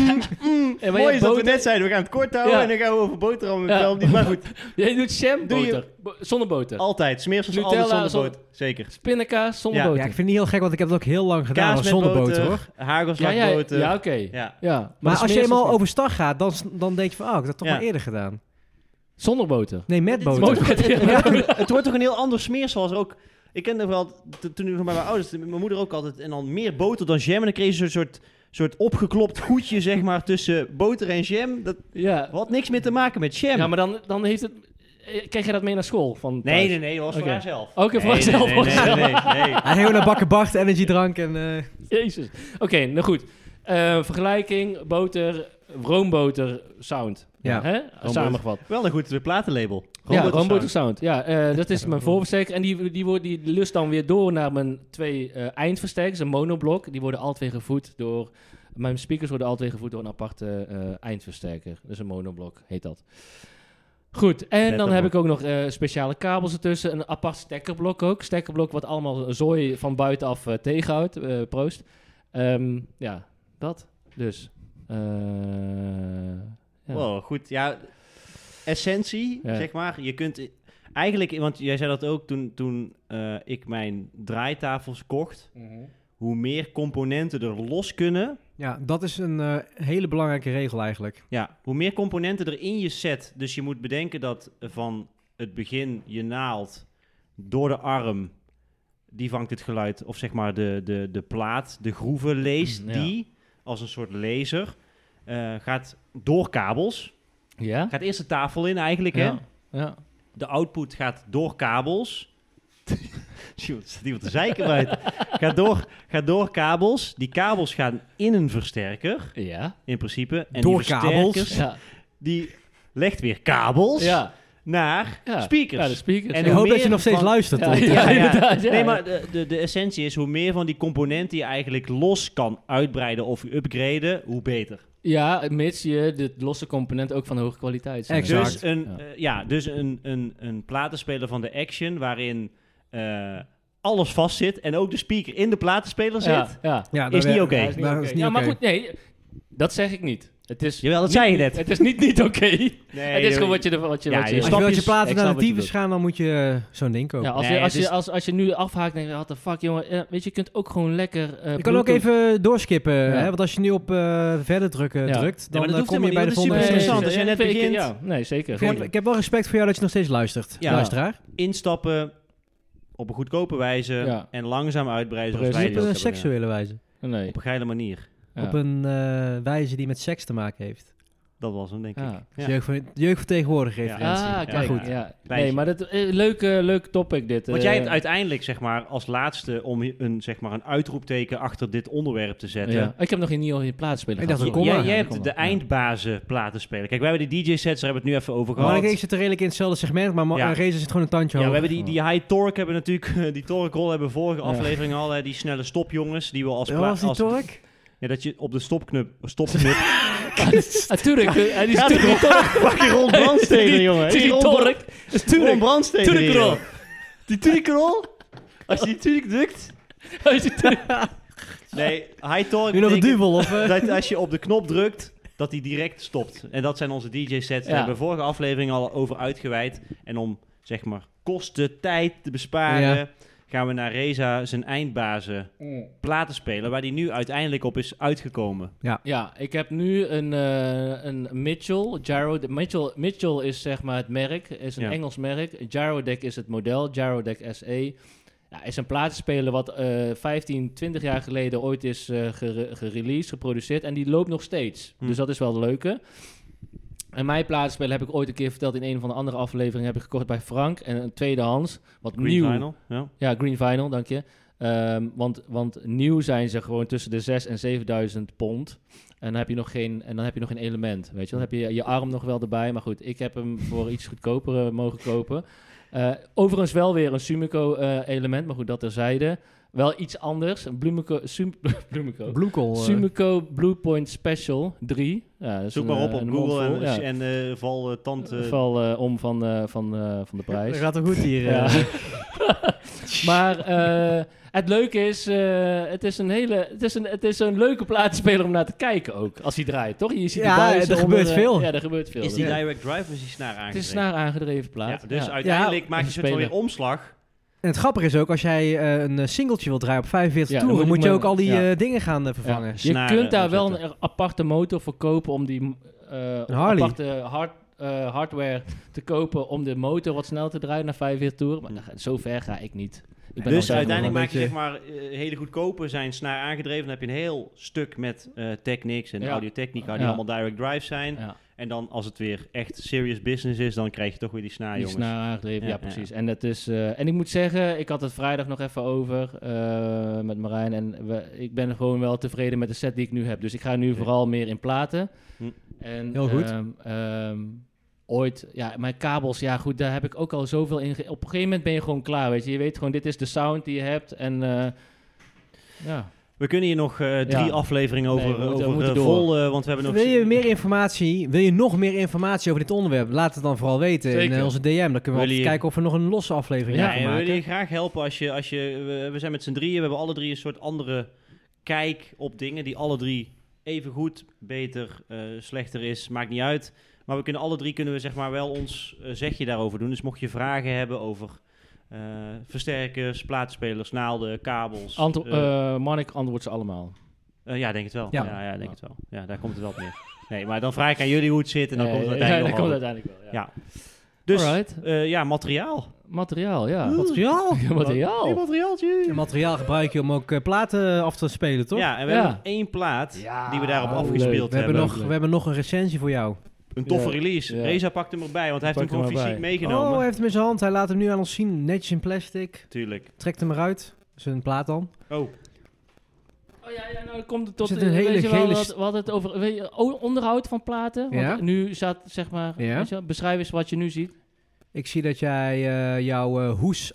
Speaker 1: eh, maar
Speaker 2: Mm, Mooi
Speaker 1: je
Speaker 2: is dat we
Speaker 1: boter-
Speaker 2: net zeiden, we gaan het kort houden
Speaker 1: Ja.
Speaker 2: en dan gaan we over boterham.
Speaker 1: Ja.
Speaker 2: Ja. Maar goed,
Speaker 1: Jij doet jam
Speaker 2: Doe je- Oh.
Speaker 1: boter. Bo- zonder boter.
Speaker 2: altijd. Smeersels
Speaker 1: Nutella
Speaker 2: altijd zonder
Speaker 1: zonder-
Speaker 2: boter. Zeker.
Speaker 1: Spinnenkaas zonder
Speaker 2: Ja,
Speaker 1: boter.
Speaker 3: Ja, ik vind het niet heel gek, want ik heb het ook heel lang gedaan.
Speaker 2: Kaas
Speaker 3: maar
Speaker 2: met
Speaker 3: zonder boter,
Speaker 2: boter,
Speaker 3: hoor.
Speaker 1: ja,
Speaker 2: Hagelslag
Speaker 1: ja,
Speaker 2: boter.
Speaker 1: ja, oké. Ja. Maar,
Speaker 2: Ja.
Speaker 3: Maar
Speaker 1: de
Speaker 3: als je
Speaker 1: smeersels
Speaker 3: eenmaal
Speaker 1: niet.
Speaker 3: over start gaat, dan, dan denk je van... Oh, ik heb dat toch
Speaker 2: Ja.
Speaker 3: maar eerder gedaan.
Speaker 1: Zonder boter.
Speaker 3: Nee, met
Speaker 2: is
Speaker 3: boter.
Speaker 2: het wordt toch een heel ander smeersel als ook... Ik kende vooral, t- toen ik bij mijn ouders, mijn moeder ook altijd, en dan meer boter dan jam. En dan kreeg je zo'n soort, soort opgeklopt goedje, zeg maar, tussen boter en jam. Dat
Speaker 1: Ja.
Speaker 2: had niks meer te maken met jam.
Speaker 1: ja, maar dan, dan heeft het... eh, Kreeg je dat mee naar school? Van
Speaker 2: Nee, nee, nee, dat was voor
Speaker 1: Oké.
Speaker 2: haarzelf.
Speaker 1: Oké, voor haarzelf,
Speaker 2: Nee, nee, nee, nee, nee.
Speaker 3: Hij ging gewoon naar bakken Bart, energiedrank en... eh,
Speaker 1: Jezus. Oké, nou goed. Eh, vergelijking, boter, roomboter, sound.
Speaker 3: Ja.
Speaker 1: Hè? Samengevat.
Speaker 2: Wel een goed platenlabel.
Speaker 1: Ja,
Speaker 2: Roomboter
Speaker 1: roomboter
Speaker 2: sound.
Speaker 1: sound. Ja, eh, dat is mijn voorversterker. En die, die, wordt, die lust dan weer door naar mijn twee eh, eindversterkers, een monoblok. Die worden altijd gevoed door... Mijn speakers worden altijd gevoed door een aparte eh, eindversterker. Dus een monoblok heet dat. Goed, en
Speaker 2: Met
Speaker 1: dan
Speaker 2: hem
Speaker 1: heb
Speaker 2: ook.
Speaker 1: ik ook nog eh, speciale kabels ertussen. Een apart stekkerblok ook. Stekkerblok wat allemaal zooi van buitenaf eh, tegenhoudt. Eh, proost. Ehm, ja, dat. Dus. eh, ja.
Speaker 2: Wow, goed. Ja, essentie,
Speaker 1: Ja.
Speaker 2: zeg maar. Je kunt i- eigenlijk, want jij zei dat ook toen, toen eh, ik mijn draaitafels kocht.
Speaker 1: Mhm.
Speaker 2: Hoe meer componenten er los kunnen,
Speaker 3: Ja, dat is een eh, hele belangrijke regel eigenlijk.
Speaker 2: ja. hoe meer componenten er in je set. Dus je moet bedenken dat van het begin je naald door de arm, die vangt het geluid. Of zeg maar de, de, de plaat, de groeven leest
Speaker 1: Ja.
Speaker 2: die als een soort laser. eh, gaat door kabels.
Speaker 1: Ja?
Speaker 2: Gaat eerst de tafel in eigenlijk, hè?
Speaker 1: Ja. ja.
Speaker 2: De output gaat door kabels. Sjoerd, er staat iemand te zeiken buiten. Gaat door, gaat door kabels. Die kabels gaan in een versterker,
Speaker 1: Ja.
Speaker 2: in principe. En
Speaker 3: Door
Speaker 2: die
Speaker 3: kabels?
Speaker 2: versterkers,
Speaker 1: Ja.
Speaker 2: Die legt weer kabels
Speaker 1: Ja.
Speaker 2: naar
Speaker 1: Ja.
Speaker 2: speakers.
Speaker 1: Ja, de speakers.
Speaker 2: En
Speaker 3: ik
Speaker 1: ja.
Speaker 2: hoe
Speaker 3: hoop dat je
Speaker 2: meer
Speaker 3: nog steeds
Speaker 2: van-
Speaker 3: luistert.
Speaker 1: Ja,
Speaker 3: Todd.
Speaker 1: ja. inderdaad, ja.
Speaker 2: Nee, maar de, de, de essentie is hoe meer van die componenten je eigenlijk los kan uitbreiden of upgraden, hoe beter.
Speaker 1: Ja, mits je de losse component ook van hoge kwaliteit zijn.
Speaker 3: Exact.
Speaker 2: Dus een,
Speaker 1: Ja.
Speaker 2: ja. ja, dus een, een, een platenspeler van de Action waarin eh, alles vast zit en ook de speaker in de platenspeler zit.
Speaker 1: Ja, ja.
Speaker 3: Ja,
Speaker 2: Is
Speaker 3: daar-
Speaker 2: niet oké.
Speaker 1: Ja, is niet
Speaker 3: daar
Speaker 1: oké.
Speaker 3: is niet
Speaker 1: ja, maar
Speaker 3: oké.
Speaker 1: goed, nee, dat zeg ik niet. Het is
Speaker 2: Jawel, dat
Speaker 1: niet-
Speaker 2: zei je net.
Speaker 1: Het is niet niet oké.
Speaker 2: Nee,
Speaker 1: het is
Speaker 2: joh,
Speaker 1: gewoon wat je ervan wat je,
Speaker 2: Ja,
Speaker 1: wat je,
Speaker 2: je
Speaker 3: Als je
Speaker 2: Snap
Speaker 3: wilt
Speaker 2: je?
Speaker 3: je platen
Speaker 1: Ik snap
Speaker 3: naar
Speaker 1: wat
Speaker 3: de
Speaker 1: je
Speaker 3: tyfus
Speaker 1: bedoelt.
Speaker 3: gaan, dan moet je eh, zo'n ding kopen.
Speaker 1: Ja, als,
Speaker 2: Nee,
Speaker 1: je, als,
Speaker 2: het
Speaker 1: je,
Speaker 2: is-
Speaker 1: als, als je nu afhaakt, denk je, what the fuck, jongen. Eh, Weet je, je kunt ook gewoon lekker... eh,
Speaker 3: je kan ook
Speaker 1: Bluetooth-
Speaker 3: even doorskippen, hè,
Speaker 1: Ja.
Speaker 3: want als je nu op eh, verder drukken
Speaker 1: Ja.
Speaker 3: drukt,
Speaker 2: maar
Speaker 3: dan
Speaker 2: dat
Speaker 3: eh,
Speaker 2: hoeft
Speaker 3: kom je bij
Speaker 2: helemaal niet,
Speaker 3: de volgende.
Speaker 2: want het is
Speaker 3: Nee.
Speaker 2: interessant. als je net
Speaker 1: vind ik-
Speaker 2: begint.
Speaker 1: ja, nee, zeker.
Speaker 3: Ik heb, ik heb wel respect voor jou dat je nog steeds luistert,
Speaker 2: Ja.
Speaker 3: luisteraar.
Speaker 2: instappen op een goedkope wijze
Speaker 1: Ja.
Speaker 2: en langzaam uitbreiden zoals
Speaker 1: Precies.
Speaker 2: wij
Speaker 3: Niet
Speaker 2: dit
Speaker 3: op
Speaker 2: ook
Speaker 3: een
Speaker 2: hebben gedaan.
Speaker 3: seksuele wijze.
Speaker 1: Nee.
Speaker 2: Op een geile manier.
Speaker 1: Ja.
Speaker 3: Op een eh, wijze die met seks te maken heeft.
Speaker 2: Dat
Speaker 3: Dus
Speaker 2: was hem, denk ik.
Speaker 1: Ja.
Speaker 2: Ja.
Speaker 3: Jeugd, van, jeugd van tegenwoordig
Speaker 2: Ja.
Speaker 3: heeft.
Speaker 1: Ah,
Speaker 2: Ja,
Speaker 1: kijk.
Speaker 2: goed.
Speaker 1: ja.
Speaker 2: Lijntje.
Speaker 1: Nee, maar dat, eh, leuk, eh, leuk topic dit.
Speaker 2: Want
Speaker 1: eh.
Speaker 2: jij hebt uiteindelijk zeg maar, als laatste om hi- een, zeg maar, een uitroepteken achter dit onderwerp te zetten.
Speaker 1: Ja. Ik heb nog in Nio in plaats spelen
Speaker 3: Ik
Speaker 1: gehad.
Speaker 3: dacht
Speaker 2: J-
Speaker 3: een komma.
Speaker 2: jij,
Speaker 1: Ja,
Speaker 2: jij
Speaker 1: een
Speaker 2: hebt
Speaker 1: komma.
Speaker 2: de
Speaker 1: Ja.
Speaker 2: eindbazen platen spelen. Kijk, wij hebben die DJ-sets, daar hebben we het nu even over
Speaker 3: Maar
Speaker 2: gehad.
Speaker 3: ik zit er redelijk in hetzelfde segment, maar
Speaker 2: Ja.
Speaker 3: ja. Razer zit gewoon een tandje
Speaker 2: Ja, we
Speaker 3: hoger.
Speaker 2: hebben die, die high torque hebben natuurlijk, die torkrol hebben we vorige
Speaker 1: Ja.
Speaker 2: aflevering al, hè, die snelle stopjongens, die we als...
Speaker 3: Ja,
Speaker 2: pla-
Speaker 3: Oh, was die
Speaker 2: als-
Speaker 3: tork?
Speaker 2: Ja, dat je op de stopknop, stopknop,
Speaker 1: Natuurlijk. Ah, Hij is
Speaker 2: Ja,
Speaker 1: natuurlijk
Speaker 2: Fucking Ron Brandsteder, jongen.
Speaker 1: Die
Speaker 2: Ron
Speaker 1: tork.
Speaker 2: Brand- Ron
Speaker 1: Tuurlijk.
Speaker 2: Brandsteder
Speaker 1: Tuurlijk,
Speaker 2: hier,
Speaker 1: Ron.
Speaker 2: jongen. Die tuurkrol. Als je die tuurlijk dukt.
Speaker 1: Hij is-
Speaker 2: Nee, high torque
Speaker 3: Nu nog een
Speaker 2: betekent
Speaker 3: duvel, of... eh?
Speaker 2: dat als je op de knop drukt, dat die direct stopt. En dat zijn onze DJ-sets. Daar
Speaker 1: Ja.
Speaker 2: hebben we vorige aflevering al over uitgeweid. En om, zeg maar, kosten, tijd te besparen...
Speaker 3: Ja.
Speaker 2: gaan we naar Reza zijn eindbazen
Speaker 1: Mm.
Speaker 2: platen spelen... waar die nu uiteindelijk op is uitgekomen.
Speaker 1: Ja, ik heb nu een, eh, een Mitchell, Gyro. de- Mitchell, Mitchell is zeg maar het merk, is een
Speaker 2: Ja.
Speaker 1: Engels merk. Gyrodeck is het model, Gyrodeck SE. E. Ja, is een platenspeler wat eh 15, 20 jaar geleden ooit is eh gere- gereleased, geproduceerd. En die loopt nog steeds.
Speaker 2: Hm.
Speaker 1: Dus dat is wel de leuke. En mijn platenspeler heb ik ooit een keer verteld in een van de andere afleveringen. Heb ik gekocht bij Frank. En een tweedehands. Wat
Speaker 2: Green
Speaker 1: nieuw.
Speaker 2: Vinyl. Ja.
Speaker 1: Ja, Green Vinyl, dank je. Ehm, want, want nieuw zijn ze gewoon tussen de 6 en 7000 pond. En dan heb je nog geen, en dan heb je nog geen element. Weet je, dan heb je je arm nog wel erbij. Maar goed, ik heb hem voor iets goedkoper eh, mogen kopen. Eh, overigens wel weer een Sumico-element, maar goed, dat terzijde. Wel iets anders. Een Bloemico. Sum, Bloemico.
Speaker 3: Bloemkool. eh.
Speaker 1: Sumico Blue Point Special 3. Ja, dat is
Speaker 2: Zoek
Speaker 1: een,
Speaker 2: maar op
Speaker 1: eh,
Speaker 2: op
Speaker 1: een
Speaker 2: Google en,
Speaker 1: mondvol, ja.
Speaker 2: en eh, val eh, tand... eh,
Speaker 1: Val eh, om van, eh, van, eh, van de
Speaker 3: Dat
Speaker 1: prijs.
Speaker 3: gaat er goed hier. eh.
Speaker 1: Ja. maar eh, het leuke is, eh, het is een hele, het is een, het is een leuke plaatsspeler om naar te kijken ook, als hij draait, toch? Je ziet die
Speaker 3: Ja,
Speaker 1: buizen
Speaker 3: er
Speaker 1: onder,
Speaker 3: gebeurt
Speaker 1: eh,
Speaker 3: veel.
Speaker 1: Ja, er gebeurt veel.
Speaker 2: Is die
Speaker 1: Dat-
Speaker 2: direct drive of is die snaar
Speaker 1: het is
Speaker 2: aangezet?
Speaker 1: een snaar aangedreven plaat.
Speaker 2: Ja, dus
Speaker 1: ja.
Speaker 2: uiteindelijk
Speaker 1: Ja,
Speaker 2: maak je
Speaker 1: een
Speaker 2: een soort van weer
Speaker 1: speler.
Speaker 2: omslag.
Speaker 3: En het grappige is ook, als jij eh, een eh, singeltje wil draaien op 45
Speaker 1: Ja, dan
Speaker 3: toeren,
Speaker 1: moet
Speaker 3: moet je
Speaker 1: je
Speaker 3: ook
Speaker 1: maar-
Speaker 3: al die
Speaker 1: ja.
Speaker 3: eh, dingen gaan eh, vervangen.
Speaker 1: Je
Speaker 2: snaren
Speaker 1: kunt daar wel
Speaker 2: opzetten.
Speaker 1: een aparte motor voor kopen om die eh,
Speaker 3: Harley.
Speaker 1: aparte hard, eh, hardware te kopen om de motor wat snel te draaien naar 45 toeren.
Speaker 3: Hm.
Speaker 1: Maar nou, zo ver ga ik niet. Ik ben
Speaker 2: Dus
Speaker 1: al zeg maar
Speaker 2: uiteindelijk
Speaker 3: nog
Speaker 2: maak je
Speaker 3: een
Speaker 2: zeg maar eh, hele goedkope zijn snaar aangedreven. Dan heb je een heel stuk met eh technics en
Speaker 1: Ja.
Speaker 2: audiotechnica die
Speaker 1: Ja.
Speaker 2: allemaal direct drive zijn.
Speaker 1: Ja.
Speaker 2: En dan als het weer echt serious business is, dan krijg je toch weer die snaar,
Speaker 1: Die
Speaker 2: Ah, jongens.
Speaker 1: snaar aangedreven,
Speaker 2: Ja,
Speaker 1: ja,
Speaker 2: ja,
Speaker 1: precies. En, dat is, eh, en ik moet zeggen, ik had het vrijdag nog even over eh, met Marijn. En we, ik ben gewoon wel tevreden met de set die ik nu heb. Dus ik ga nu
Speaker 2: Oké.
Speaker 1: vooral meer in platen.
Speaker 2: Hm.
Speaker 1: En,
Speaker 3: Heel goed.
Speaker 1: ehm, ehm, ooit, ja, mijn kabels, ja goed, daar heb ik ook al zoveel in. ge- Op een gegeven moment ben je gewoon klaar, weet je. Je weet gewoon, dit is de sound die je hebt. En eh, ja,
Speaker 2: We kunnen hier nog eh, drie
Speaker 1: Ja.
Speaker 2: afleveringen over,
Speaker 1: Nee, we moeten- we
Speaker 2: over
Speaker 1: moeten
Speaker 2: eh,
Speaker 1: door.
Speaker 2: vol, eh, want we hebben nog...
Speaker 3: Wil je meer informatie? Wil je nog meer informatie over dit onderwerp? Laat het dan vooral weten in
Speaker 1: Zeker.
Speaker 3: eh, onze DM. Dan kunnen we
Speaker 2: Wil
Speaker 3: altijd
Speaker 2: je-
Speaker 3: kijken of we nog een losse aflevering
Speaker 2: Ja,
Speaker 3: gaan
Speaker 2: en we
Speaker 3: maken.
Speaker 2: willen je graag helpen als je... Als je we, we zijn met z'n drieën, we hebben alle drie een soort andere kijk op dingen die alle drie even goed, beter, eh, slechter is, maakt niet uit. Maar we kunnen alle drie kunnen we zeg maar wel ons eh, zegje daarover doen. Dus mocht je vragen hebben over eh, versterkers, plaatspelers, naalden, kabels...
Speaker 1: Antwo-
Speaker 2: eh,
Speaker 1: eh, Marnik antwoordt ze allemaal.
Speaker 2: eh, ja, denk het wel.
Speaker 3: Ja.
Speaker 2: Ja, ja, denk het wel. Ja, daar komt het wel op neer. Nee, maar dan vraag ik aan jullie hoe het zit en dan komt het
Speaker 1: Eh, ja,
Speaker 2: uiteindelijk
Speaker 1: dan
Speaker 2: wel
Speaker 1: komt
Speaker 2: goed.
Speaker 1: het uiteindelijk wel. Ja.
Speaker 2: Ja. Dus
Speaker 1: Alright.
Speaker 2: eh, ja, materiaal.
Speaker 1: Materiaal, ja.
Speaker 3: Materiaal.
Speaker 1: Materiaal.
Speaker 2: Hey, materiaaltje.
Speaker 3: En materiaal gebruik je om ook eh, platen af te spelen, toch?
Speaker 2: Ja, en we
Speaker 1: Ja.
Speaker 2: hebben nog één plaat
Speaker 1: Ja,
Speaker 2: die we daarop
Speaker 1: leuk.
Speaker 2: afgespeeld
Speaker 3: We
Speaker 2: hebben.
Speaker 3: hebben, nog,
Speaker 1: leuk.
Speaker 3: we hebben nog een recensie voor jou.
Speaker 2: Een toffe
Speaker 1: Ja.
Speaker 2: release.
Speaker 1: Ja.
Speaker 2: Reza pakt hem erbij, want hij heeft
Speaker 1: Pak
Speaker 2: hem
Speaker 1: hem
Speaker 2: gewoon fysiek
Speaker 1: erbij.
Speaker 2: meegenomen.
Speaker 3: Oh, hij heeft hem in zijn hand. Hij laat hem nu aan ons zien. Netjes in plastic.
Speaker 2: Tuurlijk.
Speaker 3: Trekt hem eruit. Zijn plaat dan.
Speaker 2: Oh,
Speaker 1: Oh ja, ja, nou komt het tot...
Speaker 3: Er zit een
Speaker 1: weet je
Speaker 3: hele
Speaker 1: wel,
Speaker 3: gele
Speaker 1: wat-
Speaker 3: st-
Speaker 1: We hadden het over weet je, o- onderhoud van platen. Want
Speaker 3: Ja.
Speaker 1: nu staat, zeg maar...
Speaker 3: Ja.
Speaker 1: weet je wel, beschrijf eens wat je nu ziet.
Speaker 3: Ik zie dat jij eh, jouw eh, hoes,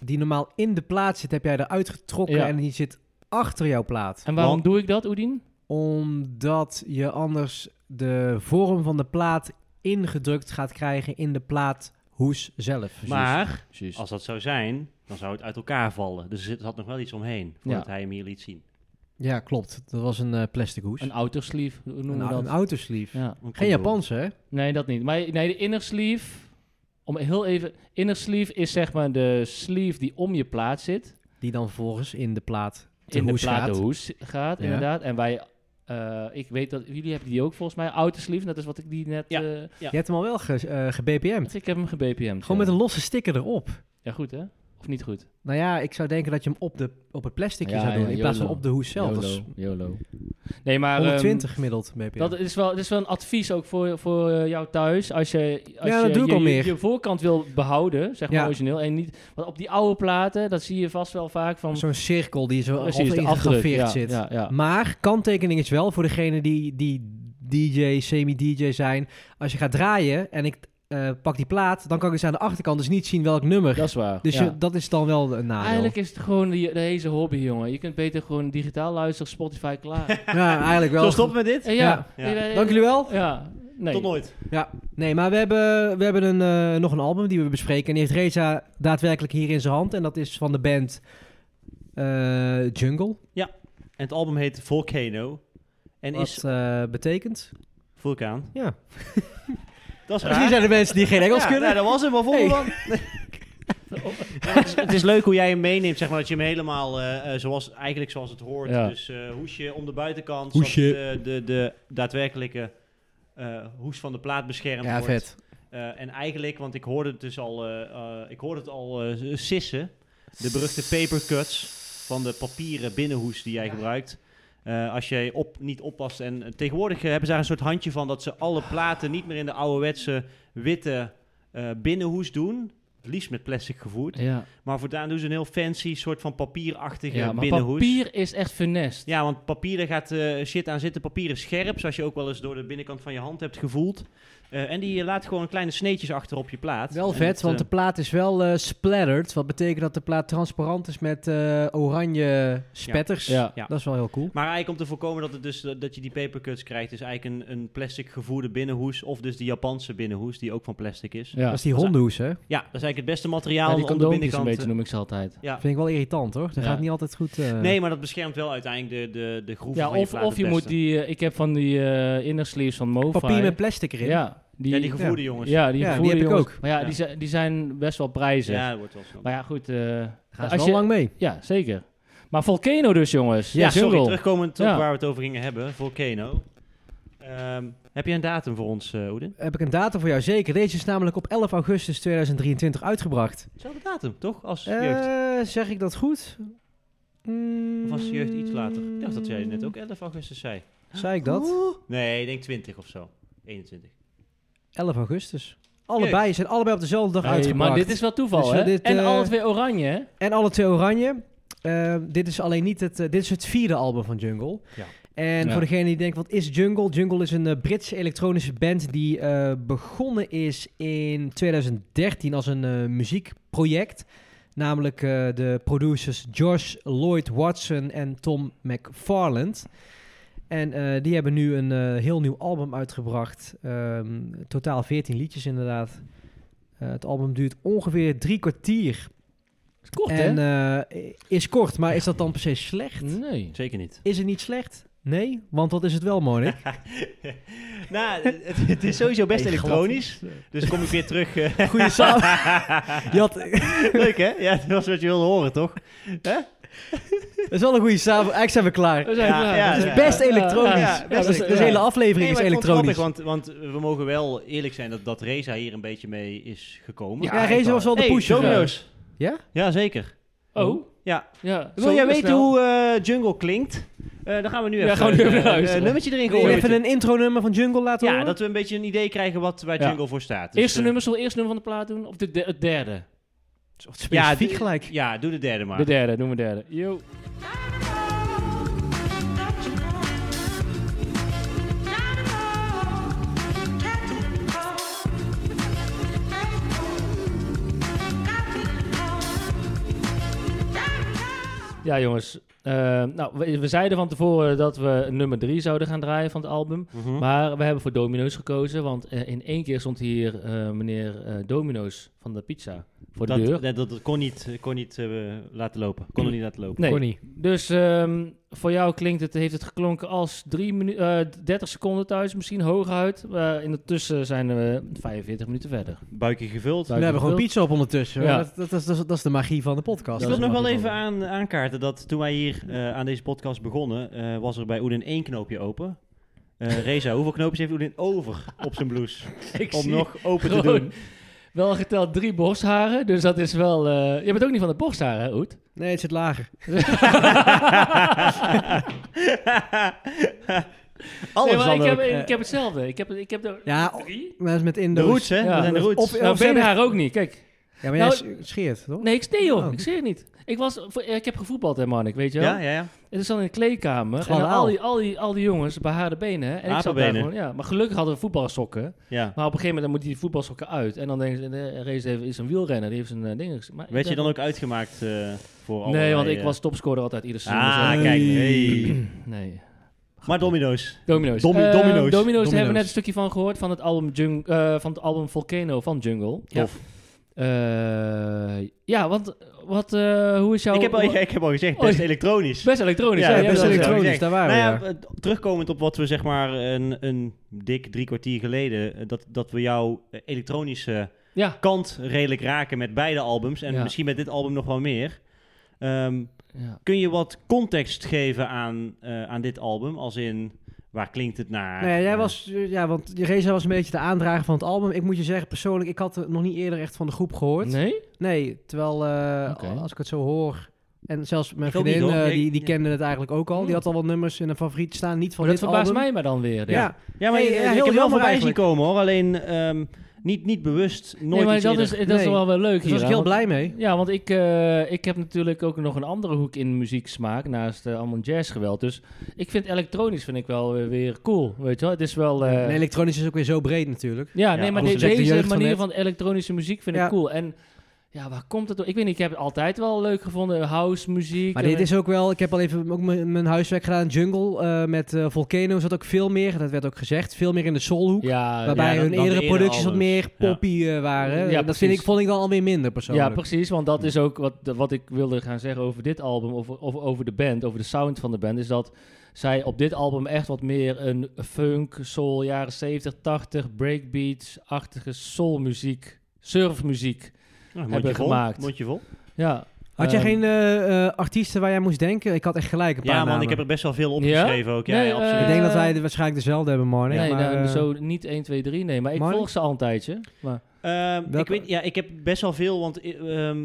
Speaker 3: die normaal in de plaat zit, heb jij eruit getrokken
Speaker 1: Ja.
Speaker 3: en die zit achter jouw plaat.
Speaker 1: En waarom
Speaker 2: Want-
Speaker 1: doe ik dat, Oedien?
Speaker 3: Omdat je anders de vorm van de plaat ingedrukt gaat krijgen in de plaathoes zelf.
Speaker 2: maar
Speaker 1: Precies.
Speaker 2: als dat zou zijn, dan zou het uit elkaar vallen. Dus er zit- zat nog wel iets omheen, voordat hij hem hier liet zien.
Speaker 3: Ja, klopt. Dat was een eh, plastic hoes.
Speaker 1: Een outer sleeve hoe
Speaker 3: Een,
Speaker 1: noemen we
Speaker 3: au-
Speaker 1: dat.
Speaker 3: Nou, een autosleeve.
Speaker 1: ja.
Speaker 2: Een
Speaker 3: Geen
Speaker 2: condoom.
Speaker 3: Japanse, hè?
Speaker 1: Nee, dat niet. Maar nee, de inner sleeve... Om heel even... Inner sleeve is zeg maar de sleeve die om je plaat zit.
Speaker 3: Die dan vervolgens in de plaat te
Speaker 1: in de
Speaker 3: hoes
Speaker 1: plaat de
Speaker 3: gaat.
Speaker 1: hoes gaat,
Speaker 3: Ja.
Speaker 1: inderdaad. En wij... eh, ik weet dat... Jullie hebben die ook volgens mij. Outer sleeve, dat is wat ik die net...
Speaker 2: Ja.
Speaker 1: eh,
Speaker 3: Je hebt hem al wel ge, eh, gebpm'd.
Speaker 1: ik heb hem gebpm'd.
Speaker 3: Gewoon
Speaker 1: ja.
Speaker 3: met een losse sticker erop.
Speaker 1: Ja, goed hè? Of niet goed?
Speaker 3: Nou ja, ik zou denken dat je hem op, de, op het plasticje
Speaker 1: Ja,
Speaker 3: zou doen.
Speaker 1: ja,
Speaker 3: in plaats van
Speaker 1: YOLO.
Speaker 3: op de hoes zelf. Dat is
Speaker 1: YOLO. YOLO. Nee, maar... ehm,
Speaker 3: 120 gemiddeld BPM.
Speaker 1: dat is wel, dat is wel een advies ook voor, voor eh, jou thuis. Als je, als
Speaker 3: Ja,
Speaker 1: je,
Speaker 3: dat doe ik
Speaker 1: je,
Speaker 3: al
Speaker 1: je-
Speaker 3: meer.
Speaker 1: je voorkant wil behouden, zeg maar
Speaker 3: Ja.
Speaker 1: origineel. En niet, want op die oude platen, dat zie je vast wel vaak van... Oh,
Speaker 3: Zo'n cirkel die zo half
Speaker 1: de afdruk,
Speaker 3: ingegraveerd
Speaker 1: ja,
Speaker 3: zit.
Speaker 1: Ja, ja.
Speaker 3: Maar kanttekening is wel voor degene die, die DJ, semi-DJ zijn. Als je gaat draaien en ik eh, pak die plaat, dan kan ik dus aan de achterkant dus niet zien welk nummer.
Speaker 1: Dat is waar.
Speaker 3: dus
Speaker 1: ja.
Speaker 3: je, dat is dan wel een nadeel.
Speaker 1: Eigenlijk is het gewoon die, deze hobby, jongen. Je kunt beter gewoon digitaal luisteren, Spotify klaar.
Speaker 3: Ja, eigenlijk wel.
Speaker 2: Zullen we stoppen met dit?
Speaker 1: Eh, ja.
Speaker 2: Ja.
Speaker 1: Eh, eh,
Speaker 3: Dank jullie wel.
Speaker 1: Ja. Nee.
Speaker 2: Tot nooit.
Speaker 3: Ja, nee, maar we hebben, we hebben een, eh, nog een album die we bespreken. En die heeft Reza daadwerkelijk hier in zijn hand. En dat is van de band eh, Jungle.
Speaker 2: En het album heet Volcano. En
Speaker 3: Wat
Speaker 2: is
Speaker 3: eh, betekent?
Speaker 2: vulkaan.
Speaker 3: Ja.
Speaker 2: Dat is
Speaker 3: Misschien
Speaker 2: raar.
Speaker 3: zijn er mensen die geen Engels
Speaker 2: Ja, nou,
Speaker 3: kunnen.
Speaker 2: dat was hem. Wat vonden we
Speaker 3: Hey.
Speaker 2: dan? Ja, het, is, het is leuk hoe jij hem meeneemt, zeg maar, dat je hem helemaal eh, eh, zoals, eigenlijk zoals het hoort.
Speaker 1: Ja.
Speaker 2: Dus eh, hoesje om de buitenkant,
Speaker 3: Hoesje.
Speaker 2: zodat eh, de, de, de daadwerkelijke eh, hoes van de plaat beschermd
Speaker 3: ja,
Speaker 2: wordt.
Speaker 3: vet.
Speaker 2: Eh, en eigenlijk, want ik hoorde het dus al, eh, eh, ik hoorde het al eh, sissen, de beruchte papercuts van de papieren binnenhoes die jij gebruikt. Eh, als jij op, niet oppast. En eh, tegenwoordig eh, hebben ze daar een soort handje van dat ze alle platen niet meer in de ouderwetse witte eh, binnenhoes doen. Het liefst met plastic gevoerd.
Speaker 1: Ja.
Speaker 2: Maar voortaan doen ze een heel fancy soort van papierachtige
Speaker 1: Ja, maar
Speaker 2: binnenhoes.
Speaker 1: papier is echt funest.
Speaker 2: Ja, want papier, daar gaat eh, shit aan zitten. Papier is scherp, zoals je ook wel eens door de binnenkant van je hand hebt gevoeld. Eh, en die eh, laat gewoon kleine sneetjes achter op je plaat.
Speaker 3: Wel
Speaker 2: En
Speaker 3: vet,
Speaker 2: het,
Speaker 3: want de
Speaker 2: eh,
Speaker 3: plaat is wel eh, splattered. Wat betekent dat de plaat transparant is met eh, oranje spetters.
Speaker 1: Ja.
Speaker 2: Ja.
Speaker 3: Dat is wel heel cool.
Speaker 2: Maar eigenlijk om te voorkomen dat, het dus, eh, dat je die papercuts krijgt, is eigenlijk een, een plastic gevoerde binnenhoes. Of dus die Japanse binnenhoes, die ook van plastic is. Ja,
Speaker 1: Ja.
Speaker 3: Dat is die hondenhoes, hè?
Speaker 2: dat is eigenlijk het beste materiaal
Speaker 1: Ja,
Speaker 2: om
Speaker 1: die
Speaker 2: de
Speaker 1: condoompjes een
Speaker 2: binnenkant... eh,
Speaker 1: beetje noem ik ze altijd.
Speaker 2: ja.
Speaker 3: Vind ik wel irritant, hoor. Dat
Speaker 1: Ja.
Speaker 3: gaat niet altijd goed. eh.
Speaker 2: Nee, maar dat beschermt wel uiteindelijk de, de, de groeven
Speaker 1: Ja,
Speaker 2: van je
Speaker 1: of,
Speaker 2: plaat
Speaker 1: of
Speaker 2: het
Speaker 1: je moet
Speaker 2: beste.
Speaker 1: die... eh, ik heb van die eh inner sleeves van Mofi.
Speaker 3: Papier met plastic erin.
Speaker 1: Ja, die,
Speaker 2: Ja, die gevoerde jongens.
Speaker 1: Ja, die,
Speaker 3: Ja, die
Speaker 1: gevoerde
Speaker 3: heb ik
Speaker 1: jongens.
Speaker 3: ook.
Speaker 1: Maar ja,
Speaker 2: Ja.
Speaker 1: Die, zijn, die zijn best wel prijzig.
Speaker 2: Ja, dat wordt wel snel.
Speaker 1: Maar ja, goed. eh
Speaker 3: Gaan ze
Speaker 1: als
Speaker 3: wel
Speaker 1: je-
Speaker 3: lang mee.
Speaker 1: Ja, zeker. Maar Volcano dus, jongens.
Speaker 2: Ja, sorry,
Speaker 1: Jungle.
Speaker 2: terugkomend
Speaker 1: Ja.
Speaker 2: op waar we het over gingen hebben, Volcano. Ehm, heb je een datum voor ons, eh Oedin?
Speaker 3: Heb ik een datum voor jou? Zeker. Deze is namelijk op 11 augustus 2023 uitgebracht.
Speaker 2: Zelfde datum, toch? Als
Speaker 3: Eh,
Speaker 2: jeugd.
Speaker 3: zeg ik dat goed? Mm,
Speaker 2: Of was jeugd iets later? Ik dacht dat jij net ook 11 augustus zei.
Speaker 3: Zei ik dat?
Speaker 2: Nee, ik denk 20 of zo. 21.
Speaker 3: 11 augustus. Allebei zijn allebei op dezelfde dag
Speaker 1: Hey,
Speaker 3: uitgebracht.
Speaker 1: maar dit is wel toeval,
Speaker 3: Dus, eh,
Speaker 1: hè?
Speaker 3: dit,
Speaker 1: en
Speaker 3: eh,
Speaker 1: alle twee oranje, hè?
Speaker 3: En alle twee oranje. Eh, dit is alleen niet het. eh, dit is het vierde album van Jungle.
Speaker 2: Ja.
Speaker 3: En
Speaker 1: Ja.
Speaker 3: voor degene die denkt, wat is Jungle? Jungle is een eh, Britse elektronische band die eh, begonnen is in 2013 als een eh, muziekproject. Namelijk eh, de producers Josh Lloyd Watson en Tom McFarland. En eh, die hebben nu een eh, heel nieuw album uitgebracht. Ehm, totaal 14 liedjes inderdaad. Eh, het album duurt ongeveer drie kwartier.
Speaker 1: Is kort,
Speaker 3: en
Speaker 1: hè?
Speaker 3: eh, is kort, maar is dat dan per se slecht?
Speaker 1: nee.
Speaker 2: Zeker niet.
Speaker 3: Is het niet slecht? Nee, want wat is het wel, Monik?
Speaker 2: nou, het, het is sowieso best
Speaker 3: Hey, glad.
Speaker 2: elektronisch. Dus kom ik weer terug. eh,
Speaker 3: Goeie samen. Je had, het
Speaker 2: Leuk hè? Ja, dat was wat je wilde horen, toch?
Speaker 3: is wel een goede samen. Eigenlijk zijn we klaar.
Speaker 1: We zijn
Speaker 2: Ja,
Speaker 1: klaar.
Speaker 2: ja,
Speaker 1: Dat
Speaker 3: Het
Speaker 1: is
Speaker 3: is best elektronisch.
Speaker 2: ja,
Speaker 3: Ja, dat is-
Speaker 2: ja.
Speaker 3: dus de hele aflevering is
Speaker 2: maar ik vond het
Speaker 3: elektronisch.
Speaker 2: grappig, want, want we mogen wel eerlijk zijn dat, dat Reza hier een beetje mee is gekomen.
Speaker 3: Ja, Reza was wel de
Speaker 2: Hey,
Speaker 3: pusher. eh.
Speaker 2: Domino's.
Speaker 3: Ja?
Speaker 2: Ja, zeker.
Speaker 1: Oh.
Speaker 2: Ja.
Speaker 1: ja.
Speaker 2: Wil jij weten
Speaker 1: snel.
Speaker 2: hoe eh, Jungle klinkt? Eh, dan gaan we nu
Speaker 1: Ja,
Speaker 2: even
Speaker 1: gewoon nu
Speaker 2: een
Speaker 1: even
Speaker 2: eh,
Speaker 1: luisteren.
Speaker 2: een nummertje erin
Speaker 3: Wil je
Speaker 2: gooien.
Speaker 3: even een intro-nummer van Jungle laten
Speaker 2: Ja,
Speaker 3: horen?
Speaker 2: dat we een beetje een idee krijgen wat waar
Speaker 1: Ja.
Speaker 2: Jungle voor staat. Dus,
Speaker 1: Eerste
Speaker 2: eh,
Speaker 1: nummer, zullen we eerst nummer van de plaat doen? Of de, de- het derde?
Speaker 2: ja,
Speaker 3: specifiek
Speaker 2: d-
Speaker 3: gelijk.
Speaker 2: Ja, doe de derde maar.
Speaker 1: De derde, noem maar derde. Yo. Ja, jongens. Eh, nou, we, we zeiden van tevoren dat we nummer 3 zouden gaan draaien van het album.
Speaker 2: Mhm.
Speaker 1: Maar we hebben voor Domino's gekozen. Want eh, in één keer stond hier eh, meneer eh, Domino's van de pizza voor de deur.
Speaker 2: dat, dat, dat kon niet, kon niet eh, laten lopen. Kon er niet laten lopen.
Speaker 1: Nee.
Speaker 3: Connie.
Speaker 1: Dus ehm, voor jou klinkt het, heeft het geklonken als drie minu- eh, 30 seconden thuis, misschien hooguit. Eh in de tussen zijn we 45 minuten verder.
Speaker 2: Buikje gevuld.
Speaker 1: Nou,
Speaker 3: We hebben gewoon pizza op ondertussen.
Speaker 1: Ja.
Speaker 3: Dat, dat, dat, dat, dat is de magie van de
Speaker 2: Nou,
Speaker 3: podcast.
Speaker 2: Ik
Speaker 1: Ja,
Speaker 2: wil
Speaker 1: dat
Speaker 2: nog
Speaker 1: is
Speaker 2: wel
Speaker 1: makkelijk
Speaker 2: even aan, aankaarten dat toen wij hier eh, aan deze podcast begonnen, eh, was er bij Oedin één knoopje open. Eh Reza, hoeveel knoopjes heeft Oedin over op zijn blouse?
Speaker 1: Ik
Speaker 2: om
Speaker 1: zie
Speaker 2: nog open te
Speaker 1: gewoon-
Speaker 2: doen.
Speaker 1: wel geteld drie borstharen, dus dat is wel... eh, je bent ook niet van de borstharen, hè, Oet?
Speaker 3: Nee, het zit lager.
Speaker 2: Alles
Speaker 1: Nee, maar
Speaker 2: dan
Speaker 1: ik, heb,
Speaker 2: ook.
Speaker 1: ik heb hetzelfde. Ik heb, ik heb er
Speaker 3: Ja, o-
Speaker 1: drie.
Speaker 3: maar dat is met in
Speaker 2: De roots, hè?
Speaker 1: Ja,
Speaker 2: dat oh, zijn de
Speaker 3: dat-
Speaker 2: roots.
Speaker 3: of-
Speaker 1: Nou,
Speaker 3: zijn er-
Speaker 1: benen haar ook niet, kijk.
Speaker 3: Ja, maar
Speaker 1: Nou,
Speaker 3: jij s- scheert, toch?
Speaker 1: Nee, ik sneeuw, joh.
Speaker 3: Oh.
Speaker 1: Ik zeg het niet. Ik, was, voor- ik heb gevoetbald, hè, Marnik, weet je wel?
Speaker 2: ja, ja, ja.
Speaker 1: Het is dan in de kleedkamer. En
Speaker 3: Gladde
Speaker 1: dan al
Speaker 3: aal.
Speaker 1: die, al, die, al die jongens bij haar de benen. hè. En ik zat daar
Speaker 2: Apenbenen.
Speaker 1: gewoon, ja. Maar gelukkig hadden we voetbalsokken.
Speaker 2: ja.
Speaker 1: Maar op een gegeven moment dan moet die voetbalsokken uit. En dan denken ze, de race heeft, is een wielrenner, die heeft zijn eh, dingen. gezien. Maar ik
Speaker 2: Werd je
Speaker 1: ben-
Speaker 2: dan ook uitgemaakt eh, voor allerlei,
Speaker 1: Nee, want ik
Speaker 2: eh,
Speaker 1: was topscorer altijd iedere seizoen.
Speaker 2: Ah,
Speaker 1: dus, eh,
Speaker 2: kijk. Hey.
Speaker 1: Nee.
Speaker 2: Maar domino's.
Speaker 1: Domino's.
Speaker 2: Domi-
Speaker 1: Eh,
Speaker 2: domino's.
Speaker 1: domino's.
Speaker 2: Domino's.
Speaker 1: hebben we net een stukje van gehoord van het album, Jung, eh, van het album Volcano van Jungle.
Speaker 2: Tof.
Speaker 1: Ja, Eh, ja want wat, eh, hoe is jouw...
Speaker 2: Ik, heb al, ik heb al gezegd, best
Speaker 1: Oh,
Speaker 2: elektronisch.
Speaker 1: Best elektronisch.
Speaker 2: Ja,
Speaker 1: hè?
Speaker 2: ja,
Speaker 1: jij
Speaker 3: best
Speaker 1: hebt dat
Speaker 3: elektronisch,
Speaker 2: gezegd.
Speaker 3: daar waren
Speaker 2: Nou ja,
Speaker 3: we,
Speaker 2: eh, terugkomend op wat we zeg maar een, een dik drie kwartier geleden, eh, dat, dat we jouw eh, elektronische
Speaker 1: gezegd. Ja.
Speaker 2: kant redelijk raken met beide albums en
Speaker 1: Ja.
Speaker 2: misschien met dit album nog wel meer. Ehm,
Speaker 1: ja.
Speaker 2: kun je wat context geven aan, eh, aan dit album? Als in, waar klinkt het naar?
Speaker 3: Nee, jij
Speaker 2: Eh,
Speaker 3: was, eh, ja, want Reza was een beetje de aandrager van het album. Ik moet je zeggen, persoonlijk, ik had het nog niet eerder echt van de groep gehoord.
Speaker 1: Nee?
Speaker 3: Nee, terwijl eh,
Speaker 1: Oké.
Speaker 3: als ik het zo hoor. En zelfs mijn
Speaker 2: Ik ook niet,
Speaker 3: vriendin,
Speaker 2: hoor.
Speaker 3: eh,
Speaker 2: Ik-
Speaker 3: die, die kende het eigenlijk ook al. Die had al wat nummers in een favoriet staan, niet van
Speaker 1: Maar dat
Speaker 3: dit
Speaker 1: Oh, verbaast
Speaker 3: album.
Speaker 1: mij maar dan weer. denk ik.
Speaker 3: Ja,
Speaker 2: Ja, maar
Speaker 3: Nee,
Speaker 2: je-
Speaker 1: eh,
Speaker 3: ja,
Speaker 2: ik
Speaker 3: heel
Speaker 2: heb wel
Speaker 3: jammer
Speaker 2: voorbij zien
Speaker 3: eigenlijk.
Speaker 2: komen hoor. Alleen ehm, niet, niet bewust, nooit
Speaker 1: nee, maar
Speaker 2: iets
Speaker 1: dat is,
Speaker 2: eerder.
Speaker 1: dat is
Speaker 3: Nee.
Speaker 1: wel wel leuk
Speaker 3: daar was
Speaker 1: hier,
Speaker 3: ik
Speaker 1: hè,
Speaker 3: heel
Speaker 1: want-
Speaker 3: blij mee.
Speaker 1: Ja, want ik, eh, ik heb natuurlijk ook nog een andere hoek in muzieksmaak naast eh, allemaal jazzgeweld. Dus ik vind elektronisch vind ik wel eh, weer cool, weet je wel. Het is wel... eh,
Speaker 3: En elektronisch is ook weer zo breed natuurlijk.
Speaker 1: ja,
Speaker 2: Ja,
Speaker 1: nee, maar
Speaker 2: alles
Speaker 1: de-
Speaker 3: is echt de
Speaker 1: deze
Speaker 3: jeugd van
Speaker 1: manier
Speaker 3: net.
Speaker 1: van elektronische muziek vind ik
Speaker 3: Ja.
Speaker 1: cool. En ja, waar komt het door? Ik weet niet, ik heb het altijd wel leuk gevonden, house muziek.
Speaker 3: Maar dit is ook wel, ik heb al even ook mijn mijn huiswerk gedaan. Jungle eh, met eh, Volcano zat ook veel meer, dat werd ook gezegd, veel meer in de soulhoek.
Speaker 1: Ja,
Speaker 3: waarbij
Speaker 2: ja, dan-
Speaker 3: hun
Speaker 2: dan de
Speaker 3: eerdere
Speaker 2: eerdere
Speaker 3: producties wat
Speaker 2: albums.
Speaker 3: meer
Speaker 2: Ja.
Speaker 3: poppy eh, waren.
Speaker 1: Ja,
Speaker 3: dat vind
Speaker 1: precies.
Speaker 3: ik, vond ik dan alweer minder persoonlijk.
Speaker 1: Ja, precies. Want dat is ook wat, wat ik wilde gaan zeggen over dit album. Of, of over de band, over de sound van de band. Is dat zij op dit album echt wat meer een funk, soul, jaren 70, 80, breakbeats-achtige soulmuziek, surfmuziek.
Speaker 2: Ja, Ah, mondje
Speaker 1: hebben
Speaker 2: vol,
Speaker 1: gemaakt.
Speaker 2: Mondje vol.
Speaker 1: Ja.
Speaker 3: Had jij
Speaker 1: Ehm,
Speaker 3: geen eh, eh, artiesten waar jij moest denken? Ik had echt gelijk een paar
Speaker 2: Ja, man,
Speaker 3: namen.
Speaker 2: ik heb er best wel veel
Speaker 1: Ja?
Speaker 2: opgeschreven ook. Ja,
Speaker 1: Nee,
Speaker 2: ja, absoluut.
Speaker 1: eh,
Speaker 3: Ik denk dat wij de- waarschijnlijk dezelfde hebben, Marne.
Speaker 1: Nee,
Speaker 3: maar,
Speaker 1: nou,
Speaker 3: eh,
Speaker 1: zo niet 1, 2, 3. Nee, maar ik
Speaker 3: Mark?
Speaker 1: volg ze al een tijdje. Maar,
Speaker 2: Ehm, ik,
Speaker 3: Welke-
Speaker 2: weet, ja, ik heb best wel veel, want eh, ehm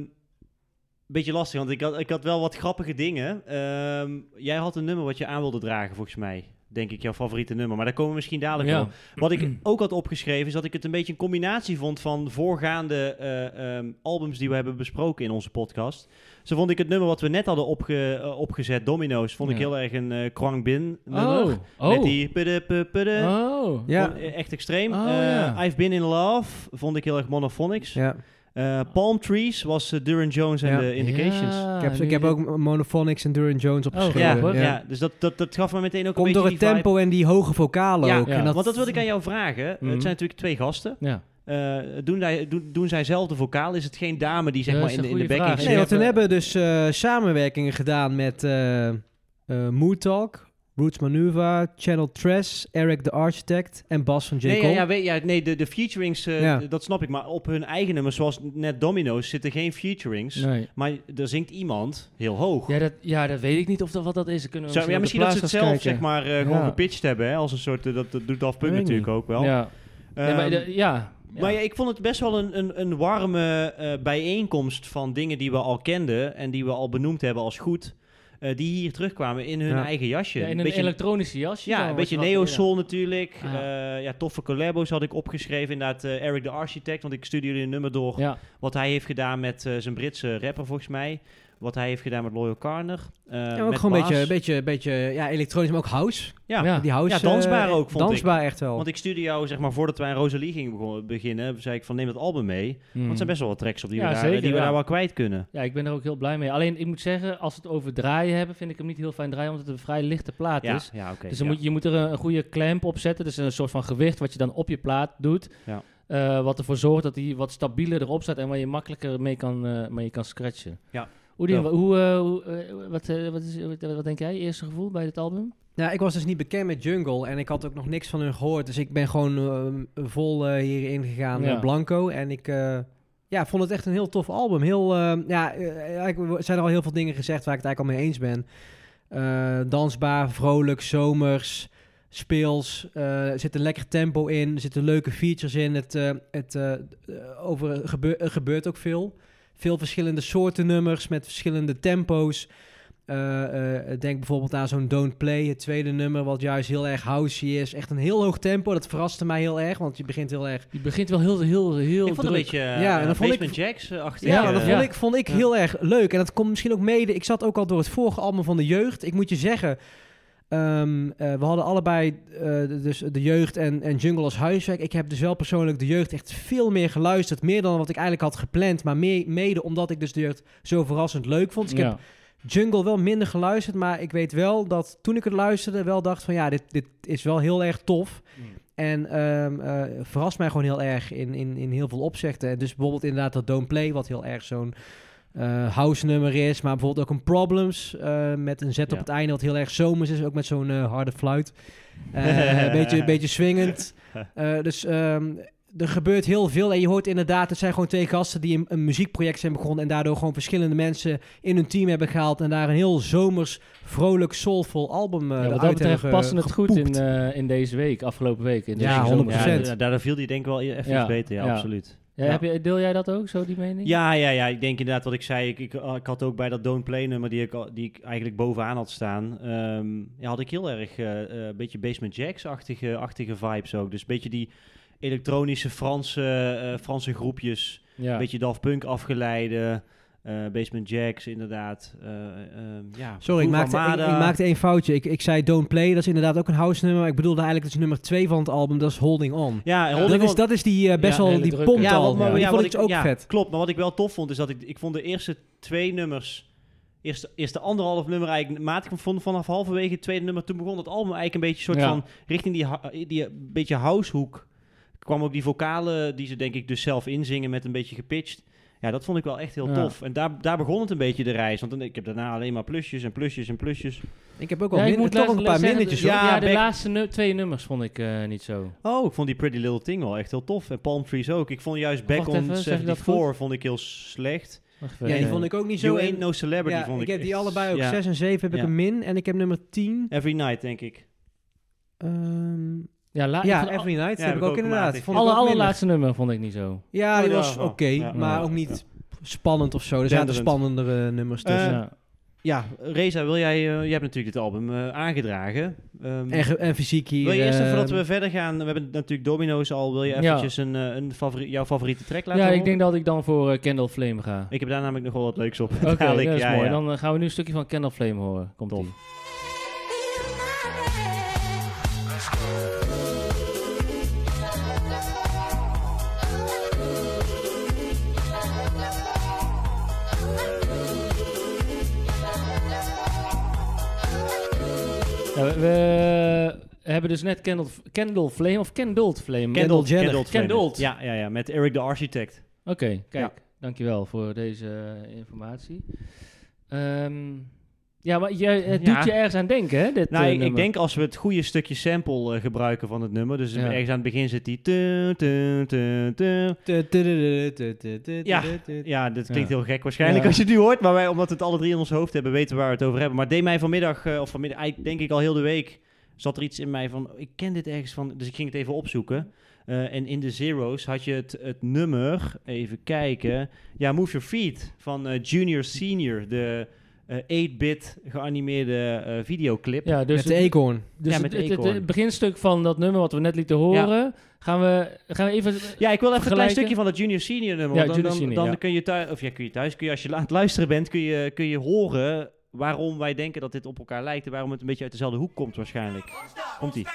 Speaker 2: beetje lastig, want ik had, ik had wel wat grappige dingen. Ehm, jij had een nummer wat je aan wilde dragen, volgens mij. Denk ik, jouw favoriete nummer. Maar daar komen we misschien dadelijk
Speaker 1: Ja.
Speaker 2: op. Wat ik ook had opgeschreven, is dat ik het een beetje een combinatie vond van voorgaande eh, ehm, albums die we hebben besproken in onze podcast. Zo vond ik het nummer wat we net hadden opge- eh, opgezet, Domino's, vond ik
Speaker 1: Ja.
Speaker 2: heel erg een eh Kwang Bin nummer.
Speaker 1: oh,
Speaker 2: Met
Speaker 1: oh,
Speaker 2: die... pudu, pudu, pudu.
Speaker 1: oh.
Speaker 3: Ja.
Speaker 2: Vond- eh, echt extreem.
Speaker 1: Oh,
Speaker 2: Eh,
Speaker 1: ja.
Speaker 2: I've Been In Love vond ik heel erg monophonics.
Speaker 1: Ah,
Speaker 3: Ja.
Speaker 2: Eh, Palm Trees was eh, Duran Jones en
Speaker 3: Ja.
Speaker 2: de Indications. Ja,
Speaker 1: Ja,
Speaker 3: ik heb,
Speaker 1: nu-
Speaker 3: ik heb ook Monophonics en Duran Jones opgeschreven.
Speaker 1: Ja,
Speaker 2: ja,
Speaker 1: Oh, hoor.
Speaker 2: dus dat, dat, dat gaf me meteen ook
Speaker 3: Komt
Speaker 2: een
Speaker 3: door
Speaker 2: beetje
Speaker 3: het
Speaker 2: die vibe.
Speaker 3: tempo en die hoge vocalen
Speaker 2: Ja,
Speaker 3: ook.
Speaker 1: ja.
Speaker 3: En
Speaker 2: Want dat wilde ik aan jou vragen.
Speaker 1: Mhm.
Speaker 2: Het zijn natuurlijk twee gasten.
Speaker 1: Ja.
Speaker 2: Eh, doen, zij, doen, doen zij zelf de vocaal? Is het geen dame die zeg
Speaker 1: Dat
Speaker 2: maar
Speaker 1: is
Speaker 2: in, de-
Speaker 1: een
Speaker 2: in de
Speaker 1: goede
Speaker 2: backing
Speaker 1: vraag.
Speaker 2: zit?
Speaker 3: Nee,
Speaker 1: Je
Speaker 3: want we
Speaker 1: hebt,
Speaker 3: hebben dus eh, samenwerkingen gedaan met eh eh, Mood Talk, Roots Manuva, Channel Trash, Eric the Architect en Bas van J.
Speaker 2: Nee, ja,
Speaker 3: Cole.
Speaker 2: ja, weet- ja, nee de, de featurings, eh,
Speaker 3: Ja.
Speaker 2: d- dat snap ik. Maar op hun eigen nummers, zoals net Domino's, zitten geen featurings.
Speaker 1: Nee.
Speaker 2: Maar er zingt iemand heel hoog.
Speaker 1: Ja, dat, ja, dat weet ik niet of dat wat dat is. Dat Kunnen we
Speaker 2: Zou- ja, misschien dat ze het zelf zeg maar, eh, gewoon
Speaker 1: Ja.
Speaker 2: gepitcht hebben. Hè, als een soort, eh, dat, dat doet Daft Punk
Speaker 1: Weet ik
Speaker 2: natuurlijk ook wel.
Speaker 1: Ja.
Speaker 2: Ehm,
Speaker 1: nee, maar, de- ja. Ja.
Speaker 2: Maar ja, ik vond het best wel een, een, een warme eh, bijeenkomst van dingen die we al kenden en die we al benoemd hebben als goed, eh, die hier terugkwamen in hun
Speaker 3: Ja.
Speaker 2: eigen jasje.
Speaker 1: Ja, in een
Speaker 2: beetje,
Speaker 1: elektronische jasje.
Speaker 2: ja,
Speaker 1: dan,
Speaker 2: een
Speaker 1: wat
Speaker 2: beetje
Speaker 1: je had-
Speaker 2: neo-soul natuurlijk.
Speaker 1: Ah, ja.
Speaker 2: Eh, ja, toffe collabos had ik opgeschreven. Inderdaad, eh, Eric de Architect, want ik stuurde jullie een nummer door
Speaker 1: Ja.
Speaker 2: wat hij heeft gedaan met eh, zijn Britse rapper volgens mij. Wat hij heeft gedaan met Loyal Carner. eh,
Speaker 3: Ja, maar ook
Speaker 2: met
Speaker 3: gewoon een
Speaker 2: Baas.
Speaker 3: beetje, beetje, beetje ja, elektronisch, maar ook house.
Speaker 2: Ja,
Speaker 1: Ja.
Speaker 3: Die house
Speaker 2: Ja, dansbaar
Speaker 3: eh,
Speaker 2: ook, vond ik.
Speaker 3: Dansbaar echt wel.
Speaker 2: want ik stuurde jou, zeg maar, voordat wij aan Rosalie gingen begon- beginnen, zei ik van neem dat album mee.
Speaker 1: Mm.
Speaker 2: Want er zijn best wel wat tracks op die
Speaker 1: Ja,
Speaker 2: we, daar,
Speaker 1: zeker,
Speaker 2: die we
Speaker 1: ja.
Speaker 2: daar wel kwijt kunnen.
Speaker 1: Ja, ik ben er ook heel blij mee. Alleen, ik moet zeggen, als we het over draaien hebben, vind ik hem niet heel fijn draaien, omdat het een vrij lichte plaat
Speaker 2: Ja,
Speaker 1: is.
Speaker 2: ja oké.
Speaker 1: Dus dan
Speaker 2: ja.
Speaker 1: moet, je moet er een, een goede clamp op zetten. Dus een soort van gewicht wat je dan op je plaat doet.
Speaker 2: Ja.
Speaker 1: Eh, wat ervoor zorgt dat hij wat stabieler erop staat en waar je makkelijker mee kan, eh, mee kan scratchen.
Speaker 2: Ja.
Speaker 1: Oedien,
Speaker 2: Ja.
Speaker 1: wa- hoe, eh, hoe, eh, wat, eh, wat, is, wat, wat denk jij? Eerste gevoel bij dit album?
Speaker 3: Ja, ik was dus niet bekend met Jungle en ik had ook nog niks van hun gehoord. Dus ik ben gewoon eh, vol eh, hierin gegaan,
Speaker 1: Ja.
Speaker 3: eh, blanco. En ik eh, ja, vond het echt een heel tof album. Heel, eh, ja, eh, eigenlijk wo- zijn er al heel veel dingen gezegd waar ik het eigenlijk al mee eens ben. Eh, dansbaar, vrolijk, zomers, speels. eh, er zit een lekker tempo in, er zitten leuke features in. Het, eh, het, eh, eh, over, gebeur- er gebeurt ook veel. Veel verschillende soorten nummers met verschillende tempo's. Eh, eh, denk bijvoorbeeld aan zo'n Don't Play, het tweede nummer, wat juist heel erg housey is. Echt een heel hoog tempo, dat verraste mij heel erg, want je begint heel erg...
Speaker 1: Je begint wel heel, heel, heel
Speaker 2: ik vond het een
Speaker 1: druk.
Speaker 2: beetje
Speaker 3: Ja,
Speaker 2: ja,
Speaker 3: en
Speaker 2: en
Speaker 3: dan vond ik-
Speaker 2: eh, Basement Jacks eh, achtig.
Speaker 3: Ja,
Speaker 1: Ja,
Speaker 3: dat
Speaker 2: eh,
Speaker 3: vond ik, vond ik
Speaker 1: Ja.
Speaker 3: heel erg leuk. En dat komt misschien ook mede. Ik zat ook al door het vorige album van de jeugd. Ik moet je zeggen, ehm, eh, we hadden allebei eh, de- dus de jeugd en, en Jungle als huiswerk. Ik heb dus wel persoonlijk de jeugd echt veel meer geluisterd. Meer dan wat ik eigenlijk had gepland. Maar meer, mede omdat ik dus de jeugd zo verrassend leuk vond. Dus ik heb
Speaker 1: Ja.
Speaker 3: Jungle wel minder geluisterd, maar ik weet wel dat toen ik het luisterde, wel dacht van ja, dit, dit is wel heel erg tof.
Speaker 1: Mm.
Speaker 3: En ehm eh, verrast mij gewoon heel erg in, in, in heel veel opzichten. En Dus bijvoorbeeld inderdaad dat Don't Play, wat heel erg zo'n eh, house nummer is. Maar bijvoorbeeld ook een Problems eh, met een zet
Speaker 2: Ja.
Speaker 3: op het einde, wat heel erg zomers is. Ook met zo'n eh, harde fluit. Eh, een beetje, een beetje swingend. Eh, dus ehm, er gebeurt heel veel. En je hoort inderdaad, het zijn gewoon twee gasten die een, een muziekproject zijn begonnen. En daardoor gewoon verschillende mensen in hun team hebben gehaald. En daar een heel zomers, vrolijk, soulvol album eh
Speaker 1: Ja, wat dat
Speaker 3: uit
Speaker 1: betreft
Speaker 3: hebben
Speaker 1: paste het goed in,
Speaker 3: gepoept.
Speaker 1: eh, in deze week, afgelopen week. In de
Speaker 3: Ja,
Speaker 1: zomer.
Speaker 3: 100%.
Speaker 2: Ja, daardoor viel die denk ik wel even
Speaker 1: Ja,
Speaker 2: beter, ja,
Speaker 1: ja.
Speaker 2: absoluut.
Speaker 1: Ja, heb je, deel jij dat ook, zo die mening?
Speaker 2: Ja, ja, ja, ik denk inderdaad wat ik zei. Ik, ik, ik had ook bij dat Don't Play nummer die ik, al- die ik eigenlijk bovenaan had staan. ehm, ja, had ik heel erg eh, eh, een beetje Basement Jacks-achtige achtige vibes ook. Dus een beetje die elektronische Franse, eh, Franse groepjes.
Speaker 1: Ja.
Speaker 2: Een beetje Daft Punk afgeleide. eh, Basement Jacks inderdaad. eh, ehm, ja,
Speaker 3: Ah, Sorry, ik
Speaker 2: Groove
Speaker 3: maakte, ik,
Speaker 2: Armada.
Speaker 3: ik maakte één foutje. Ik, ik zei Don't Play, dat is inderdaad ook een house nummer. Maar ik bedoelde eigenlijk dus nummer twee van het album, dat is Holding On.
Speaker 2: Ja,
Speaker 1: Ja,
Speaker 2: Holding
Speaker 3: dat, is,
Speaker 2: On-
Speaker 3: dat is die eh, best
Speaker 1: Ja,
Speaker 3: wel
Speaker 1: hele
Speaker 3: die
Speaker 1: drukke.
Speaker 3: pompt
Speaker 1: Ja,
Speaker 3: al.
Speaker 1: wat-
Speaker 3: die vond
Speaker 2: wat
Speaker 3: ik dus ook
Speaker 2: ja,
Speaker 3: vet.
Speaker 2: Klopt, maar wat ik wel tof vond is dat ik, ik vond de eerste twee nummers, eerste, eerste anderhalf nummer eigenlijk matig vond vanaf halverwege het tweede nummer. Toen begon het album eigenlijk een beetje soort
Speaker 1: Ja.
Speaker 2: van richting die, ha- die eh, beetje househoek. Kwam ook die vocalen die ze denk ik dus zelf inzingen met een beetje gepitcht. Ja, dat vond ik wel echt heel
Speaker 1: Ja.
Speaker 2: tof. En daar, daar begon het een beetje de reis. Want dan, ik heb daarna alleen maar plusjes en plusjes en plusjes.
Speaker 3: Ik heb ook
Speaker 1: Ja,
Speaker 3: wel
Speaker 1: ik
Speaker 3: min-
Speaker 1: moet
Speaker 3: toch
Speaker 1: laat-
Speaker 3: een paar
Speaker 1: zeggen,
Speaker 3: minnetjes.
Speaker 1: de-
Speaker 2: hoor.
Speaker 1: Ja,
Speaker 2: Ja,
Speaker 1: de
Speaker 2: Beck-
Speaker 1: laatste nu- twee nummers vond ik eh, niet zo.
Speaker 2: Oh, ik vond die Pretty Little Thing wel echt heel tof. En Palm Trees ook. Ik vond juist Back
Speaker 1: Wacht
Speaker 2: on
Speaker 1: even, zeg ik dat
Speaker 2: 74 vond ik heel slecht.
Speaker 1: Wacht
Speaker 3: Ja,
Speaker 1: even.
Speaker 3: die vond ik ook niet zo.
Speaker 2: You
Speaker 3: en-
Speaker 2: Ain't No Celebrity
Speaker 3: ja,
Speaker 2: vond
Speaker 3: ik
Speaker 2: ik
Speaker 3: heb die
Speaker 2: echt-
Speaker 3: allebei ook
Speaker 2: ja.
Speaker 3: 6 en 7 heb ik
Speaker 2: Ja.
Speaker 3: een min. En ik heb nummer 10.
Speaker 2: Every Night, denk ik.
Speaker 3: ehm,
Speaker 1: Ja, la- ik
Speaker 3: ja,
Speaker 1: vond al-
Speaker 3: Every Night
Speaker 2: Ja,
Speaker 3: heb ik ook inderdaad.
Speaker 2: matig.
Speaker 3: Vond ik
Speaker 1: alle
Speaker 3: ook minder. Eh,
Speaker 1: allerlaatste nummer vond ik niet zo.
Speaker 3: Ja, die
Speaker 2: Oh, ja,
Speaker 3: was oké,
Speaker 2: ja. Ja.
Speaker 3: maar ook niet spannend of zo. Er zaten
Speaker 2: Denderend.
Speaker 3: spannendere nummers
Speaker 2: Eh,
Speaker 3: tussen.
Speaker 1: Dus ja.
Speaker 2: Ja, Reza, wil jij, eh, jij hebt natuurlijk dit album eh, aangedragen. Ehm,
Speaker 3: en, ge- en fysiek hier.
Speaker 2: wil je eerst even,
Speaker 3: eh,
Speaker 2: voordat we verder gaan, we hebben natuurlijk Domino's al, wil je
Speaker 1: Ja.
Speaker 2: eventjes een, eh, een favori- jouw favoriete track laten
Speaker 1: ja, ik
Speaker 2: horen?
Speaker 1: denk dat ik dan voor eh, Candle Flame ga.
Speaker 2: Ik heb daar namelijk nog wel wat leuks op.
Speaker 1: Oké,
Speaker 2: dadelijk.
Speaker 1: dat is
Speaker 2: Ja,
Speaker 1: mooi.
Speaker 2: ja.
Speaker 1: Dan eh, gaan we nu een stukje van Candle Flame horen. Komt
Speaker 2: Tof.
Speaker 1: ie.
Speaker 8: Thank
Speaker 1: Nou, we hebben dus net Candle, Candle Flame of Candled Flame.
Speaker 3: Kendall Jenner.
Speaker 2: Kendall Jenner.
Speaker 1: Kendall.
Speaker 2: Ja, ja, ja, met Eric de Architect.
Speaker 1: Oké, kijk. Dankjewel voor deze eh, informatie. Ehm, ja, maar jij, het
Speaker 2: Ja.
Speaker 1: doet je ergens aan denken, hè? Dit,
Speaker 2: Nou,
Speaker 1: eh,
Speaker 2: ik, ik
Speaker 1: nummer.
Speaker 2: denk als we het goede stukje sample eh, gebruiken van het nummer, dus
Speaker 1: Ja.
Speaker 2: ergens aan het begin zit die... tu, tu, tu, tu. Ja, ja, dat klinkt heel gek waarschijnlijk
Speaker 1: Ja.
Speaker 2: als je het nu hoort, maar wij, omdat we het alle drie in ons hoofd hebben, weten we waar we het over hebben. Maar deed mij vanmiddag, eh, of vanmiddag, eigenlijk denk ik al heel de week, zat er iets in mij van, ik ken dit ergens van, dus ik ging het even opzoeken. Eh, en in de Zero's had je het, het nummer, even kijken, ja, Move Your Feet van eh, Junior Senior, de eh, 8-bit geanimeerde eh, videoclip.
Speaker 1: Ja, dus
Speaker 3: Met de eekhoorn.
Speaker 1: Dus
Speaker 2: Ja,
Speaker 1: het,
Speaker 2: met
Speaker 1: het- het-
Speaker 2: Acorn.
Speaker 1: het beginstuk van dat nummer wat we net lieten horen, gaan, we, gaan we even...
Speaker 2: Ja, ik wil even een klein
Speaker 1: Vergelijken.
Speaker 2: stukje van dat junior senior nummer.
Speaker 1: Ja,
Speaker 2: want dan
Speaker 1: junior
Speaker 2: dan,
Speaker 1: senior,
Speaker 2: dan
Speaker 1: ja.
Speaker 2: kun je thuis, of ja, kun je thuis, kun je als je la- aan het luisteren bent, kun je, kun je horen waarom wij denken dat dit op elkaar lijkt en waarom het een beetje uit dezelfde hoek komt waarschijnlijk. Komt ie.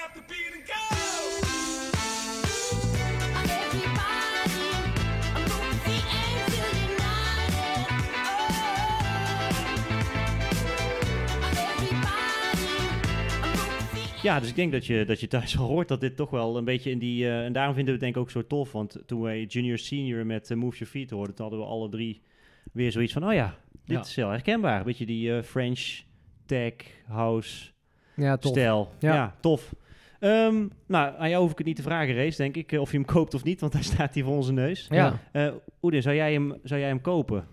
Speaker 2: Ja, dus ik denk dat je, dat je thuis al hoort dat dit toch wel een beetje in die... eh, en daarom vinden we het denk ik ook zo tof, want toen wij junior senior met eh, Move Your Feet hoorden, toen hadden we alle drie weer zoiets van, oh ja, dit
Speaker 1: Ja.
Speaker 2: is heel herkenbaar. Beetje die eh, French tech house...
Speaker 3: Ja, tof.
Speaker 2: stijl. Ja,
Speaker 3: Ja.
Speaker 2: tof. Ehm, nou, aan jou hoef ik het niet te vragen, Race, denk ik. eh, Of je hem koopt of niet, want hij staat hier voor onze neus.
Speaker 1: Ja.
Speaker 3: Ja.
Speaker 2: Eh Oede, zou jij hem, zou jij hem kopen?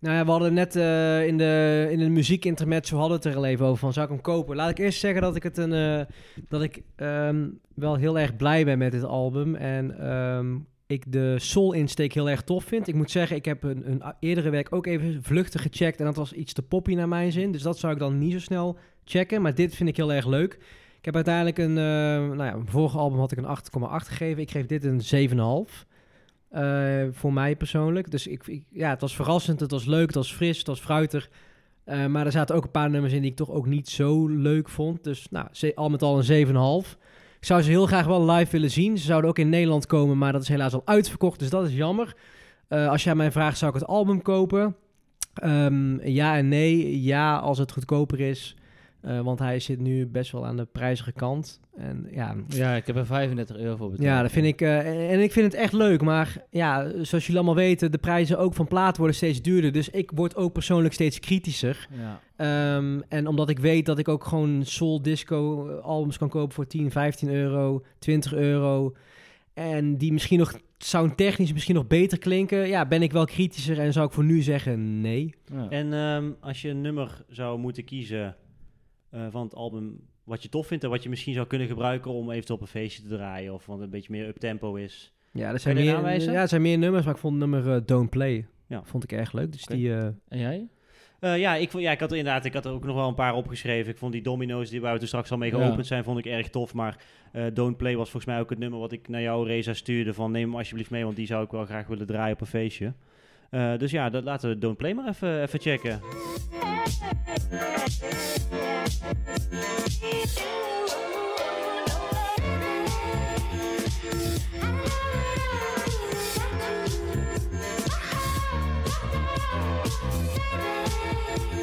Speaker 3: Nou ja, we hadden net eh, in, de, in de muziek internet, zo hadden we het er al even over, van zou ik hem kopen? Laat ik eerst zeggen dat ik, het een, eh, dat ik ehm, wel heel erg blij ben met dit album en ehm, ik de soul-insteek heel erg tof vind. Ik moet zeggen, ik heb een, een eerdere werk ook even vluchtig gecheckt en dat was iets te poppy naar mijn zin, dus dat zou ik dan niet zo snel checken, maar dit vind ik heel erg leuk. Ik heb uiteindelijk een, eh nou ja, mijn vorige album had ik een 8,8 gegeven, ik geef dit een 7,5. Eh, voor mij persoonlijk. Dus ik, ik- ja, het was verrassend, het was leuk, het was fris, het was fruitig. Eh, maar er zaten ook een paar nummers in die ik toch ook niet zo leuk vond. Dus nou, ze- al met al een 7,5. Ik zou ze heel graag wel live willen zien. Ze zouden ook in Nederland komen, maar dat is helaas al uitverkocht. Dus dat is jammer. Eh, als jij mij vraagt, zou ik het album kopen? Ehm, ja en nee. Ja, als het goedkoper is. Eh, want hij zit nu best wel aan de prijzige kant. En ja,
Speaker 1: Ja, ik heb er 35 euro voor betaald.
Speaker 3: ja, dat vind ik. eh, en- en ik vind het echt leuk. Maar ja, zoals jullie allemaal weten, de prijzen ook van plaat worden steeds duurder. Dus ik word ook persoonlijk steeds kritischer.
Speaker 1: Ja.
Speaker 3: Ehm, en omdat ik weet dat ik ook gewoon soul disco eh, albums kan kopen voor 10, 15 euro, 20 euro. En die misschien nog soundtechnisch misschien nog beter klinken. Ja, ben ik wel kritischer en zou ik voor nu zeggen nee.
Speaker 1: Ja.
Speaker 2: En ehm, als je een nummer zou moeten kiezen eh, van het album wat je tof vindt en wat je misschien zou kunnen gebruiken om eventueel op een feestje te draaien of wat een beetje meer up-tempo is.
Speaker 3: Ja, er zijn,
Speaker 2: je die
Speaker 3: meer,
Speaker 2: aanwijzen?
Speaker 3: ja, er zijn meer nummers, maar ik vond nummer eh, Don't Play.
Speaker 2: Ja.
Speaker 3: Vond ik erg leuk. Dus
Speaker 2: Oké.
Speaker 3: die. eh,
Speaker 1: En jij?
Speaker 2: Eh, ja, ik, vond- ja, ik had er inderdaad ik had er ook nog wel een paar opgeschreven. Ik vond die domino's die waar we toen straks al mee
Speaker 1: Ja.
Speaker 2: geopend zijn, vond ik erg tof. Maar eh, Don't Play was volgens mij ook het nummer wat ik naar jou, Reza, stuurde. Van neem hem alsjeblieft mee, want die zou ik wel graag willen draaien op een feestje. Eh, dus ja, dat, laten we Don't Play maar even, even checken.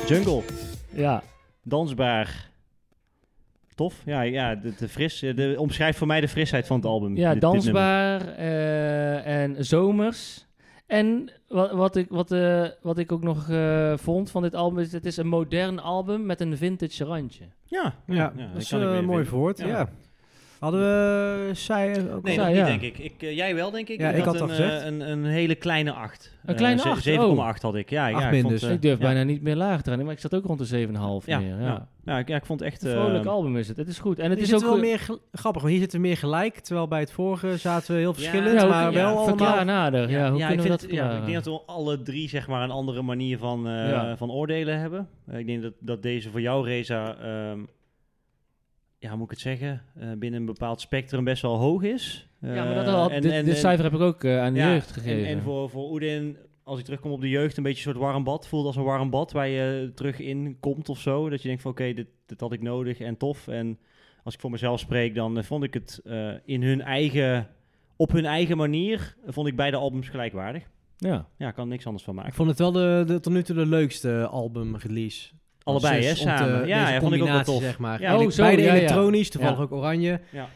Speaker 2: Jungle,
Speaker 1: Ja.
Speaker 2: dansbaar. Tof, ja, ja de, de fris, de, omschrijf voor mij de frisheid van het album.
Speaker 1: Ja,
Speaker 2: dit- dit nummer.
Speaker 1: dansbaar eh, en zomers. En wat, wat, ik, wat, eh, wat ik ook nog eh, vond van dit album is... het is een modern album met een vintage randje.
Speaker 2: Ja,
Speaker 3: Ja,
Speaker 2: ja,
Speaker 3: dat
Speaker 2: dat
Speaker 3: is
Speaker 2: kan ik
Speaker 3: eh,
Speaker 2: weer
Speaker 3: mooi
Speaker 2: vinden.
Speaker 3: verwoord.
Speaker 2: Ja.
Speaker 3: Ja. Hadden we eh, zij ook
Speaker 2: Nee,
Speaker 1: Ja,
Speaker 2: dat niet
Speaker 1: ja.
Speaker 2: denk ik. ik eh, jij wel, denk ik.
Speaker 3: Ja, ik had
Speaker 2: een,
Speaker 3: al gezegd.
Speaker 2: eh, Een, een hele kleine Eh, 8.
Speaker 1: Een kleine acht, Oh.
Speaker 2: 7,8 had ik. Ja, ja,
Speaker 3: Acht
Speaker 2: ik
Speaker 3: min
Speaker 2: vond,
Speaker 3: dus.
Speaker 2: eh,
Speaker 1: ik durf
Speaker 2: ja.
Speaker 1: bijna niet meer laag te gaan, maar ik zat ook rond de 7,5
Speaker 2: Ja,
Speaker 1: meer.
Speaker 2: ja.
Speaker 1: Ja.
Speaker 2: Ja. ik, ja, ik vond echt...
Speaker 1: Een vrolijk
Speaker 2: eh,
Speaker 1: album is het. Het is goed. En het
Speaker 3: Het is
Speaker 1: is ook
Speaker 3: wel
Speaker 1: eh,
Speaker 3: meer gel- grappig, want hier zitten we meer gelijk. Terwijl bij het vorige zaten we heel verschillend,
Speaker 1: ja, hoe-
Speaker 3: maar
Speaker 2: ja,
Speaker 3: wel allemaal...
Speaker 1: verklaar nader. Ja, hoe
Speaker 2: ik
Speaker 1: kunnen we
Speaker 2: vind
Speaker 1: dat
Speaker 2: het- ja, ik
Speaker 1: verklaren?
Speaker 2: denk dat we alle drie zeg maar, een andere manier van, eh,
Speaker 1: Ja.
Speaker 2: van oordelen hebben. Eh, ik denk dat, dat deze voor jou, Reza, ehm, ja, hoe moet ik het zeggen, Eh, binnen een bepaald spectrum best wel hoog is.
Speaker 1: ja, maar dat
Speaker 2: Eh,
Speaker 1: had,
Speaker 2: en-
Speaker 1: dit,
Speaker 2: en-
Speaker 1: dit
Speaker 2: en-
Speaker 1: cijfer heb ik ook eh, aan de
Speaker 2: Ja,
Speaker 1: jeugd gegeven.
Speaker 2: En, en voor, voor Oedin, als ik terugkom op de jeugd, een beetje een soort warm bad. Voelt als een warm bad waar je terug in komt of zo. Dat je denkt van oké, dit, dit had ik nodig en tof. En als ik voor mezelf spreek, dan eh, vond ik het eh, in hun eigen, op hun eigen manier, eh, vond ik beide albums gelijkwaardig.
Speaker 1: ja.
Speaker 2: Ja, ik kan er niks anders van
Speaker 3: Ik
Speaker 2: maken.
Speaker 3: vond het wel de, de- tot nu toe de leukste album release.
Speaker 2: Allebei, hè,
Speaker 3: zus om te-
Speaker 2: samen. ja,
Speaker 3: deze
Speaker 2: ja, vond ik ook wel
Speaker 3: combinatie,
Speaker 2: tof.
Speaker 3: zeg maar.
Speaker 2: Ja,
Speaker 3: Ja,
Speaker 1: oh, zo,
Speaker 3: Beide
Speaker 1: ja, ja.
Speaker 3: elektronisch, toevallig
Speaker 1: Ja.
Speaker 3: ook oranje.
Speaker 2: Ja.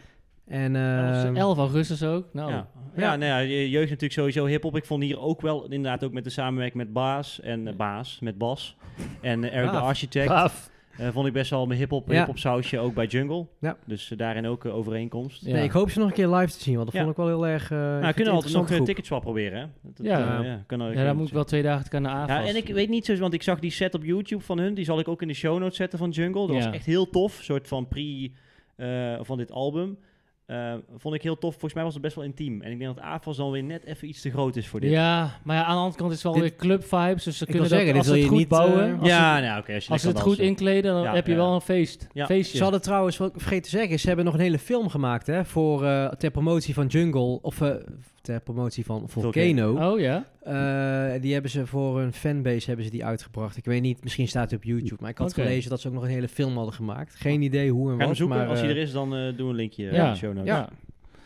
Speaker 3: En,
Speaker 1: Ja, dat
Speaker 3: eh,
Speaker 1: was 11 augustus ook. Nou,
Speaker 2: ehm, Ja.
Speaker 3: Oh. Ja.
Speaker 2: Ja, nou ja, je- jeugd natuurlijk sowieso hip-hop. Ik vond hier ook wel, inderdaad, ook met de samenwerking met Baas en eh, Baas, met Bas en eh, Eric de
Speaker 3: Gaaf.
Speaker 2: Architect.
Speaker 1: gaaf.
Speaker 2: eh, vond ik best wel mijn hip-hop
Speaker 3: Ja.
Speaker 2: hip sausje ook bij Jungle.
Speaker 3: Ja.
Speaker 2: Dus eh, daarin ook eh, overeenkomst.
Speaker 1: Ja.
Speaker 3: nee, ik hoop ze nog een keer live te zien, want dat
Speaker 2: Ja.
Speaker 3: vond ik wel heel erg. eh
Speaker 2: nou, kunnen we altijd nog een
Speaker 3: een
Speaker 2: tickets wel proberen. Hè? Dat- dat,
Speaker 1: Ja.
Speaker 2: eh, ja, kan ook-
Speaker 1: Ja, daar moet ik wel twee dagen te aan
Speaker 2: Ja, en ik weet niet zo, want ik zag die set op YouTube van hun. Die zal ik ook in de show notes zetten van Jungle. Dat
Speaker 1: Ja.
Speaker 2: was echt heel tof. Een soort van pre eh, van dit album. Eh, vond ik heel tof. Volgens mij was het best wel intiem. En ik denk dat AFAS dan weer net even iets te groot is voor dit.
Speaker 1: Ja, maar ja, aan de andere kant is het wel
Speaker 3: Dit-
Speaker 1: weer club vibes. Dus ze
Speaker 3: Ik
Speaker 1: kunnen
Speaker 3: wil
Speaker 1: dat,
Speaker 3: zeggen,
Speaker 1: als
Speaker 3: dit
Speaker 1: ze
Speaker 3: wil
Speaker 1: het
Speaker 3: je
Speaker 1: goed
Speaker 3: niet, eh,
Speaker 1: bouwen, als
Speaker 2: ja,
Speaker 1: ze,
Speaker 2: nou, oké. als je
Speaker 1: als ze
Speaker 2: lekker
Speaker 1: het
Speaker 2: kan
Speaker 1: goed
Speaker 2: dansen.
Speaker 1: inkleden, dan
Speaker 2: Ja,
Speaker 1: heb je
Speaker 2: ja.
Speaker 1: wel een feest,
Speaker 2: Ja.
Speaker 1: feestje.
Speaker 3: Ze hadden trouwens, wat ik vergeten te zeggen, ze hebben nog een hele film gemaakt hè, voor, eh, ter promotie van Jungle, of eh, ter promotie van Volcano.
Speaker 1: Oh ja?
Speaker 3: Eh, die hebben ze voor hun fanbase hebben ze die uitgebracht. Ik weet niet, misschien staat het op YouTube, maar ik had
Speaker 1: Oké.
Speaker 3: gelezen dat ze ook nog een hele film hadden gemaakt. Geen idee hoe en
Speaker 2: Ga
Speaker 3: wat,
Speaker 2: hem zoeken.
Speaker 3: maar
Speaker 2: als hij
Speaker 3: eh,
Speaker 2: er is, dan eh, doen we een linkje eh,
Speaker 1: Ja.
Speaker 2: in de show notes.
Speaker 1: Ja.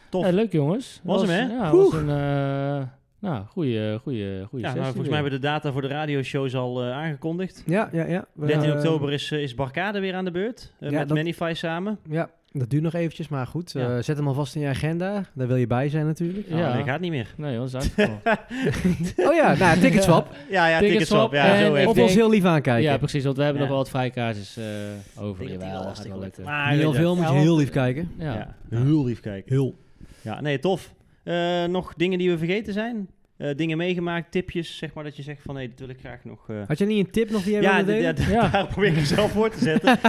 Speaker 2: Tof.
Speaker 1: Ja, leuk jongens.
Speaker 2: Was hem, hè?
Speaker 1: Ja,
Speaker 3: Oeh.
Speaker 1: was een... eh, nou, goeie, goeie, goeie
Speaker 2: Ja, nou,
Speaker 1: sessie
Speaker 2: volgens mij
Speaker 1: weer.
Speaker 2: hebben we de data voor de radioshows al eh, aangekondigd.
Speaker 3: Ja, ja, ja. We-
Speaker 2: 13
Speaker 3: eh,
Speaker 2: oktober is, eh, is Barcade weer aan de beurt. eh,
Speaker 3: ja,
Speaker 2: met
Speaker 3: dat-
Speaker 2: Manify samen.
Speaker 3: Ja, dat duurt nog eventjes, maar goed.
Speaker 2: Ja.
Speaker 3: eh, zet hem alvast in je agenda. Daar wil je bij zijn natuurlijk.
Speaker 2: Ja.
Speaker 1: Ja.
Speaker 2: Oh, nee, gaat niet meer.
Speaker 1: Nee, dat is uitgekomen.
Speaker 3: Oh ja, nou, ticketswap.
Speaker 2: Ja, ja,
Speaker 1: Ticketswap
Speaker 2: ticketswap. Ja,
Speaker 1: en-
Speaker 2: zo
Speaker 1: Ik
Speaker 3: Of
Speaker 2: even.
Speaker 1: denk-
Speaker 3: ons heel lief aankijken.
Speaker 1: ja, precies. Want we hebben
Speaker 2: Ja.
Speaker 1: nog wel wat vrije kaartjes eh, over.
Speaker 2: Ik denk dat die
Speaker 1: Jawel,
Speaker 2: wel
Speaker 1: gaat
Speaker 2: lastig
Speaker 1: wel
Speaker 2: wordt.
Speaker 1: lukken.
Speaker 2: Maar
Speaker 3: Niet heel
Speaker 2: weet je.
Speaker 3: veel, moet je
Speaker 1: Ja,
Speaker 3: heel
Speaker 1: want-
Speaker 3: lief kijken.
Speaker 1: Ja.
Speaker 2: Ja, heel lief kijken. Heel. Ja, nee, tof. Eh, nog dingen die we vergeten zijn? Eh, dingen meegemaakt, tipjes, zeg maar, dat je zegt van, hé, dat wil ik graag nog... eh,
Speaker 3: Had jij niet een tip nog die jij
Speaker 2: ja,
Speaker 3: wilde delen?
Speaker 2: d- d-
Speaker 1: Ja.
Speaker 2: daar probeer ik zelf voor te zetten.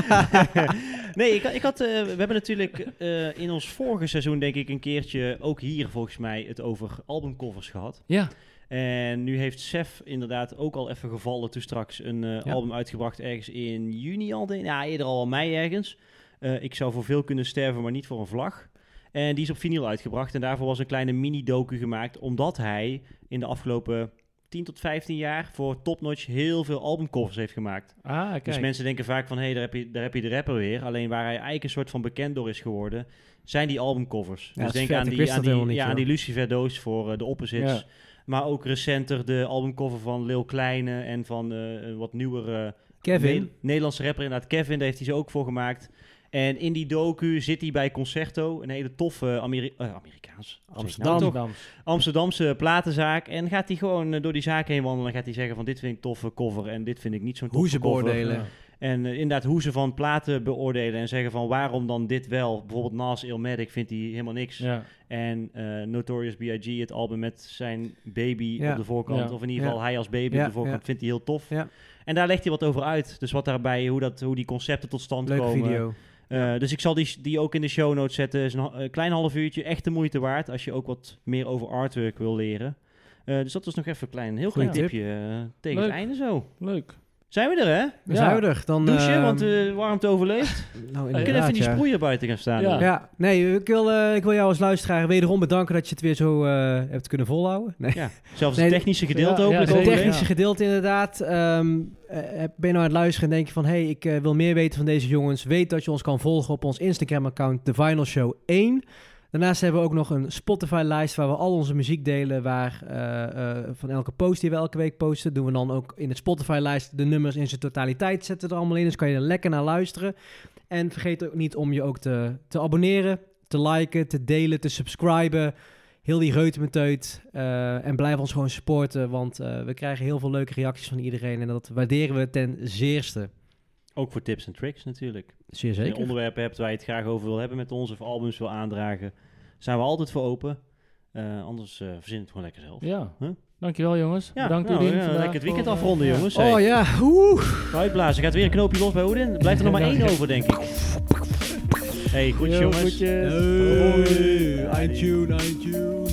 Speaker 2: nee, ik, had- ik had, eh, we hebben natuurlijk eh, in ons vorige seizoen, denk ik, een keertje, ook hier volgens mij, het over albumcovers gehad.
Speaker 1: Ja,
Speaker 2: En nu heeft Sef inderdaad ook al even gevallen toen straks een eh,
Speaker 3: Ja.
Speaker 2: album uitgebracht ergens in juni al. denk ik. Ja, eerder al mei ergens. Eh, ik zou voor veel kunnen sterven, maar niet voor een vlag. En die is op vinyl uitgebracht. En daarvoor was een kleine mini-docu gemaakt. Omdat hij in de afgelopen 10 tot 15 jaar voor Topnotch heel veel albumcovers heeft gemaakt.
Speaker 1: ah, kijk.
Speaker 2: Dus mensen denken vaak van, hé, hey, daar, heb je- daar heb je de rapper weer. Alleen waar hij eigenlijk een soort van bekend door is geworden, zijn die albumcovers.
Speaker 3: Ja,
Speaker 2: dus
Speaker 3: dat is
Speaker 2: denk
Speaker 3: vet.
Speaker 2: aan
Speaker 3: Ik
Speaker 2: die,
Speaker 3: wist
Speaker 2: aan
Speaker 3: dat
Speaker 2: die,
Speaker 3: helemaal niet,
Speaker 2: ja, aan
Speaker 3: joh.
Speaker 2: die Lucifer doos voor eh, de opposites.
Speaker 1: Ja.
Speaker 2: Maar ook recenter de albumcover van Lil Kleine en van eh, een wat nieuwere
Speaker 3: Kevin.
Speaker 2: Ne- Nederlandse rapper inderdaad. Kevin, daar heeft hij ze ook voor gemaakt. En in die docu zit hij bij Concerto, een hele toffe Ameri- eh, Amerikaans.
Speaker 1: Nou,
Speaker 3: Amsterdam.
Speaker 2: Toch? Amsterdamse platenzaak. En gaat hij gewoon eh, door die zaak heen wandelen. En gaat hij zeggen van dit vind ik toffe cover en dit vind ik niet zo'n toffe
Speaker 3: Hoe ze
Speaker 2: cover.
Speaker 3: beoordelen.
Speaker 1: Ja.
Speaker 2: En eh, inderdaad, hoe ze van platen beoordelen en zeggen van waarom dan dit wel. Bijvoorbeeld Nas Ilmatic vindt hij helemaal niks.
Speaker 1: Ja.
Speaker 2: En eh, Notorious B.I.G., het album met zijn baby
Speaker 3: Ja.
Speaker 2: op de voorkant.
Speaker 1: Ja.
Speaker 2: Of in ieder geval
Speaker 3: Ja.
Speaker 2: hij als baby
Speaker 3: Ja,
Speaker 2: op de voorkant
Speaker 3: ja.
Speaker 2: vindt hij heel tof.
Speaker 3: Ja.
Speaker 2: En daar legt hij wat over uit. Dus wat daarbij, hoe, dat, hoe die concepten tot stand
Speaker 3: Leuke
Speaker 2: komen.
Speaker 3: video.
Speaker 2: Eh, Dus ik zal die, die ook in de show notes zetten. Is een, ha- een klein half uurtje, echt de moeite waard. Als je ook wat meer over artwork wil leren. Eh, dus dat was nog even een klein, heel klein
Speaker 3: Goeie tip.
Speaker 2: tipje eh, tegen
Speaker 1: Leuk.
Speaker 2: het einde zo.
Speaker 1: Leuk.
Speaker 2: Zijn we er, hè?
Speaker 1: Ja.
Speaker 3: Dan zijn we er. Dan,
Speaker 2: Douchen,
Speaker 3: ehm,
Speaker 2: want de warmte overleeft.
Speaker 3: nou,
Speaker 2: We kunnen
Speaker 3: inderdaad,
Speaker 2: even die
Speaker 3: ja.
Speaker 2: sproeier buiten gaan staan.
Speaker 1: Ja.
Speaker 2: doen.
Speaker 3: Ja, nee, ik wil, eh, ik wil jou als luisteraar wederom bedanken dat je het weer zo eh, hebt kunnen volhouden. Nee.
Speaker 2: Ja, Zelfs
Speaker 3: Nee,
Speaker 2: het technische gedeelte
Speaker 1: ja,
Speaker 2: hopelijk
Speaker 1: zeker.
Speaker 2: ook.
Speaker 3: Het
Speaker 1: leuk,
Speaker 3: technische
Speaker 1: ja.
Speaker 3: gedeelte inderdaad. Ehm, eh, ben je nou aan het luisteren en denk je van... hé, hey, ik eh, wil meer weten van deze jongens. Weet dat je ons kan volgen op ons Instagram-account The Vinyl Show 1. Daarnaast hebben we ook nog een Spotify-lijst waar we al onze muziek delen. Waar eh, eh, van elke post die we elke week posten... doen we dan ook in het Spotify-lijst de nummers in zijn totaliteit. Zetten we er allemaal in, dus kan je er lekker naar luisteren. En vergeet ook niet om je ook te, te abonneren, te liken, te delen, te subscriben heel die reutemeteut. eh en blijf ons gewoon supporten, want eh, we krijgen heel veel leuke reacties van iedereen. En dat waarderen we ten zeerste.
Speaker 2: Ook voor tips en tricks natuurlijk.
Speaker 3: Zeer
Speaker 2: Als je
Speaker 3: zeker.
Speaker 2: onderwerpen hebt waar je het graag over wil hebben met ons of albums wil aandragen, zijn we altijd voor open. Eh, anders eh verzin het gewoon lekker zelf.
Speaker 1: Ja.
Speaker 2: Huh?
Speaker 1: Dankjewel jongens.
Speaker 2: Ja,
Speaker 1: Bedankt
Speaker 2: nou,
Speaker 1: Oedien
Speaker 2: ja,
Speaker 1: vandaag
Speaker 2: lekker het weekend
Speaker 1: voor, eh,
Speaker 2: afronden,
Speaker 1: ja.
Speaker 2: jongens.
Speaker 3: Oh
Speaker 2: Hey,
Speaker 3: ja, oeh.
Speaker 2: Uitblazen. Gaat weer een knoopje los bij Odin. Er blijft er nog maar één over, denk ik. Hey, goed
Speaker 1: Yo,
Speaker 2: jongens.
Speaker 1: goedjes.
Speaker 2: Hoi.
Speaker 3: iTunes, iTunes.